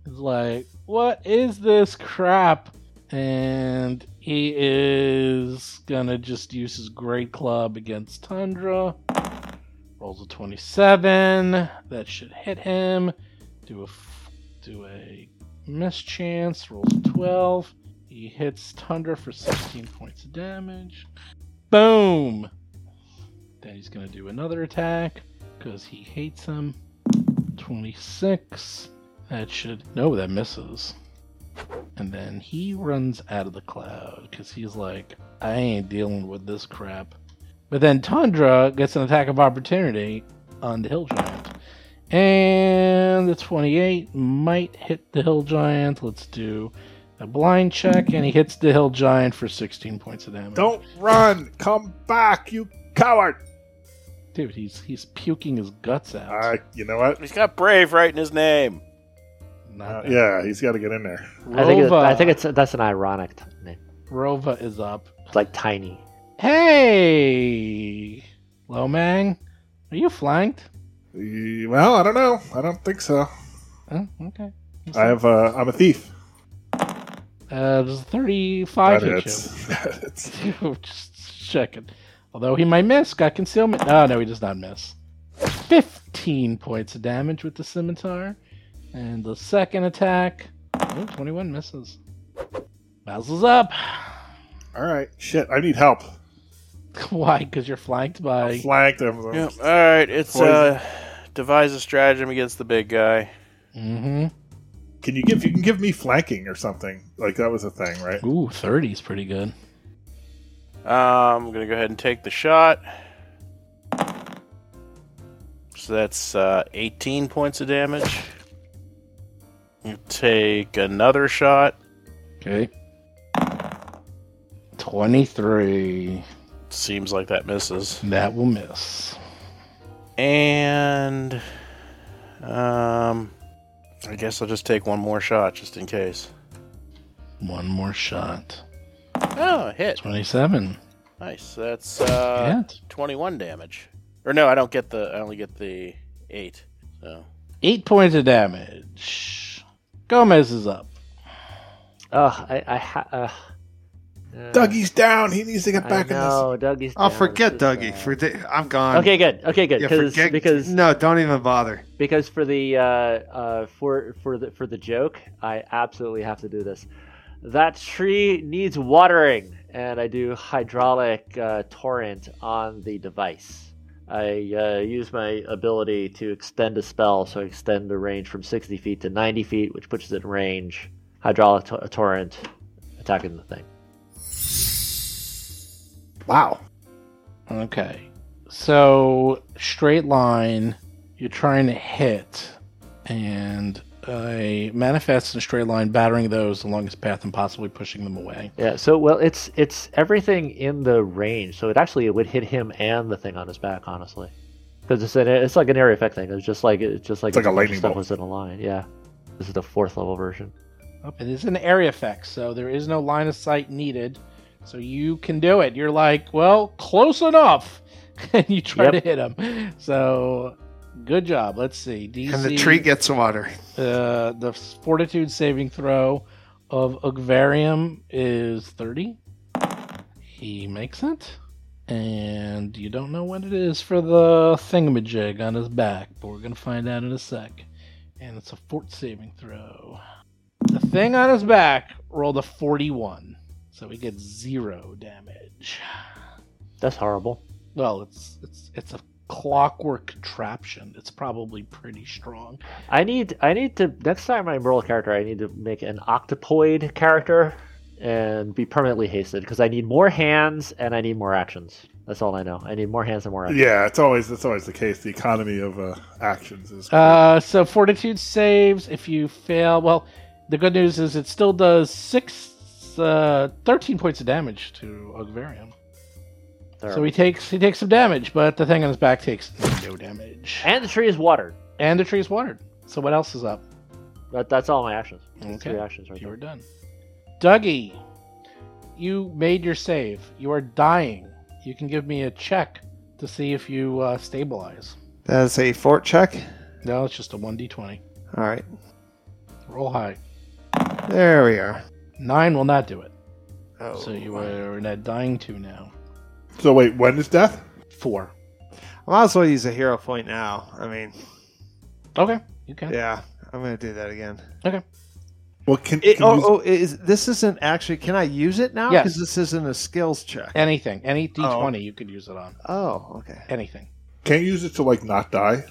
[SPEAKER 2] He's like, "What is this crap?" And he is gonna just use his great club against Tundra. Rolls a twenty-seven. That should hit him do a f- do a miss chance rolls a 12 he hits tundra for 16 points of damage boom then he's going to do another attack because he hates him 26 that should no that misses and then he runs out of the cloud because he's like i ain't dealing with this crap but then tundra gets an attack of opportunity on the hill giant and the 28 might hit the hill giant. Let's do a blind check, and he hits the hill giant for 16 points of damage.
[SPEAKER 3] Don't run! Come back, you coward!
[SPEAKER 2] Dude, he's he's puking his guts out.
[SPEAKER 3] Uh, you know what?
[SPEAKER 6] He's got brave right in his name.
[SPEAKER 3] Uh,
[SPEAKER 2] Not bad.
[SPEAKER 3] yeah, he's got to get in there.
[SPEAKER 5] I think it,
[SPEAKER 2] Rova-
[SPEAKER 5] I think
[SPEAKER 3] uh,
[SPEAKER 5] it's that's an ironic t- name.
[SPEAKER 2] Rova is up.
[SPEAKER 5] It's like tiny.
[SPEAKER 2] Hey, Lomang, are you flanked?
[SPEAKER 3] E- Well, I don't know. I don't think so.
[SPEAKER 2] Oh, okay.
[SPEAKER 3] I have. Uh, I'm a thief.
[SPEAKER 2] Uh, there's 35
[SPEAKER 3] That
[SPEAKER 2] hit you.
[SPEAKER 3] hits. (laughs) That hits.
[SPEAKER 2] (laughs) just checking. Although he might miss, got concealment. Oh no, he does not miss. Fifteen points of damage with the scimitar, and the second attack. Oh, 21 misses. Basil's up. (laughs)
[SPEAKER 3] All right. Shit. I need help.
[SPEAKER 2] Why? Because you're flanked by.
[SPEAKER 3] Flanked him.
[SPEAKER 6] Yeah. All right. It's
[SPEAKER 3] Poison.
[SPEAKER 6] uh, devise a stratagem against the big guy.
[SPEAKER 2] hmm
[SPEAKER 3] Can you give? You can give me flanking or something. Like that was a thing, right?
[SPEAKER 2] Ooh, 30 is pretty good.
[SPEAKER 6] Um, I'm gonna go ahead and take the shot. So that's uh, 18 points of damage. You take another shot.
[SPEAKER 2] Okay. 23.
[SPEAKER 6] Seems like that misses.
[SPEAKER 2] That will miss.
[SPEAKER 6] And um, I guess I'll just take one more shot just in case.
[SPEAKER 2] One more shot.
[SPEAKER 6] Oh, a hit.
[SPEAKER 2] 27.
[SPEAKER 6] Nice. That's uh,
[SPEAKER 2] Hit.
[SPEAKER 6] 21 damage. Or no, I don't get the. I only get the eight. So
[SPEAKER 2] Eight points of damage. Gomez is up.
[SPEAKER 5] Ugh, I, I ha- uh, uh,
[SPEAKER 3] Dougie's down. He needs to get
[SPEAKER 5] I
[SPEAKER 3] back in this.
[SPEAKER 5] know, Dougie's.
[SPEAKER 4] I'll
[SPEAKER 5] down.
[SPEAKER 4] Oh, forget
[SPEAKER 5] This is
[SPEAKER 4] Dougie.
[SPEAKER 5] bad.
[SPEAKER 4] For di- I'm gone.
[SPEAKER 5] Okay, good. Okay, good.
[SPEAKER 4] Yeah,
[SPEAKER 5] 'cause-
[SPEAKER 4] forget,
[SPEAKER 5] because
[SPEAKER 4] no, don't even bother.
[SPEAKER 5] because for the uh, uh, for for the for the joke, I absolutely have to do this. That tree needs watering, and I do hydraulic uh, torrent on the device. I uh, use my ability to extend a spell, so I extend the range from 60 feet to 90 feet, which puts it in range. Hydraulic to- torrent attacking the thing.
[SPEAKER 3] Wow.
[SPEAKER 2] Okay. So, straight line, you're trying to hit, and I manifest in a straight line, battering those along its path and possibly pushing them away.
[SPEAKER 5] Yeah. So well, it's it's everything in the range. So it actually it would hit him and the thing on his back, honestly, because it's an, it's like an area effect thing. It's just like it's just like
[SPEAKER 3] It's like a
[SPEAKER 5] bunch of
[SPEAKER 3] lightning
[SPEAKER 5] stuff
[SPEAKER 3] bolt.
[SPEAKER 5] was in a line. Yeah. This is the fourth level version.
[SPEAKER 2] It is an area effect, so there is no line of sight needed. So you can do it. You're like, well, close enough, (laughs) and you try
[SPEAKER 5] Yep.
[SPEAKER 2] to hit him. So, good job. Let's see. DC,
[SPEAKER 4] And the tree gets water.
[SPEAKER 2] uh, the Fortitude saving throw of Ugvarium is thirty. He makes it, and you don't know what it is for the thingamajig on his back, but we're gonna find out in a sec. And it's a fort saving throw. The thing on his back rolled a forty-one, so he gets zero damage.
[SPEAKER 5] That's horrible.
[SPEAKER 2] Well, it's it's it's a clockwork contraption. It's probably pretty strong.
[SPEAKER 5] I need I need to next time I roll a character, I need to make an octopoid character and be permanently hasted because I need more hands and I need more actions. That's all I know. I need more hands and more actions.
[SPEAKER 3] Yeah, it's always that's always the case. The economy of uh, actions is.
[SPEAKER 2] Uh, so fortitude saves. If you fail, well, the good news is it still does six, uh, 13 points of damage to Ogvarium. So
[SPEAKER 5] Terrible.
[SPEAKER 2] he takes he takes some damage, but the thing on his back takes no damage.
[SPEAKER 5] and the tree is watered.
[SPEAKER 2] And the tree's watered. So what else is up?
[SPEAKER 5] That, that's all my actions. That's
[SPEAKER 2] Okay.
[SPEAKER 5] Three actions right
[SPEAKER 2] You
[SPEAKER 5] there.
[SPEAKER 2] are done. Dougie, you made your save. You are dying. You can give me a check to see if you uh, stabilize.
[SPEAKER 4] That's a fort check.
[SPEAKER 2] No, it's just a 1d20.
[SPEAKER 4] All right,
[SPEAKER 2] Roll high.
[SPEAKER 4] there we are.
[SPEAKER 2] Nine will not do it.
[SPEAKER 4] Oh,
[SPEAKER 2] So you are not dying to now.
[SPEAKER 3] so wait, when is death?
[SPEAKER 2] Four.
[SPEAKER 4] I might as well use a hero point now. I mean,
[SPEAKER 2] Okay. You can.
[SPEAKER 4] yeah, I'm gonna do that again.
[SPEAKER 3] Well, can,
[SPEAKER 4] It,
[SPEAKER 3] can
[SPEAKER 4] oh,
[SPEAKER 3] you-
[SPEAKER 4] oh, is this isn't actually? Can I use it now?
[SPEAKER 2] Yes.
[SPEAKER 4] Because this isn't a skills check.
[SPEAKER 2] Anything. Any D twenty you could use it on.
[SPEAKER 4] Oh, okay.
[SPEAKER 2] Anything.
[SPEAKER 3] can't use it to like not die.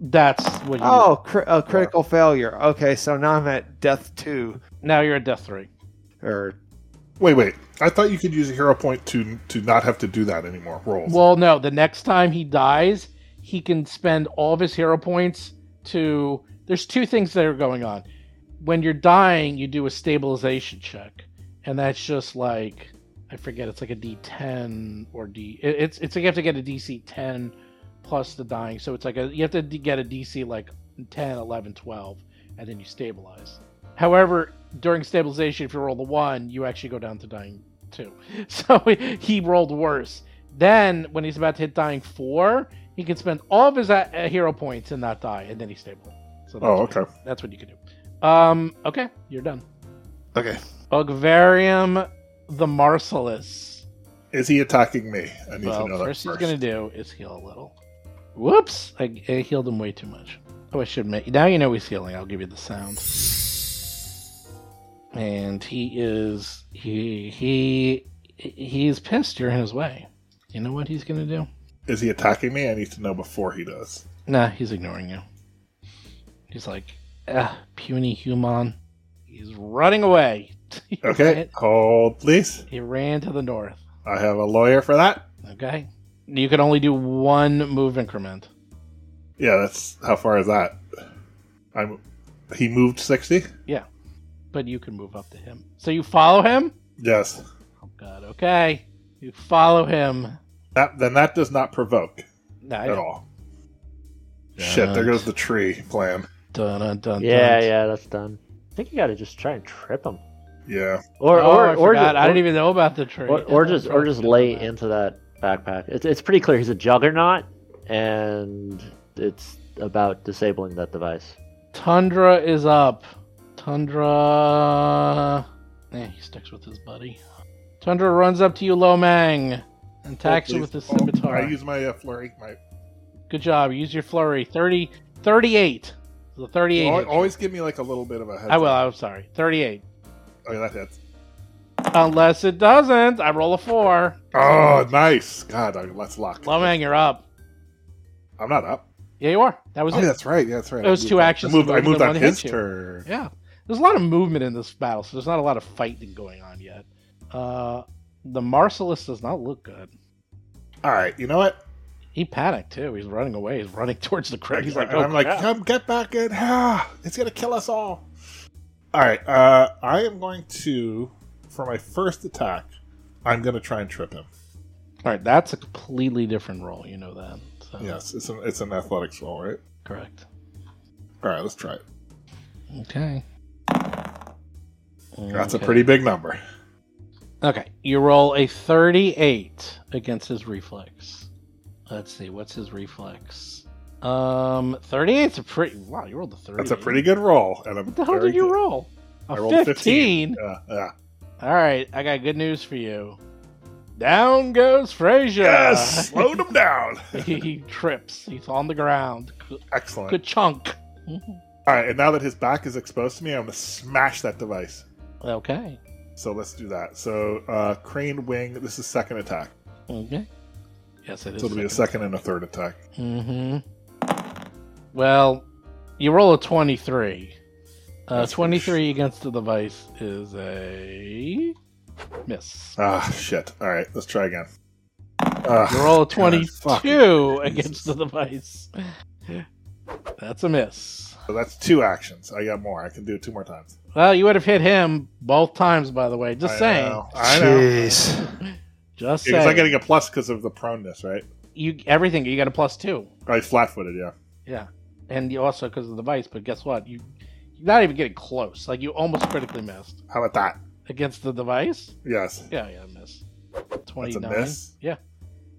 [SPEAKER 2] That's what you
[SPEAKER 4] Oh, cri- oh critical failure. Okay, so now I'm at death two
[SPEAKER 2] now you're at death three.
[SPEAKER 4] or
[SPEAKER 3] Wait, wait. I thought you could use a hero point to to not have to do that anymore. Rolls.
[SPEAKER 2] Well no, the next time he dies, he can spend all of his hero points to there's two things that are going on. When you're dying, you do a stabilization check. And that's just like I forget, it's like a D ten or D it- it's it's like you have to get a DC ten plus the dying. So it's like a you have to d- get a DC like 10, 11, 12, and then you stabilize. However, during stabilization, if you roll the one, you actually go down to dying two. (laughs) So he rolled worse. Then, when he's about to hit dying four, he can spend all of his uh, uh, hero points and not die, and then he's stable. So
[SPEAKER 3] oh,
[SPEAKER 2] what-
[SPEAKER 3] okay.
[SPEAKER 2] that's what you can do. Um, okay, you're done.
[SPEAKER 4] okay.
[SPEAKER 2] Ogvarium the Marcellus.
[SPEAKER 3] Is he attacking me? I need
[SPEAKER 2] Well,
[SPEAKER 3] to know that
[SPEAKER 2] first he's gonna do is heal a little. Whoops! I, I healed him way too much. Oh, I should make. Now you know he's healing. I'll give you the sound. And he is he he he's pissed. You're in his way. You know what he's gonna do?
[SPEAKER 3] Is he attacking me? I need to know before he does.
[SPEAKER 2] Nah, he's ignoring you. He's like, ah, puny human. He's running away. (laughs) He
[SPEAKER 3] Okay.
[SPEAKER 2] ran-
[SPEAKER 3] Hold, please.
[SPEAKER 2] He ran to the north.
[SPEAKER 3] I have a lawyer for that.
[SPEAKER 2] Okay. You can only do one move increment.
[SPEAKER 3] Yeah, that's how far is that? I'm. He moved sixty.
[SPEAKER 2] but you can move up to him. So you follow him?
[SPEAKER 3] Yes.
[SPEAKER 2] Oh god, okay. You follow him.
[SPEAKER 3] That then that does not provoke
[SPEAKER 2] No, I
[SPEAKER 3] at
[SPEAKER 2] don't.
[SPEAKER 3] all. Shit! There goes the tree plan.
[SPEAKER 2] dun, dun, dun,
[SPEAKER 5] yeah,
[SPEAKER 2] dun.
[SPEAKER 5] yeah, that's done. I think you got to just try and trip him,
[SPEAKER 3] Yeah.
[SPEAKER 5] or
[SPEAKER 2] oh,
[SPEAKER 5] or
[SPEAKER 2] I
[SPEAKER 5] or,
[SPEAKER 2] forgot.
[SPEAKER 5] ju-
[SPEAKER 2] I didn't even know about the tree.
[SPEAKER 5] or, or just or just lay into that backpack. It's it's pretty clear he's a juggernaut, and it's about disabling that device.
[SPEAKER 2] Tundra is up. Tundra. Eh, he sticks with his buddy. Tundra runs up to you, Lomang, and attacks you with
[SPEAKER 3] Please.
[SPEAKER 2] the
[SPEAKER 3] Oh,
[SPEAKER 2] scimitar.
[SPEAKER 3] I use my uh, flurry. My
[SPEAKER 2] Good job. Use your flurry. 30, 38. The 38.
[SPEAKER 3] Al-
[SPEAKER 2] hit you.
[SPEAKER 3] always give me like a little bit of a head.
[SPEAKER 2] I will. I'm sorry. 38.
[SPEAKER 3] Oh, that hits.
[SPEAKER 2] Unless it doesn't, I roll a four.
[SPEAKER 3] Oh, nice. God, I, let's lock.
[SPEAKER 2] Lomang, you're up.
[SPEAKER 3] I'm not up.
[SPEAKER 2] Yeah, you are. That was
[SPEAKER 3] oh,
[SPEAKER 2] it.
[SPEAKER 3] that's right. Yeah, that's right.
[SPEAKER 2] It was
[SPEAKER 3] I moved
[SPEAKER 2] two
[SPEAKER 3] on-
[SPEAKER 2] actions
[SPEAKER 3] I moved,
[SPEAKER 2] to
[SPEAKER 3] I
[SPEAKER 2] move
[SPEAKER 3] moved
[SPEAKER 2] the
[SPEAKER 3] on
[SPEAKER 2] one that
[SPEAKER 3] his
[SPEAKER 2] hit you.
[SPEAKER 3] turn.
[SPEAKER 2] Yeah. There's a lot of movement in this battle, so there's not a lot of fighting going on yet. Uh, the Marcellus does not look good.
[SPEAKER 3] All right. You know what?
[SPEAKER 2] He panicked too. He's running away. He's running (laughs) towards the crowd. He's like,
[SPEAKER 3] And
[SPEAKER 2] oh,
[SPEAKER 3] I'm like,
[SPEAKER 2] crap.
[SPEAKER 3] come get back in. (sighs) Ah, it's gonna kill us all. All right. Uh, I am going to, for my first attack, I'm gonna try and trip him.
[SPEAKER 2] all right, that's a completely different role. You know that. So,
[SPEAKER 3] Yes, it's an it's an athletics roll, right?
[SPEAKER 2] Correct.
[SPEAKER 3] All right, let's try it.
[SPEAKER 2] Okay.
[SPEAKER 3] That's a
[SPEAKER 2] Okay.
[SPEAKER 3] pretty big number.
[SPEAKER 2] Okay, you roll a 38 against his reflex. Let's see, what's his reflex? Um, 38's a pretty. Wow, you rolled a 30.
[SPEAKER 3] That's a pretty good roll. And I'm
[SPEAKER 2] What the hell
[SPEAKER 3] very
[SPEAKER 2] did you
[SPEAKER 3] good.
[SPEAKER 2] roll? A
[SPEAKER 3] I rolled
[SPEAKER 2] 15.
[SPEAKER 3] 15. Yeah,
[SPEAKER 2] (laughs)
[SPEAKER 3] yeah.
[SPEAKER 2] All right, I got good news for you. Down goes Frazier.
[SPEAKER 3] Yes, slowed him down.
[SPEAKER 2] he, (laughs) he trips. He's on the ground. Good-
[SPEAKER 3] Excellent.
[SPEAKER 2] Good chunk.
[SPEAKER 3] All right, and now that his back is exposed to me, I'm gonna smash that device.
[SPEAKER 2] Okay.
[SPEAKER 3] So let's do that. So uh, crane wing. This is second attack.
[SPEAKER 2] Okay. Yes, it is.
[SPEAKER 3] So it'll be a second and a third attack.
[SPEAKER 2] Mm-hmm. Well, you roll a 23. Uh,
[SPEAKER 3] That's
[SPEAKER 2] 23 against the device is a miss.
[SPEAKER 3] Ah, shit. All right, let's try again. Ah,
[SPEAKER 2] You roll a
[SPEAKER 3] fuck.
[SPEAKER 2] 22 against the device. (laughs) That's a miss.
[SPEAKER 3] so that's two actions. I got more. I can do it two more times.
[SPEAKER 2] Well, you would have hit him both times, by the way. Just
[SPEAKER 3] I
[SPEAKER 2] saying.
[SPEAKER 3] know, I know.
[SPEAKER 2] Just
[SPEAKER 3] Because
[SPEAKER 2] saying.
[SPEAKER 3] I'm getting a plus because of the proneness, right?
[SPEAKER 2] You everything. You got a plus two.
[SPEAKER 3] Right, flat-footed. Yeah.
[SPEAKER 2] Yeah, and you also because of the device. But guess what? You you're not even getting close. Like you almost critically missed
[SPEAKER 3] How about that?
[SPEAKER 2] against the device.
[SPEAKER 3] Yes.
[SPEAKER 2] Yeah, yeah, miss.
[SPEAKER 3] That's a
[SPEAKER 2] Twenty nine.
[SPEAKER 3] miss.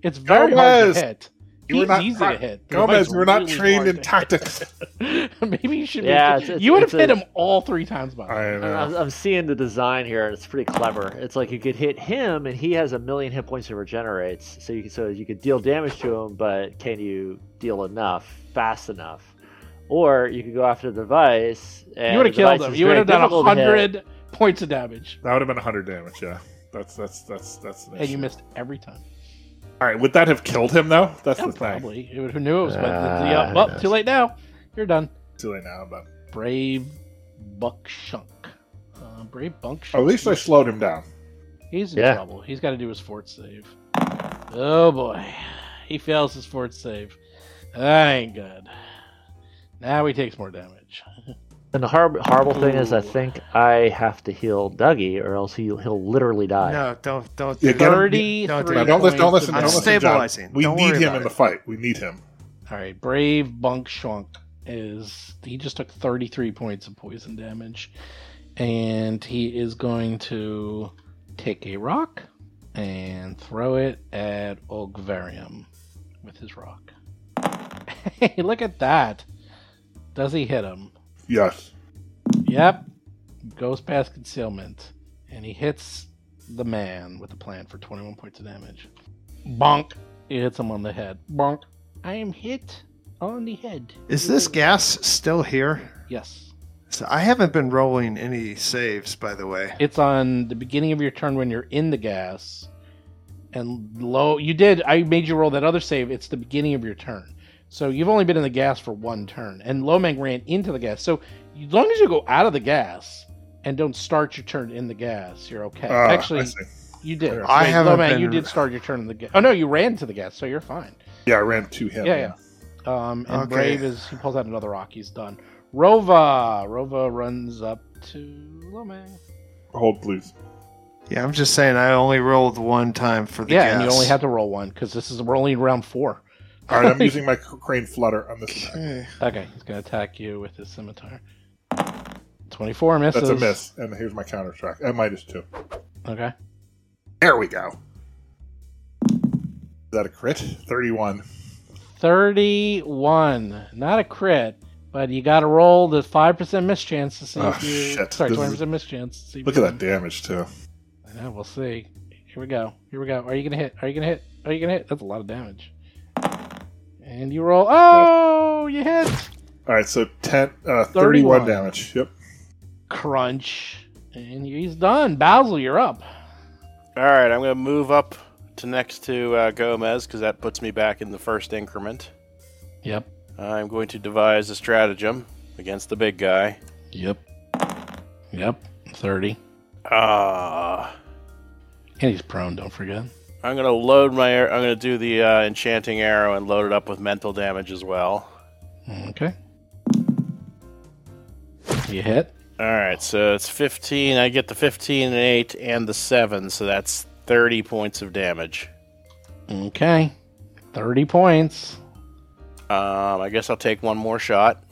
[SPEAKER 2] It's very hard
[SPEAKER 3] Gomez!
[SPEAKER 2] to hit.
[SPEAKER 3] You were
[SPEAKER 2] He's
[SPEAKER 3] not
[SPEAKER 2] easy
[SPEAKER 3] prac-
[SPEAKER 2] to hit. The
[SPEAKER 3] Gomez,
[SPEAKER 2] device
[SPEAKER 3] we're not
[SPEAKER 2] really
[SPEAKER 3] trained
[SPEAKER 2] hard
[SPEAKER 3] in
[SPEAKER 2] to (laughs)
[SPEAKER 3] tactics.
[SPEAKER 2] hit. Maybe you should.
[SPEAKER 5] Yeah,
[SPEAKER 2] Yeah,
[SPEAKER 5] it's- it's-
[SPEAKER 2] you would have
[SPEAKER 5] it's a-
[SPEAKER 2] hit him all three times by. now.
[SPEAKER 3] I
[SPEAKER 5] I- I'm,
[SPEAKER 3] know.
[SPEAKER 5] I'm seeing the design here, and it's pretty clever. It's like you could hit him, and he has a million hit points he regenerates. So you can, so you could deal damage to him, but can you deal enough fast enough? Or you could go after the device. And
[SPEAKER 2] You would have
[SPEAKER 5] the
[SPEAKER 2] killed
[SPEAKER 5] device
[SPEAKER 2] him.
[SPEAKER 5] is
[SPEAKER 2] You would
[SPEAKER 5] very
[SPEAKER 2] have done
[SPEAKER 5] difficult to hit.
[SPEAKER 2] hundred points of damage,
[SPEAKER 3] That would have been 100 damage. Yeah. That's that's that's that's. an
[SPEAKER 2] and you
[SPEAKER 3] issue.
[SPEAKER 2] missed every time.
[SPEAKER 3] All right. Would that have killed him though? That's
[SPEAKER 2] Yeah,
[SPEAKER 3] the thing.
[SPEAKER 2] probably. It would- who knows? But
[SPEAKER 5] Ah,
[SPEAKER 2] the,
[SPEAKER 5] who
[SPEAKER 2] uh, well,
[SPEAKER 5] knows?
[SPEAKER 2] too late now. You're done.
[SPEAKER 3] Too late now, but
[SPEAKER 2] Brave Buck Shunk. Uh, Brave Buck Shunk.
[SPEAKER 3] at least I slowed him down.
[SPEAKER 2] He's in
[SPEAKER 5] Yeah.
[SPEAKER 2] trouble. He's got to do his fort save. Oh boy, he fails his fort save. That ain't good. Now he takes more damage.
[SPEAKER 5] And the horrible, horrible thing is, I
[SPEAKER 2] Ooh.
[SPEAKER 5] think I have to heal Dougie, or else he'll he'll literally die.
[SPEAKER 4] No, don't don't.
[SPEAKER 3] Yeah,
[SPEAKER 4] do
[SPEAKER 3] get him-
[SPEAKER 4] that.
[SPEAKER 2] Thirty-three.
[SPEAKER 4] Don't do
[SPEAKER 3] No, don't listen. Don't
[SPEAKER 2] points of
[SPEAKER 3] listen. Don't listen,
[SPEAKER 4] I'm
[SPEAKER 2] damage.
[SPEAKER 3] John.
[SPEAKER 4] stabilizing.
[SPEAKER 3] We
[SPEAKER 4] Don't
[SPEAKER 3] need
[SPEAKER 4] worry
[SPEAKER 3] him
[SPEAKER 4] about
[SPEAKER 3] in the
[SPEAKER 4] it.
[SPEAKER 3] fight. We need him.
[SPEAKER 2] All right, Brave Bunk Shunk is he just took 33 points of poison damage, and he is going to take a rock and throw it at Ogvarium with his rock. (laughs) hey, look at that! Does he hit him?
[SPEAKER 3] Yes.
[SPEAKER 2] Yep. Goes past concealment, and he hits the man with the plan for 21 points of damage. Bonk! He hits him on the head. Bonk! I am hit on the head.
[SPEAKER 4] Is this gas still here?
[SPEAKER 2] Yes.
[SPEAKER 4] So I haven't been rolling any saves, by the way.
[SPEAKER 2] It's on the beginning of your turn when you're in the gas, and low. You did. I made you roll that other save. It's the beginning of your turn. So you've only been in the gas for one turn, and Lomang ran into the gas. So as long as you go out of the gas and don't start your turn in the gas, you're okay.
[SPEAKER 3] Ah, I
[SPEAKER 2] Actually,
[SPEAKER 3] see.
[SPEAKER 2] You did.
[SPEAKER 4] I
[SPEAKER 2] Wait,
[SPEAKER 4] haven't
[SPEAKER 2] Lomang,
[SPEAKER 4] been-
[SPEAKER 2] You did start your turn in the gas. Oh no, you ran to the gas, so you're fine.
[SPEAKER 3] Yeah, I ran to him.
[SPEAKER 2] Yeah, yeah. Um, and
[SPEAKER 4] Okay.
[SPEAKER 2] Brave is he pulls out another rock. He's done. Rova. Rova runs up to Lomang.
[SPEAKER 3] Hold blues.
[SPEAKER 4] Yeah, I'm just saying I only rolled one time for the
[SPEAKER 2] Yeah,
[SPEAKER 4] gas.
[SPEAKER 2] and you only have to roll one because this is we're only in round four. (laughs)
[SPEAKER 3] All right, I'm using my cr- crane flutter on this. attack.
[SPEAKER 4] Okay.
[SPEAKER 2] Okay, he's gonna attack you with his scimitar. Twenty-four misses.
[SPEAKER 3] That's a miss, and here's my counter track. I minus two.
[SPEAKER 2] Okay.
[SPEAKER 3] There we go. Is that a crit? Thirty-one.
[SPEAKER 2] 31. Not a crit, but you got to roll the 5% mischance to see
[SPEAKER 3] Oh,
[SPEAKER 2] if you.
[SPEAKER 3] shit.
[SPEAKER 2] Sorry,
[SPEAKER 3] This
[SPEAKER 2] 20%
[SPEAKER 3] is-
[SPEAKER 2] mischance. To see if
[SPEAKER 3] Look
[SPEAKER 2] you
[SPEAKER 3] at that damage too.
[SPEAKER 2] win. Yeah, we'll see. Here we go. Here we go. Are you going to hit? Are you going to hit? Are you going to hit? That's a lot of damage. And you roll. Oh, you hit.
[SPEAKER 3] All right, so 10, uh, 31.
[SPEAKER 2] 31.
[SPEAKER 3] damage. Yep.
[SPEAKER 2] Crunch. And he's done. Basil, you're up.
[SPEAKER 6] All right, I'm going to move up to next to uh, Gomez because that puts me back in the first increment.
[SPEAKER 2] Yep.
[SPEAKER 6] I'm going to devise a stratagem against the big guy.
[SPEAKER 2] Yep. Yep. 30.
[SPEAKER 6] Ah.
[SPEAKER 2] And he's prone, don't forget.
[SPEAKER 6] I'm gonna load my. Air, I'm gonna do the uh, enchanting arrow and load it up with mental damage as well.
[SPEAKER 2] Okay. You hit.
[SPEAKER 6] All right, so it's 15. I get the 15 and 8 and the 7, so that's 30 points of damage.
[SPEAKER 2] Okay. 30 points.
[SPEAKER 6] Um, I guess I'll take one more shot.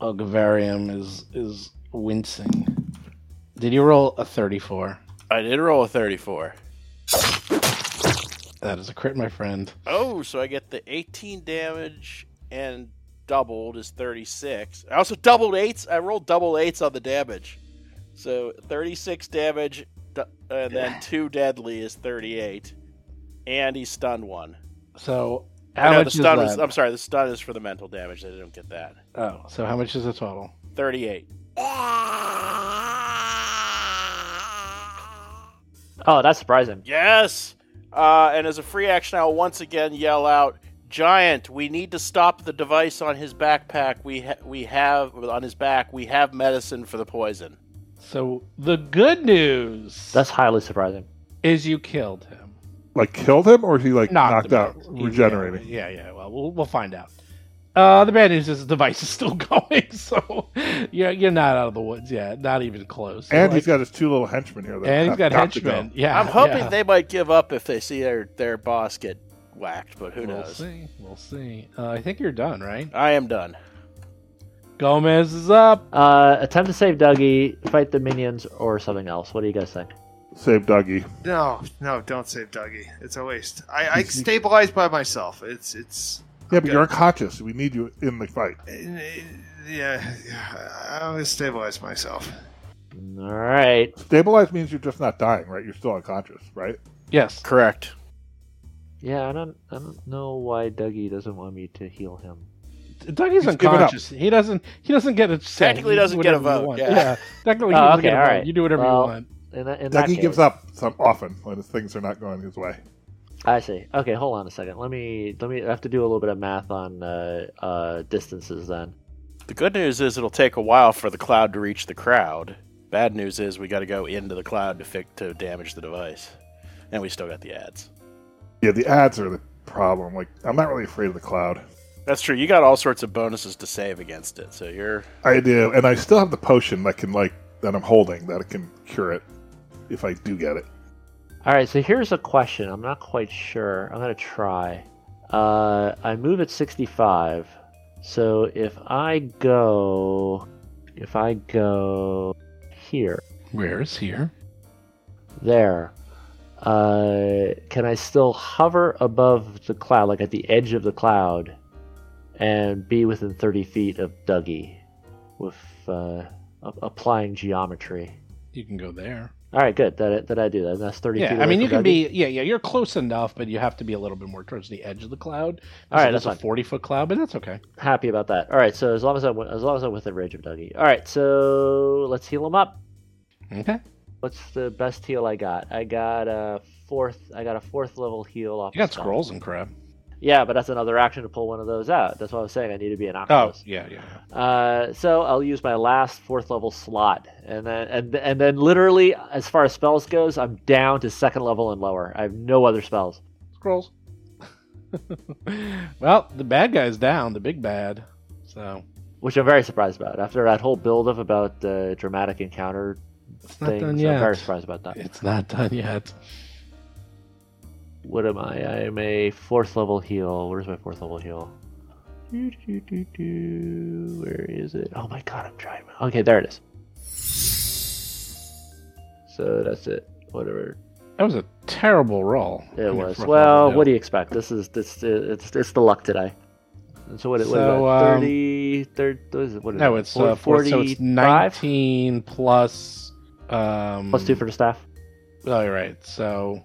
[SPEAKER 2] Ogavarium is is wincing. Did you roll a 34?
[SPEAKER 6] I did roll a 34.
[SPEAKER 2] That is a crit, my friend.
[SPEAKER 6] Oh, so I get the 18 damage and doubled is 36. I also doubled eights. I rolled double eights on the damage. So 36 damage du- and then two deadly is 38. And he stunned one.
[SPEAKER 2] So
[SPEAKER 6] Oh,
[SPEAKER 2] how
[SPEAKER 6] no, the
[SPEAKER 2] much is
[SPEAKER 6] stun was,
[SPEAKER 2] that?
[SPEAKER 6] I'm sorry, the stun is for the mental damage. They didn't get that.
[SPEAKER 2] Oh, so how much is the total?
[SPEAKER 6] 38.
[SPEAKER 5] Oh, that's surprising.
[SPEAKER 6] Yes! Uh, and as a free action, I'll once again yell out, Giant, we need to stop the device on his backpack. We ha- we have on his back. We have medicine for the poison.
[SPEAKER 2] So the good news
[SPEAKER 5] That's highly surprising.
[SPEAKER 2] is you killed him.
[SPEAKER 3] Like killed him, or is he like knocked,
[SPEAKER 2] him
[SPEAKER 3] out, regenerating?
[SPEAKER 2] Yeah, yeah. Well, we'll, we'll find out. Uh, the bad news is the device is still (laughs) going, so you're, you're not out of the woods yet. Not even close.
[SPEAKER 3] And
[SPEAKER 2] Like-
[SPEAKER 3] he's got his two little henchmen here. That
[SPEAKER 2] and he's
[SPEAKER 3] have (laughs)
[SPEAKER 2] got
[SPEAKER 3] to go.
[SPEAKER 2] henchmen. Yeah,
[SPEAKER 6] I'm hoping
[SPEAKER 2] yeah.
[SPEAKER 6] they might give up if they see their, their boss get whacked, but who
[SPEAKER 2] we'll
[SPEAKER 6] knows?
[SPEAKER 2] see. We'll see. Uh, I think you're done, right?
[SPEAKER 6] I am done.
[SPEAKER 2] Gomez is up.
[SPEAKER 5] Uh, attempt to save Dougie, fight the minions, or something else. What do you guys think?
[SPEAKER 3] Save Dougie.
[SPEAKER 4] No, no, don't save Dougie. It's a waste. I, I stabilize by myself. It's it's
[SPEAKER 3] Yeah, but
[SPEAKER 4] Okay.
[SPEAKER 3] you're unconscious. We need you in the fight.
[SPEAKER 4] yeah. I'm gonna stabilize myself.
[SPEAKER 5] All right.
[SPEAKER 3] Stabilize means you're just not dying, right? You're still unconscious, right?
[SPEAKER 2] Yes.
[SPEAKER 6] Correct.
[SPEAKER 5] Yeah, I don't, I don't know why Dougie doesn't want me to heal him.
[SPEAKER 2] Dougie's
[SPEAKER 3] He's given up.
[SPEAKER 2] unconscious. He doesn't. He doesn't get a say.
[SPEAKER 6] Technically doesn't get a
[SPEAKER 2] Whatever you
[SPEAKER 6] vote,
[SPEAKER 2] want.
[SPEAKER 6] yeah.
[SPEAKER 2] Technically,
[SPEAKER 5] Oh,
[SPEAKER 2] he doesn't
[SPEAKER 5] okay,
[SPEAKER 2] get a
[SPEAKER 5] all
[SPEAKER 2] vote.
[SPEAKER 5] right.
[SPEAKER 2] You do whatever
[SPEAKER 5] Well-
[SPEAKER 2] you want.
[SPEAKER 5] In that, in that
[SPEAKER 3] Dougie gives
[SPEAKER 5] case-
[SPEAKER 3] up some often when his things are not going his way.
[SPEAKER 5] I see. Okay, hold on a second. Let me let me I have to do a little bit of math on uh, uh, distances then.
[SPEAKER 6] The good news is it'll take a while for the cloud to reach the crowd. Bad news is we got to go into the cloud to fix to damage the device, and we still got the ads.
[SPEAKER 3] Yeah, the ads are the problem. Like, I'm not really afraid of the cloud.
[SPEAKER 6] That's true. You got all sorts of bonuses to save against it, so you're
[SPEAKER 3] I do, and I still have the potion that can like that I'm holding that can cure it if I do get it.
[SPEAKER 5] All right, so here's a question. I'm not quite sure. I'm gonna try. Uh, I move at 65. So if I go, if I go here,
[SPEAKER 2] Where is here?
[SPEAKER 5] there, uh, can I still hover above the cloud, like at the edge of the cloud, and be within 30 feet of Dougie with uh, a- applying geometry?
[SPEAKER 2] You can go there.
[SPEAKER 5] All right, good. That that I do that. That's 30 feet.
[SPEAKER 2] Yeah, I
[SPEAKER 5] away
[SPEAKER 2] mean, you
[SPEAKER 5] from
[SPEAKER 2] can
[SPEAKER 5] Dougie.
[SPEAKER 2] be. Yeah, yeah. You're close enough, but you have to be a little bit more towards the edge of the cloud.
[SPEAKER 5] All right,
[SPEAKER 2] that's
[SPEAKER 5] that's
[SPEAKER 2] a
[SPEAKER 5] fine.
[SPEAKER 2] forty foot cloud, but that's okay.
[SPEAKER 5] happy about that. All right, so as long as I'm as long as I'm within range of Dougie. All right, so let's heal him up.
[SPEAKER 2] Okay.
[SPEAKER 5] What's the best heal I got? I got a fourth. I got a fourth level heal off.
[SPEAKER 2] You got
[SPEAKER 5] the spell.
[SPEAKER 2] scrolls and crap.
[SPEAKER 5] Yeah, but that's another action to pull one of those out. That's what I was saying. I need to be an
[SPEAKER 2] Oh
[SPEAKER 5] octopus.
[SPEAKER 2] yeah, yeah. yeah.
[SPEAKER 5] Uh, so I'll use my last fourth level slot, and then and and then literally, as far as spells goes, I'm down to second level and lower. I have no other spells.
[SPEAKER 2] Scrolls. (laughs) well, the bad guy's down. The big bad. So
[SPEAKER 5] Which I'm very surprised about. After that whole build-up about the dramatic encounter
[SPEAKER 2] it's not (laughs)
[SPEAKER 5] thing,
[SPEAKER 2] done
[SPEAKER 5] I'm very
[SPEAKER 2] yet.
[SPEAKER 5] surprised about that.
[SPEAKER 2] It's not done yet.
[SPEAKER 5] What am I? I am a fourth level heal. Where's my fourth level heal? Do, do, do, do. Where is it? Oh my god, I'm driving. Okay, there it is. So that's it. Whatever
[SPEAKER 2] That was a terrible roll.
[SPEAKER 5] it was. Well, what do you expect? This is this it's it's the luck today. And so what? it- what
[SPEAKER 2] So,
[SPEAKER 5] about
[SPEAKER 2] um,
[SPEAKER 5] 30, 30, what is it? What is
[SPEAKER 2] No,
[SPEAKER 5] it?
[SPEAKER 2] it's uh, four, so it's 19 plus. Um,
[SPEAKER 5] Plus two for the staff.
[SPEAKER 2] All right, so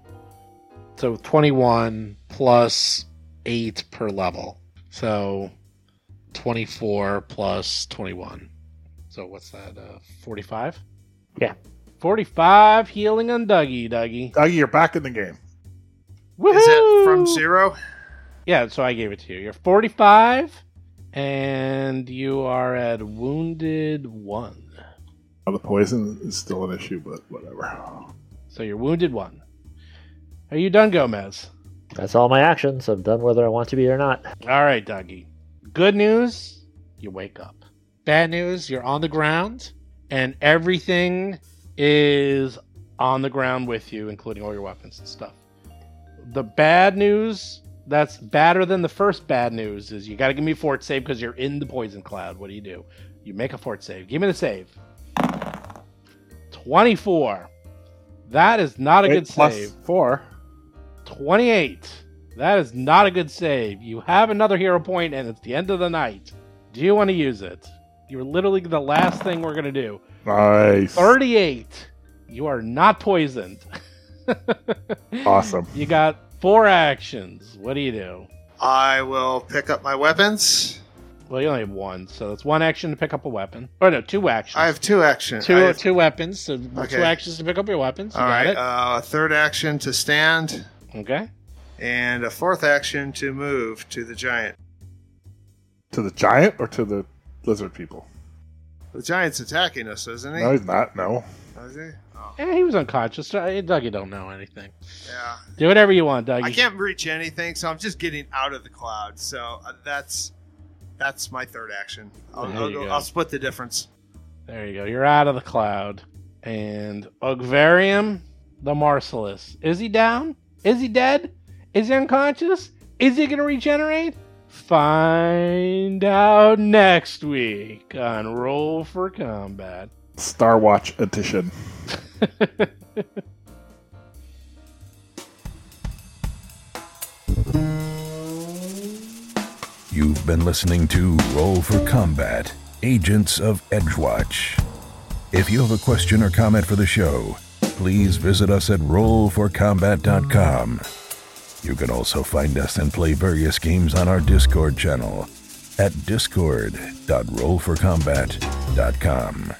[SPEAKER 2] so 21 plus eight per level, so 24 plus 21. So what's that? Uh, 45.
[SPEAKER 5] Yeah.
[SPEAKER 2] 45 healing on Dougie, Dougie.
[SPEAKER 3] Dougie, Ah, you're back in the game.
[SPEAKER 4] Is it from
[SPEAKER 2] Woohoo!
[SPEAKER 4] zero?
[SPEAKER 2] Yeah, so I gave it to you. You're 45, and you are at wounded one.
[SPEAKER 3] Oh, the poison is still an issue, but whatever.
[SPEAKER 2] So you're wounded one. Are you done, Gomez?
[SPEAKER 5] That's all my actions. I'm done whether I want to be or not.
[SPEAKER 2] All right, Dougie. Good news, you wake up. Bad news, you're on the ground, and everything is on the ground with you, including all your weapons and stuff. The bad news, that's badder than the first bad news, is you got to give me a fort save because you're in the poison cloud. What do you do? You make a fort save. Give me the save. 24. That is not a
[SPEAKER 3] Wait,
[SPEAKER 2] good
[SPEAKER 3] plus
[SPEAKER 2] save.
[SPEAKER 3] four.
[SPEAKER 2] 28. That is not a good save. You have another hero point, and it's the end of the night. Do you want to use it? You're literally the last thing we're going to do.
[SPEAKER 3] Nice.
[SPEAKER 2] 38. You are not poisoned. (laughs)
[SPEAKER 3] Awesome.
[SPEAKER 2] You got four actions. What do you do?
[SPEAKER 4] I will pick up my weapons.
[SPEAKER 2] Well, you only have one, so that's one action to pick up a weapon. Or no, two actions.
[SPEAKER 4] I have two actions.
[SPEAKER 2] two two weapons. So two
[SPEAKER 4] Okay.
[SPEAKER 2] actions to pick up your weapons. You
[SPEAKER 4] All
[SPEAKER 2] got
[SPEAKER 4] right.
[SPEAKER 2] it.
[SPEAKER 4] Uh, third action to stand,
[SPEAKER 2] okay.
[SPEAKER 4] and a fourth action to move to the giant.
[SPEAKER 3] To the giant or to the lizard people?
[SPEAKER 4] The giant's attacking us, isn't he?
[SPEAKER 3] No, he's not. No.
[SPEAKER 4] Is he? Oh,
[SPEAKER 2] Eh, he was unconscious. Uh, Dougie don't know anything.
[SPEAKER 4] yeah.
[SPEAKER 2] Do whatever you want, Dougie.
[SPEAKER 4] I can't reach anything, so I'm just getting out of the cloud. So uh, that's that's my third action. I'll,
[SPEAKER 2] There
[SPEAKER 4] I'll,
[SPEAKER 2] you
[SPEAKER 4] go-
[SPEAKER 2] go.
[SPEAKER 4] I'll split the difference.
[SPEAKER 2] There you go. You're out of the cloud. And Ogvarium the Marciless. Is he down? Is he dead? Is he unconscious? Is he going to regenerate? Find out next week on Roll for Combat.
[SPEAKER 3] Star Watch edition.
[SPEAKER 1] You've been listening to Roll for Combat, Agents of Edgewatch. If you have a question or comment for the show, please visit us at rollforcombat.com. You can also find us and play various games on our Discord channel at discord.rollforcombat.com.